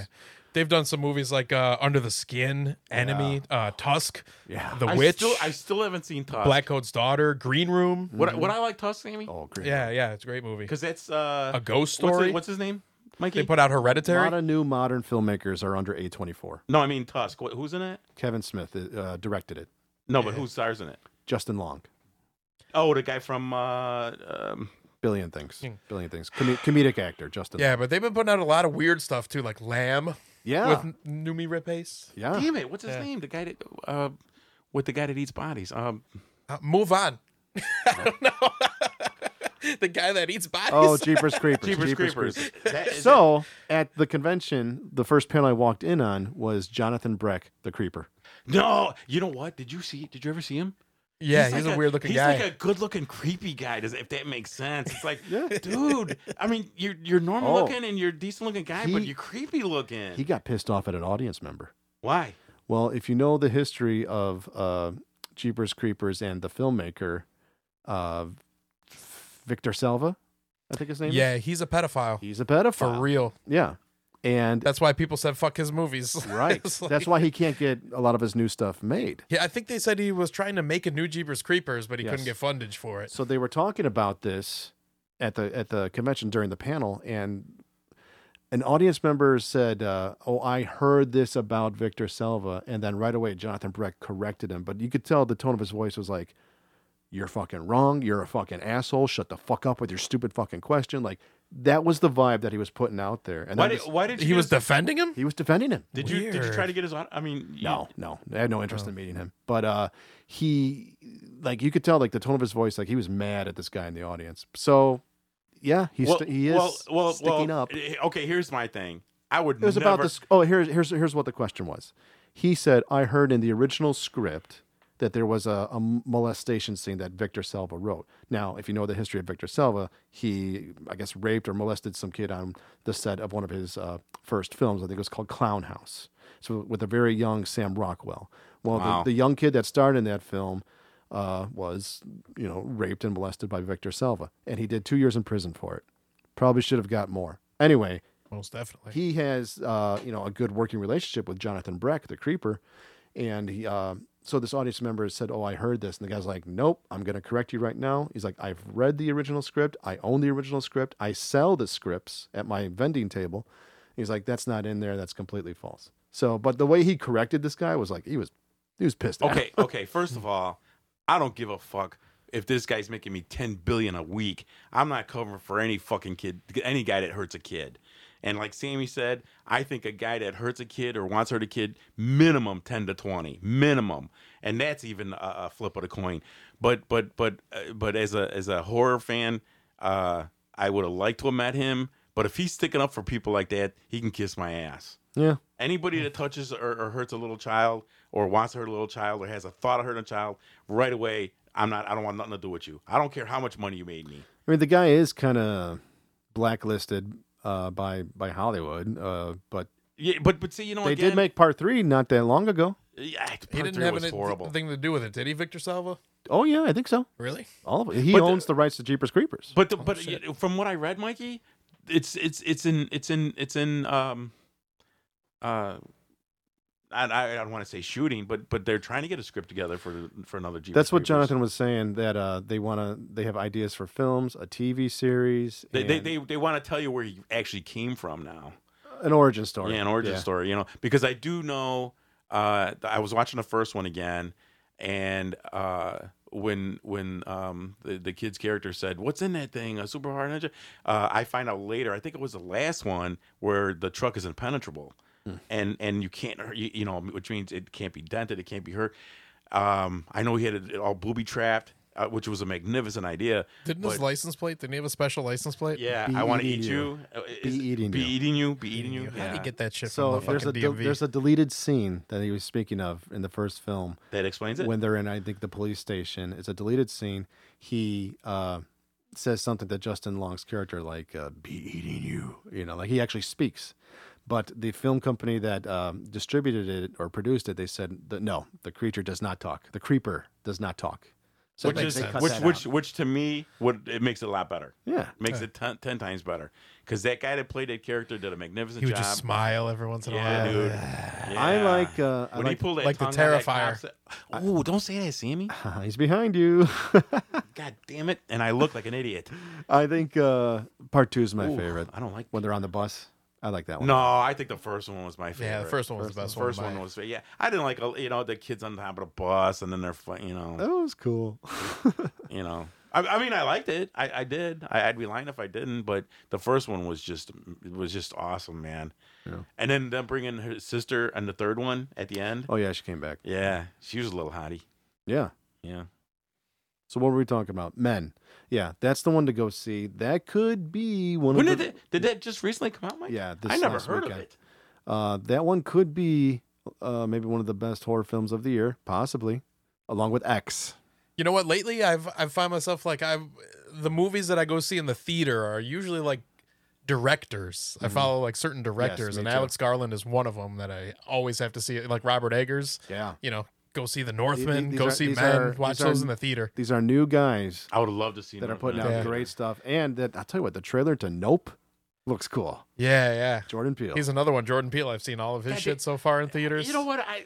They've done some movies like uh, Under the Skin, Enemy, uh, Tusk, Yeah. The I Witch, Still, I still haven't seen Tusk. Black Coat's Daughter, Green Room. What what I like Tusk, Amy? Oh, great. Yeah, yeah, it's a great movie. Because that's uh, A ghost what's his- story. What's his name? They Mikey. put out A Hereditary. lot of new modern filmmakers are under A twenty four. no, I mean Tusk. What, who's in it? Kevin Smith uh, directed it. No, but who stars in it? Justin Long. Oh, the guy from uh, um, Billion things. Hmm. Billion things. Com- comedic actor Justin. yeah, but they've been putting out a lot of weird stuff too, like Lamb Yeah. with Numi Rapace. Ah. yeah. damn it, what's his Yeah. name? The guy that uh, with the guy that eats bodies. Um, Uh, move on. I don't know. the guy that eats bodies. Oh, Jeepers Creepers. Jeepers, Creepers. That is- So at the convention, the first panel I walked in on was Jonathan Breck, the creeper. no, you know what? Did you see? Did you ever see him? yeah, he's, like a, weird looking he's guy. like a good looking, creepy guy. Does if that makes sense? It's like, Yeah. dude. I mean, you're you're normal Oh. looking and you're a decent looking guy, but He- you're creepy looking. He got pissed off at an audience member. Why? Well, if you know the history of uh, Jeepers Creepers and the filmmaker, uh, Victor Salva, I think his name is. yeah, he's a pedophile He's a pedophile. for real. Yeah. And That's why people said fuck his movies. right. It's like- That's why he can't get a lot of his new stuff made. Yeah, I think they said he was trying to make a new Jeepers Creepers, but he Yes. couldn't get fundage for it. So they were talking about this at the at the convention during the panel, and an audience member said, uh, "Oh, I heard this about Victor Selva," and then right away Jonathan Breck corrected him, but you could tell the tone of his voice was like, "You're fucking wrong. You're a fucking asshole. Shut the fuck up with your stupid fucking question." Like that was the vibe that he was putting out there, and Why that did, was- why did you He was guys- defending him? he was defending him. Did you did you try Weird. to get his? auto- I mean, you- No, no, I had no interest in meeting him. But uh, he, like, you could tell, like, the tone of his voice, like, he was mad at this guy in the audience. So, yeah, he's st- he is sticking up. eh, Okay, here's my thing. I It would was never. about this. Oh, here's here's here's what the question was. He said, I heard in the original script that there was a, a molestation scene that Victor Selva wrote. Now, if you know the history of Victor Selva, he, I guess, raped or molested some kid on the set of one of his uh, first films. I think it was called Clown House. So, with a very young Sam Rockwell. Well, Wow. the, the young kid that starred in that film uh, was, you know, raped and molested by Victor Selva, and he did two years in prison for it. Probably should have got more. Anyway, Most definitely. he has uh, you know a good working relationship with Jonathan Breck, the creeper, and he. Uh, so this audience member said, "Oh, I heard this," and the guy's like, "Nope, I'm going to correct you right now." He's like, "I've read the original script. I own the original script. I sell the scripts at my vending table." He's like, "That's not in there. That's completely false." So, but the way he corrected this guy was like he was he was pissed. at him. Okay, okay. First of all, I don't give a fuck if this guy's making me ten billion a week. I'm not covering for any fucking kid, any guy that hurts a kid. And like Sammy said, I think a guy that hurts a kid or wants to hurt a kid, minimum ten to twenty, minimum, and that's even a, a flip of the coin. But but but uh, but as a as a horror fan, uh, I would have liked to have met him. But if he's sticking up for people like that, he can kiss my ass Yeah. anybody that touches or, or hurts a little child or wants to hurt a little child or has a thought of hurting a child right away i'm not i don't want nothing to do with you i don't care how much money you made me I mean, the guy is kind of blacklisted uh, by by Hollywood, uh, but yeah but but see you know they again, did make part three not that long ago. yeah, part He didn't three have was horrible anything to do with it, did he, Victor Salva? Oh yeah, I think so. Really? All of it. He But the- owns the, rights to Jeepers Creepers. but the, but oh, shit. yeah, from what i read mikey it's it's it's in it's in it's in um uh I, I I don't want to say shooting, but but they're trying to get a script together for the, for another Jeepers That's what Creepers. Jonathan was saying that uh, they want to. They have ideas for films, a TV series, They, they and they they want to tell you where he actually came from now. an origin story. Yeah, an origin story. You know, because I do know. Uh, th- I was watching the first one again, and uh, when when um, the the kid's character said, "What's in that thing? A super hard ninja?" Uh, I find out later. I think it was the last one where the truck is impenetrable, and and you can't you, you know, which means it can't be dented, it can't be hurt. Um, I know he had it all booby trapped, uh, which was a magnificent idea. Didn't his But- license plate? Didn't he have a special license plate? Yeah, Be I want to eating eat you. you. Uh, Be is- eating be you. eating you. Be eating you. How would he Yeah. get that shit So from the there's a fucking del- DMV? there's a deleted scene that he was speaking of in the first film that explains it. when they're in I think the police station. It's a deleted scene. He uh, says something to Justin Long's character like uh, "be eating you," you know, like he actually speaks. But the film company that um, distributed it or produced it, they said that no, the creature does not talk. The creeper does not talk. So which they- makes is they cut which that which out. which to me would it makes it a lot better. yeah. Makes it ten, 10 times better because that guy that played that character did a magnificent he would job. just smile every once in a yeah, while. dude. I Yeah. like. Uh, I when like he pulled that like the tongue out of Terrifier. that cop's- Oh, don't say that, Sammy. he's behind you. God damn it! And I look like an idiot. I think uh, part two is my Ooh, favorite. I don't like. When they're on the bus, I like that one. No, I think the first one was my favorite. Yeah, the first one was the best The first one. one was yeah. I didn't like uh, you know the kids on top of the bus and then they're fi- you know that was cool. you know. I, I mean, I liked it. I, I did. I, I'd be lying if I didn't. But the first one was just it was just awesome, man. Yeah. And then them bringing her sister and the third one at the end. oh yeah, she came back. Yeah, she was a little hottie. Yeah. Yeah, So what were we talking about? Men. Yeah, that's the one to go see. That could be one when of did the. that, did that just recently come out, Mike? yeah, this I never last heard weekend. of it. Uh, that one could be uh, maybe one of the best horror films of the year, possibly, along with X. You know what? Lately, I've I've found myself like I, the movies that I go see in the theater are usually like directors. Mm-hmm. I follow like certain directors, me and too. Alex Garland is one of them that I always have to see. Like Robert Eggers, Yeah. you know, go see The Northman, these go are- see these Men, are- watch these are- those in the theater. These are new guys I would love to see that are them. putting out Yeah. great stuff, and that I'll tell you what, the trailer to Nope looks cool. Yeah, yeah. Jordan Peele. He's another one, Jordan Peele. I've seen all of his God, shit so far in theaters. You know what? I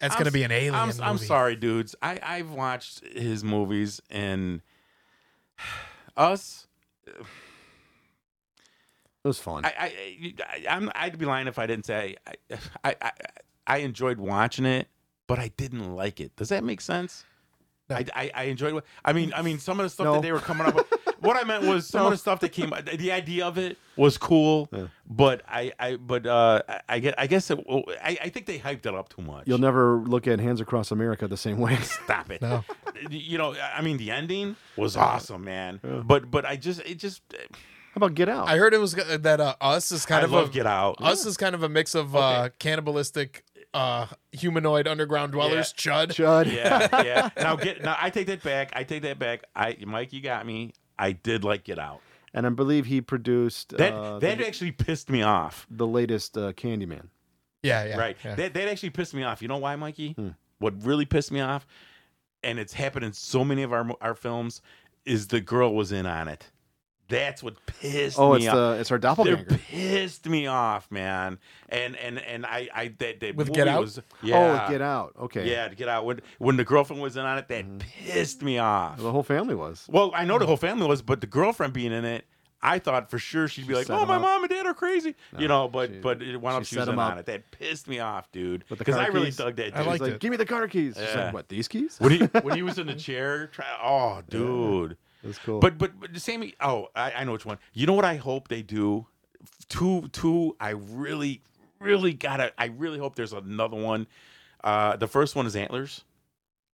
That's I'm gonna s- be an alien. I'm, I'm movie. sorry, dudes. I I've watched his movies and us. it was fun. I, I, I I'm, I'd be lying if I didn't say I, I, I, I enjoyed watching it, but I didn't like it. Does that make sense? No. I, I, I enjoyed. what- I mean, I mean, some of the stuff No. that they were coming up with. What I meant was some of the stuff that came. The idea of it was cool, Yeah. but I, I, but uh, I, I get. I guess it, I, I think they hyped it up too much. You'll never look at Hands Across America the same way. Stop it. No. You know, I mean, the ending was awesome, man. But, but I just, it just. about Get Out? I heard it was g- that uh, Us is kind I of love a, Get Out. Us is kind of a mix of uh, cannibalistic uh, humanoid underground dwellers, Chud. Judd. yeah, yeah. Now get now I take that back. I take that back. I Mike, you got me. I did like Get Out. And I believe he produced That uh, that the, actually pissed me off. the latest uh, Candyman. Yeah, yeah. right. yeah. That that actually pissed me off. You know why, Mikey? Hmm. What really pissed me off, and it's happened in so many of our mo- our films, is the girl was in on it. That's what pissed Oh, me it's off. the it's our doppelganger. They pissed me off, man. And and and I I that, that With movie Get Out? was yeah. Oh, Get Out. Mm-hmm. Okay. Yeah, to get out when when the girlfriend was in on it, that pissed me off. The whole family was. Well, I know the whole family was, but the girlfriend being in it, I thought for sure she'd be like, set "Oh, him my up. mom and dad are crazy," you know. But she- but it wound up she she was set in him on up. it. That pissed me off, dude. With the Because car I really keys? dug that. Dude. I He's liked like, it. give me the car keys. She's Yeah. like, what? These keys? when he when he was in the chair, try, oh, dude. That's cool. But but but the same. Oh, I, I know which one. You know what I hope they do. Two two. I really really gotta. I really hope there's another one. Uh, the first one is antlers.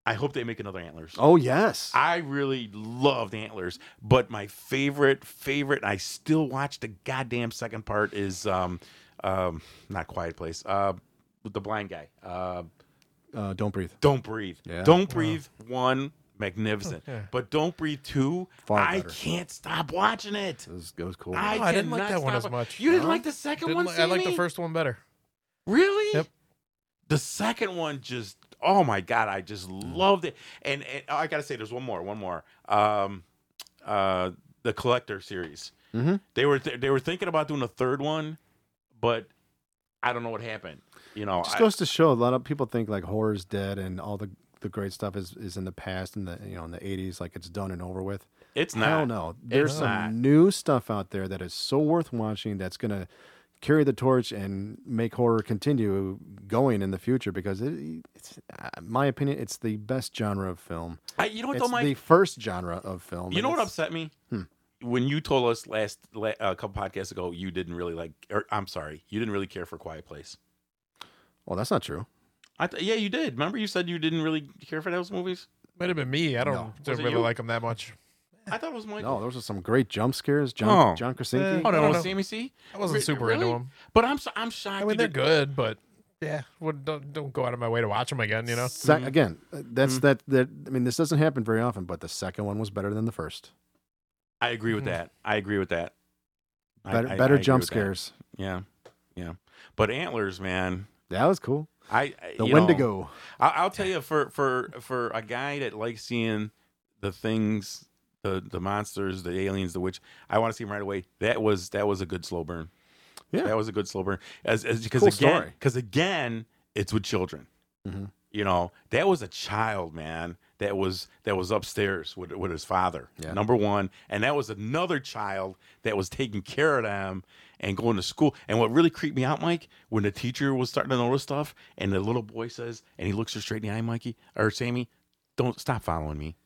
I hope they make another antlers. oh yes. I really loved Antlers, but my favorite, favorite, and I still watch the goddamn second part is um, um, not Quiet Place. Uh, with the blind guy. Uh, Uh, don't breathe. Don't breathe. Yeah. Don't breathe. One magnificent, Oh, but Don't Breathe two. Far I better. can't stop watching it. It was, it was cool. I, No, I didn't like cannot that one stop as it. much. You didn't No? like the 2nd Oh, Didn't one. li- I like the Sammy? first one better. Really? Yep. The second one just oh my god, I just Mm. loved it. And, and oh, I gotta say, there's one more, one more. Um, uh, the collector series. Mhm. They were th- they were thinking about doing a third one, but I don't know what happened. You know, Just I- goes to show a lot of people think like horror's dead and all the the great stuff is is in the past and the you know in the 80s like it's done and over with. it's I not. don't know. There's some not. new stuff out there that is so worth watching that's going to carry the torch and make horror continue going in the future because it, it's uh, my opinion it's the best genre of film. I, you know what It's Hmm. though, Mike? the first genre of film. You and know what it's- upset me? When you told us last la- a couple podcasts ago, you didn't really like. Or I'm sorry, you didn't really care for Quiet Place. Well, that's not true. I th- yeah, you did. Remember, you said you didn't really care for those movies. Might have been me. I don't No. didn't Was it really you? like him that much. I thought it was Michael. No, those are some great jump scares. John Oh. John Krasinski. Oh, no, I don't no, know. Sammy C. I wasn't Re- super really? into him. But I'm so, I'm shocked. I mean, dude, they're that- good, but yeah, would don't don't go out of my way to watch them again. You know, Sec- Mm-hmm. Again, uh, that's that, that. I mean, this doesn't happen very often, but the second one was better than the first. I agree with Mhm. that. I agree with that. I- Better, I- I better agree jump with that. scares. Yeah, yeah. But antlers, man. That. was cool. I I- The you know, Wendigo. I, I'll tell you for for for a guy that likes seeing the things, the the monsters, the aliens, the witch. I want to see him right away. That was that was a good slow burn. Yeah. that was a good slow burn. As as because Cool again, story. because again, it's with children. Mhm. You know, that was a child, man. That was that was upstairs with with his father. Yeah. Number one, and that was another child that was taking care of them and going to school. And what really creeped me out, Mike, when the teacher was starting to notice stuff, and the little boy says, and he looks her straight in the eye, Mikey or Sammy, don't stop following me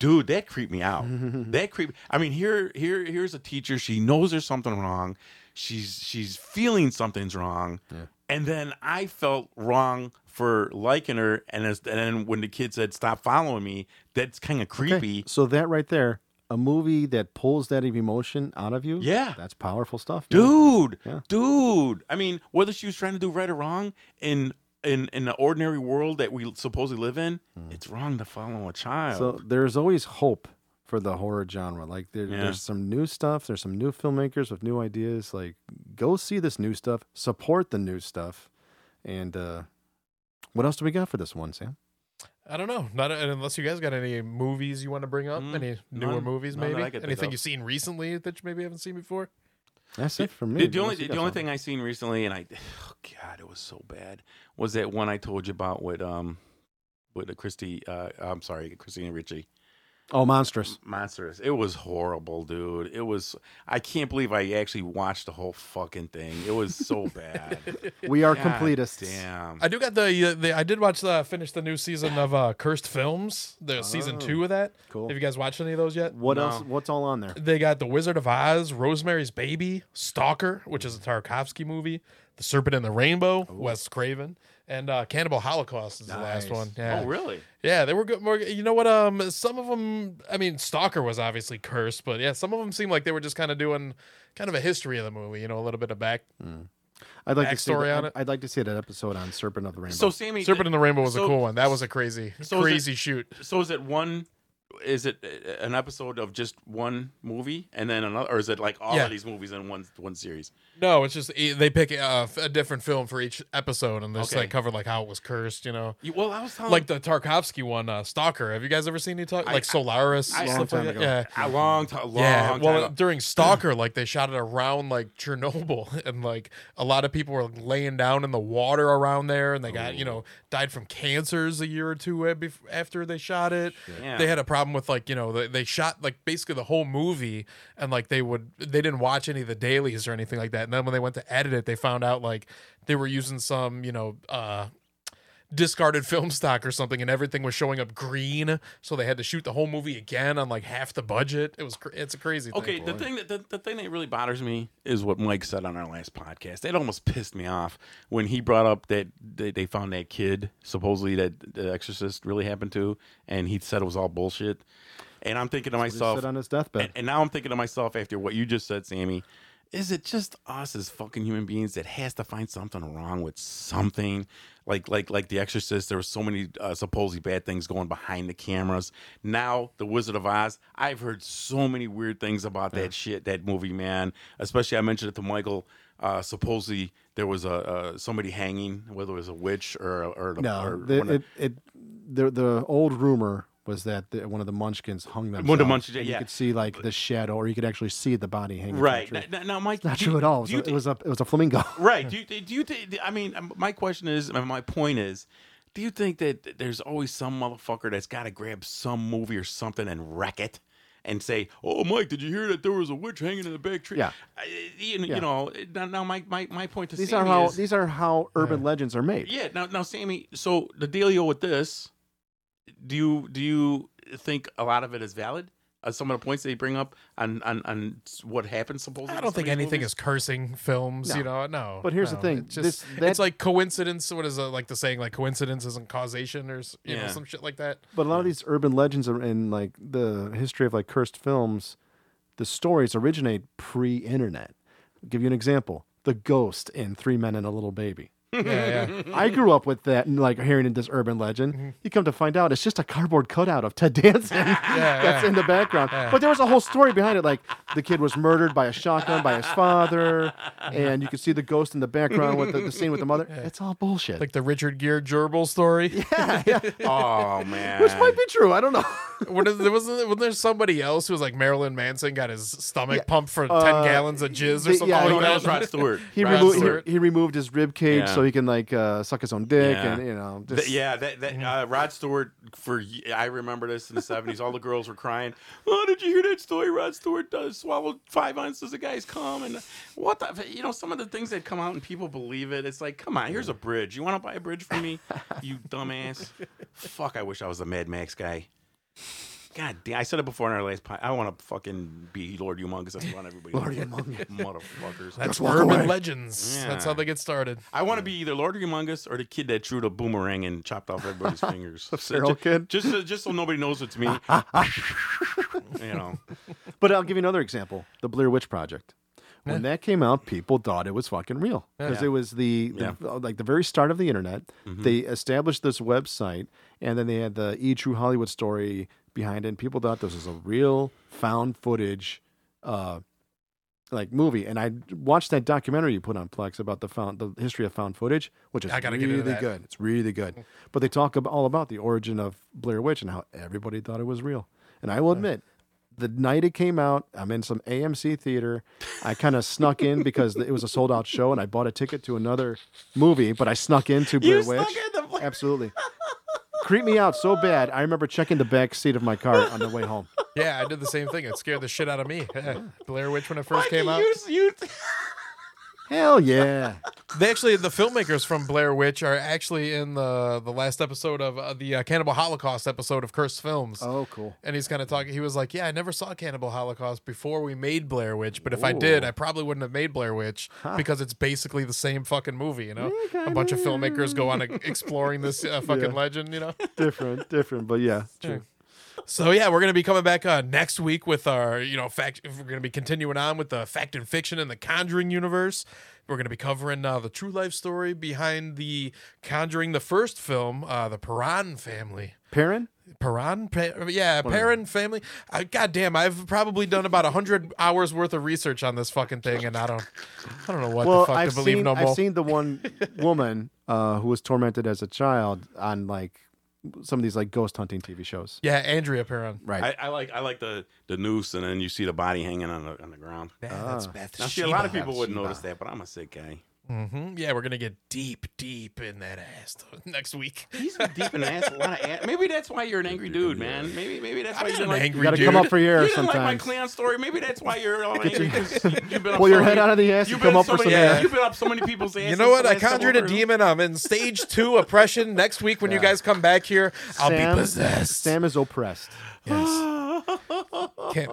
dude that creeped me out that creep i mean here here here's a teacher she knows there's something wrong she's she's feeling something's wrong Yeah. and then i felt wrong for liking her and as, and then when the kid said stop following me that's kind of creepy Okay, So that right there, a movie that pulls that emotion out of you. Yeah. that's powerful stuff, man. dude Yeah. dude i mean whether she was trying to do right or wrong in in in the ordinary world that we supposedly live in it's wrong to follow a child Mm. So there's always hope for the horror genre. Like there, Yeah. there's some new stuff. There's some new filmmakers with new ideas. Like go see this new stuff. Support the new stuff. And uh, what else do we got for this one, Sam? I don't know. Not unless you guys got any movies you want to bring up, Mm, any newer none- movies, none that maybe I could think anything of. you've seen recently that you maybe haven't seen before. That's it for me. The, the unless only you the, got only something. thing I seen recently, and I, oh God, it was so bad, was that one I told you about with um, with the Christy. Uh, I'm sorry, Christina Ricci. Oh, monstrous. Monsters. It was horrible, dude. It was. I can't believe I actually watched the whole fucking thing. It was so bad. We are God completists. Damn. I do got the, uh, the I did watch the finish the new season of uh, Cursed Films, the Ah, season two of that. cool. Have you guys watched any of those yet? What No. else? What's all on there? They got The Wizard of Oz, Rosemary's Baby, Stalker, which is a Tarkovsky movie, The Serpent and the Rainbow, Wes Craven, And uh, Cannibal Holocaust is the last Nice. one. Yeah. Oh, really? Yeah, they were good. More, you know what? Um, some of them. I mean, Stalker was obviously cursed, but yeah, some of them seemed like they were just kind of doing kind of a history of the movie. You know, a little bit of back. I'd like to see Backstory that, on I'd, it. I'd like to see that episode on Serpent of the Rainbow. So, Sammy. Serpent in the Rainbow was a so- cool one. That was a crazy, so is it- crazy shoot. so is it one? Is it uh, an episode of just one movie and then another, or is it like all Yeah. of these movies in one one series? No, it's just e- they pick uh, f- a different film for each episode, and they just Okay. like covered like how it was cursed. You know, You, well, I was telling like the Tarkovsky one, uh, Stalker. Have you guys ever seen any talk Um, I- like Solaris? I- stuff Long time like that? ago. Yeah. a long time, long yeah, time. well, ago. during Stalker, like they shot it around like Chernobyl, and like a lot of people were like, laying down in the water around there, and they got you know died from cancers a year or two a- bef- after they shot it. Yeah. They had a problem with like you know they, they shot like basically the whole movie, and like they would they didn't watch any of the dailies or anything like that. And then when they went to edit it, they found out like they were using some you know. uh discarded film stock or something and everything was showing up green so they had to shoot the whole movie again on like half the budget it was cra- it's a crazy thing. Okay, the thing that the, the thing that really bothers me is what Mike said on our last podcast. It almost pissed me off when he brought up that they, they found that kid supposedly that the Exorcist really happened to, and he said it was all bullshit. And I'm thinking to He myself, said on his deathbed. and, and now I'm thinking to myself after what you just said, Sammy, is it just us as fucking human beings that has to find something wrong with something? Like like like The Exorcist, there were so many uh, supposedly bad things going behind the cameras. Now The Wizard of Oz, I've heard so many weird things about that shit, that movie, man. Especially I mentioned it to Michael. Uh, supposedly there was a uh, somebody hanging, whether it was a witch or or, or no, the, one of- it, it, the the old rumor was that the, one of the Munchkins hung themselves. Munchkin, and yeah. You could see like the shadow, or you could actually see the body hanging. from right. the tree. Now, now- now, Mike, Not do true you- at all. do It you was, a, thi- it was a it was a flamingo. right do you do you think i mean um, my question is and my point is do you think that there's always some motherfucker that's got to grab some movie or something and wreck it and say oh mike did you hear that there was a witch hanging in the back tree Yeah. I- you, you Yeah. know now, now my, my my point to These are Sammy how is, these are how urban legends are made. yeah now now sammy so the dealio with this do you do you think a lot of it is valid uh, some of the points they bring up on on, on what happened supposedly I to don't think some of these anything movies? is cursing films, No. you know. No, But here's the no, thing, it's this- just that- it's like coincidence. What is it like the saying? Like coincidence isn't causation, or s- you know Yeah. some shit like that. But a lot of these urban legends are in like the history of like cursed films. The stories originate pre-internet. I'll give you an example: the ghost in Three Men and a Little Baby. Yeah, yeah. I grew up with that and like hearing it, this urban legend. You come to find out it's just a cardboard cutout of Ted Danson that's yeah. in the background. But there was a whole story behind it. Like the kid was murdered by a shotgun by his father, and you could see the ghost in the background with the, the scene with the mother. It's all bullshit. like the Richard Gere gerbil story. oh man which might be true. I don't know. What is- there wasn't wasn't there somebody else who was like Marilyn Manson got his stomach pumped for ten Uh, gallons of jizz or the- something? yeah, oh like no that was that? rod stewart He, Rod remo- Stewart. he, he removed his rib cage Yeah. so he can like uh, suck his own dick, Yeah. and you know, Th- just, yeah, that, that Mm-hmm. uh, Rod Stewart for y- I remember this in the seventies. All the girls were crying. Oh, did you hear that story? Rod Stewart does swallowed five ounces of guys cum and what the you know some of the things that come out and people believe it. It's like, come on, here's a bridge. You want to buy a bridge for me, you dumbass? Fuck, I wish I was a Mad Max guy. God damn, I said it before in our last podcast. I want to fucking be Lord Humongous and run everybody. Lord over. Humongous. motherfuckers. That's walk urban away. legends. That's Yeah. how they get started. I want to be either Lord Humongous or the kid that threw the boomerang and chopped off everybody's fingers. feral just, kid? Just so, just so nobody knows it's me. you know. But I'll give you another example: the Blair Witch Project. When that came out, people thought it was fucking real because it was the, the- uh, like the very start of the internet. Mm-hmm. They established this website, and then they had the E True Hollywood story behind it. And people thought this was a real found footage, uh, like movie. And I watched that documentary you put on Plex about the found the history of found footage, which is I gotta get into really that. good. It's really good. But they talk about, all about the origin of Blair Witch and how everybody thought it was real. And I will admit, the night it came out, I'm in some AMC theater. I kind of snuck in because it was a sold out show, and I bought a ticket to another movie. But I snuck into Blair Witch. Absolutely, creeped me out so bad. I remember checking the back seat of my car on the way home. Yeah, I did the same thing. It scared the shit out of me. Blair Witch when it first Mikey, came out. You, you, Hell yeah. They actually, the filmmakers from Blair Witch are actually in the the last episode of uh, the uh, Cannibal Holocaust episode of Cursed Films. Oh, cool. And he's kind of talking. He was like, "Yeah, I never saw Cannibal Holocaust before we made Blair Witch, but if I did, I probably wouldn't have made Blair Witch because it's basically the same fucking movie, you know. a bunch of filmmakers go on a, exploring this uh, fucking Yeah. legend, you know. Different, different, but yeah, true. So yeah, we're gonna be coming back uh, next week with our, you know, fact. We're gonna be continuing on with the fact and fiction and the Conjuring universe. We're gonna be covering uh, the true life story behind the Conjuring, the first film, uh, the Perron family. Perrin? Perron, pa- yeah, Perron family. Uh, God damn, I've probably done about hundred hours worth of research on this fucking thing, and I don't, I don't know what the Well, fuck I've to believe seen, no more. I've seen the one woman uh, who was tormented as a child on like some of these like ghost hunting TV shows. yeah, Andrea Perron. Right. I, I like I like the the noose, and then you see the body hanging on the on the ground. Yeah, that's Beth. Ah. Now, see, a lot of Sheba. people wouldn't Sheba. notice that, but I'm a sick guy. hmm Yeah, we're gonna get deep, deep in that ass though, next week. He's been deep in the ass. A lot of ass. Maybe that's why you're an angry dude, man. Maybe maybe that's I'm why you're not an like, angry you got to dude. come up for You air didn't like sometimes. my Klan story. Maybe that's why you're all angry. 'cause You've been up Pull your so head many- out of the ass you've and been come up up so for some many- air. You've been up so many people's asses. You know what? so I that's the conjured a word. demon. I'm in stage two oppression. Next week, when you guys come back here, I'll Sam- be possessed. Sam is oppressed. Yes. Can't,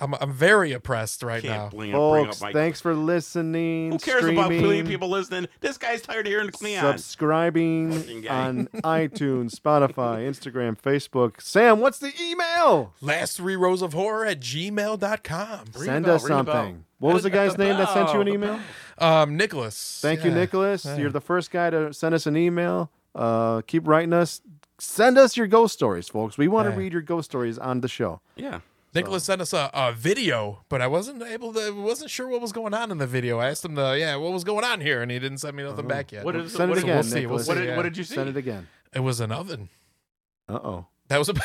I'm, I'm very oppressed right Can't now. bring up- bring Folks, up my. thanks for listening. Who cares streaming, about clean people listening? This guy's tired of hearing Cleon. Subscribing Fucking guy. on iTunes, Spotify, Instagram, Facebook. Sam, what's the email? Last three rows of horror at gmail.com. Ring the Send bell, us ring the bell. something. What was the guy's name that sent you an The email? Um, Nicholas. Thank you, Yeah. Nicholas. You're the first guy to send us an email. Uh, keep writing us. Send us your ghost stories, folks. We want to Yeah. read your ghost stories on the show. Yeah. Nicholas sent us a, a video, but I wasn't able to, wasn't sure what was going on in the video. I asked him, the, yeah, what was going on here? And he didn't send me nothing back yet. What is Send what it is- again, we'll see, we'll Nicholas. What see, did, yeah. what did you see? Send it again. it was an oven. Uh oh. That was about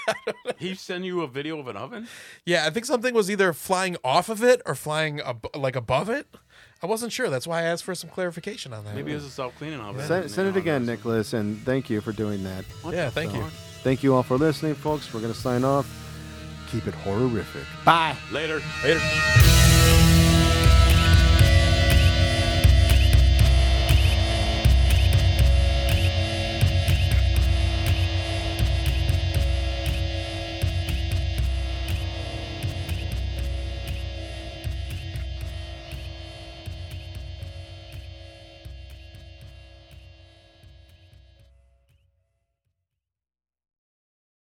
He sent you a video of an oven? Yeah, I think something was either flying off of it or flying ab- like above it. I wasn't sure. That's why I asked for some clarification on that. Maybe it was a self cleaning oven. Send, send it again, Nicholas, and thank you for doing that. yeah, thank you. Thank you all for listening, folks. We're going to sign off. Keep it horrific. Later. Later.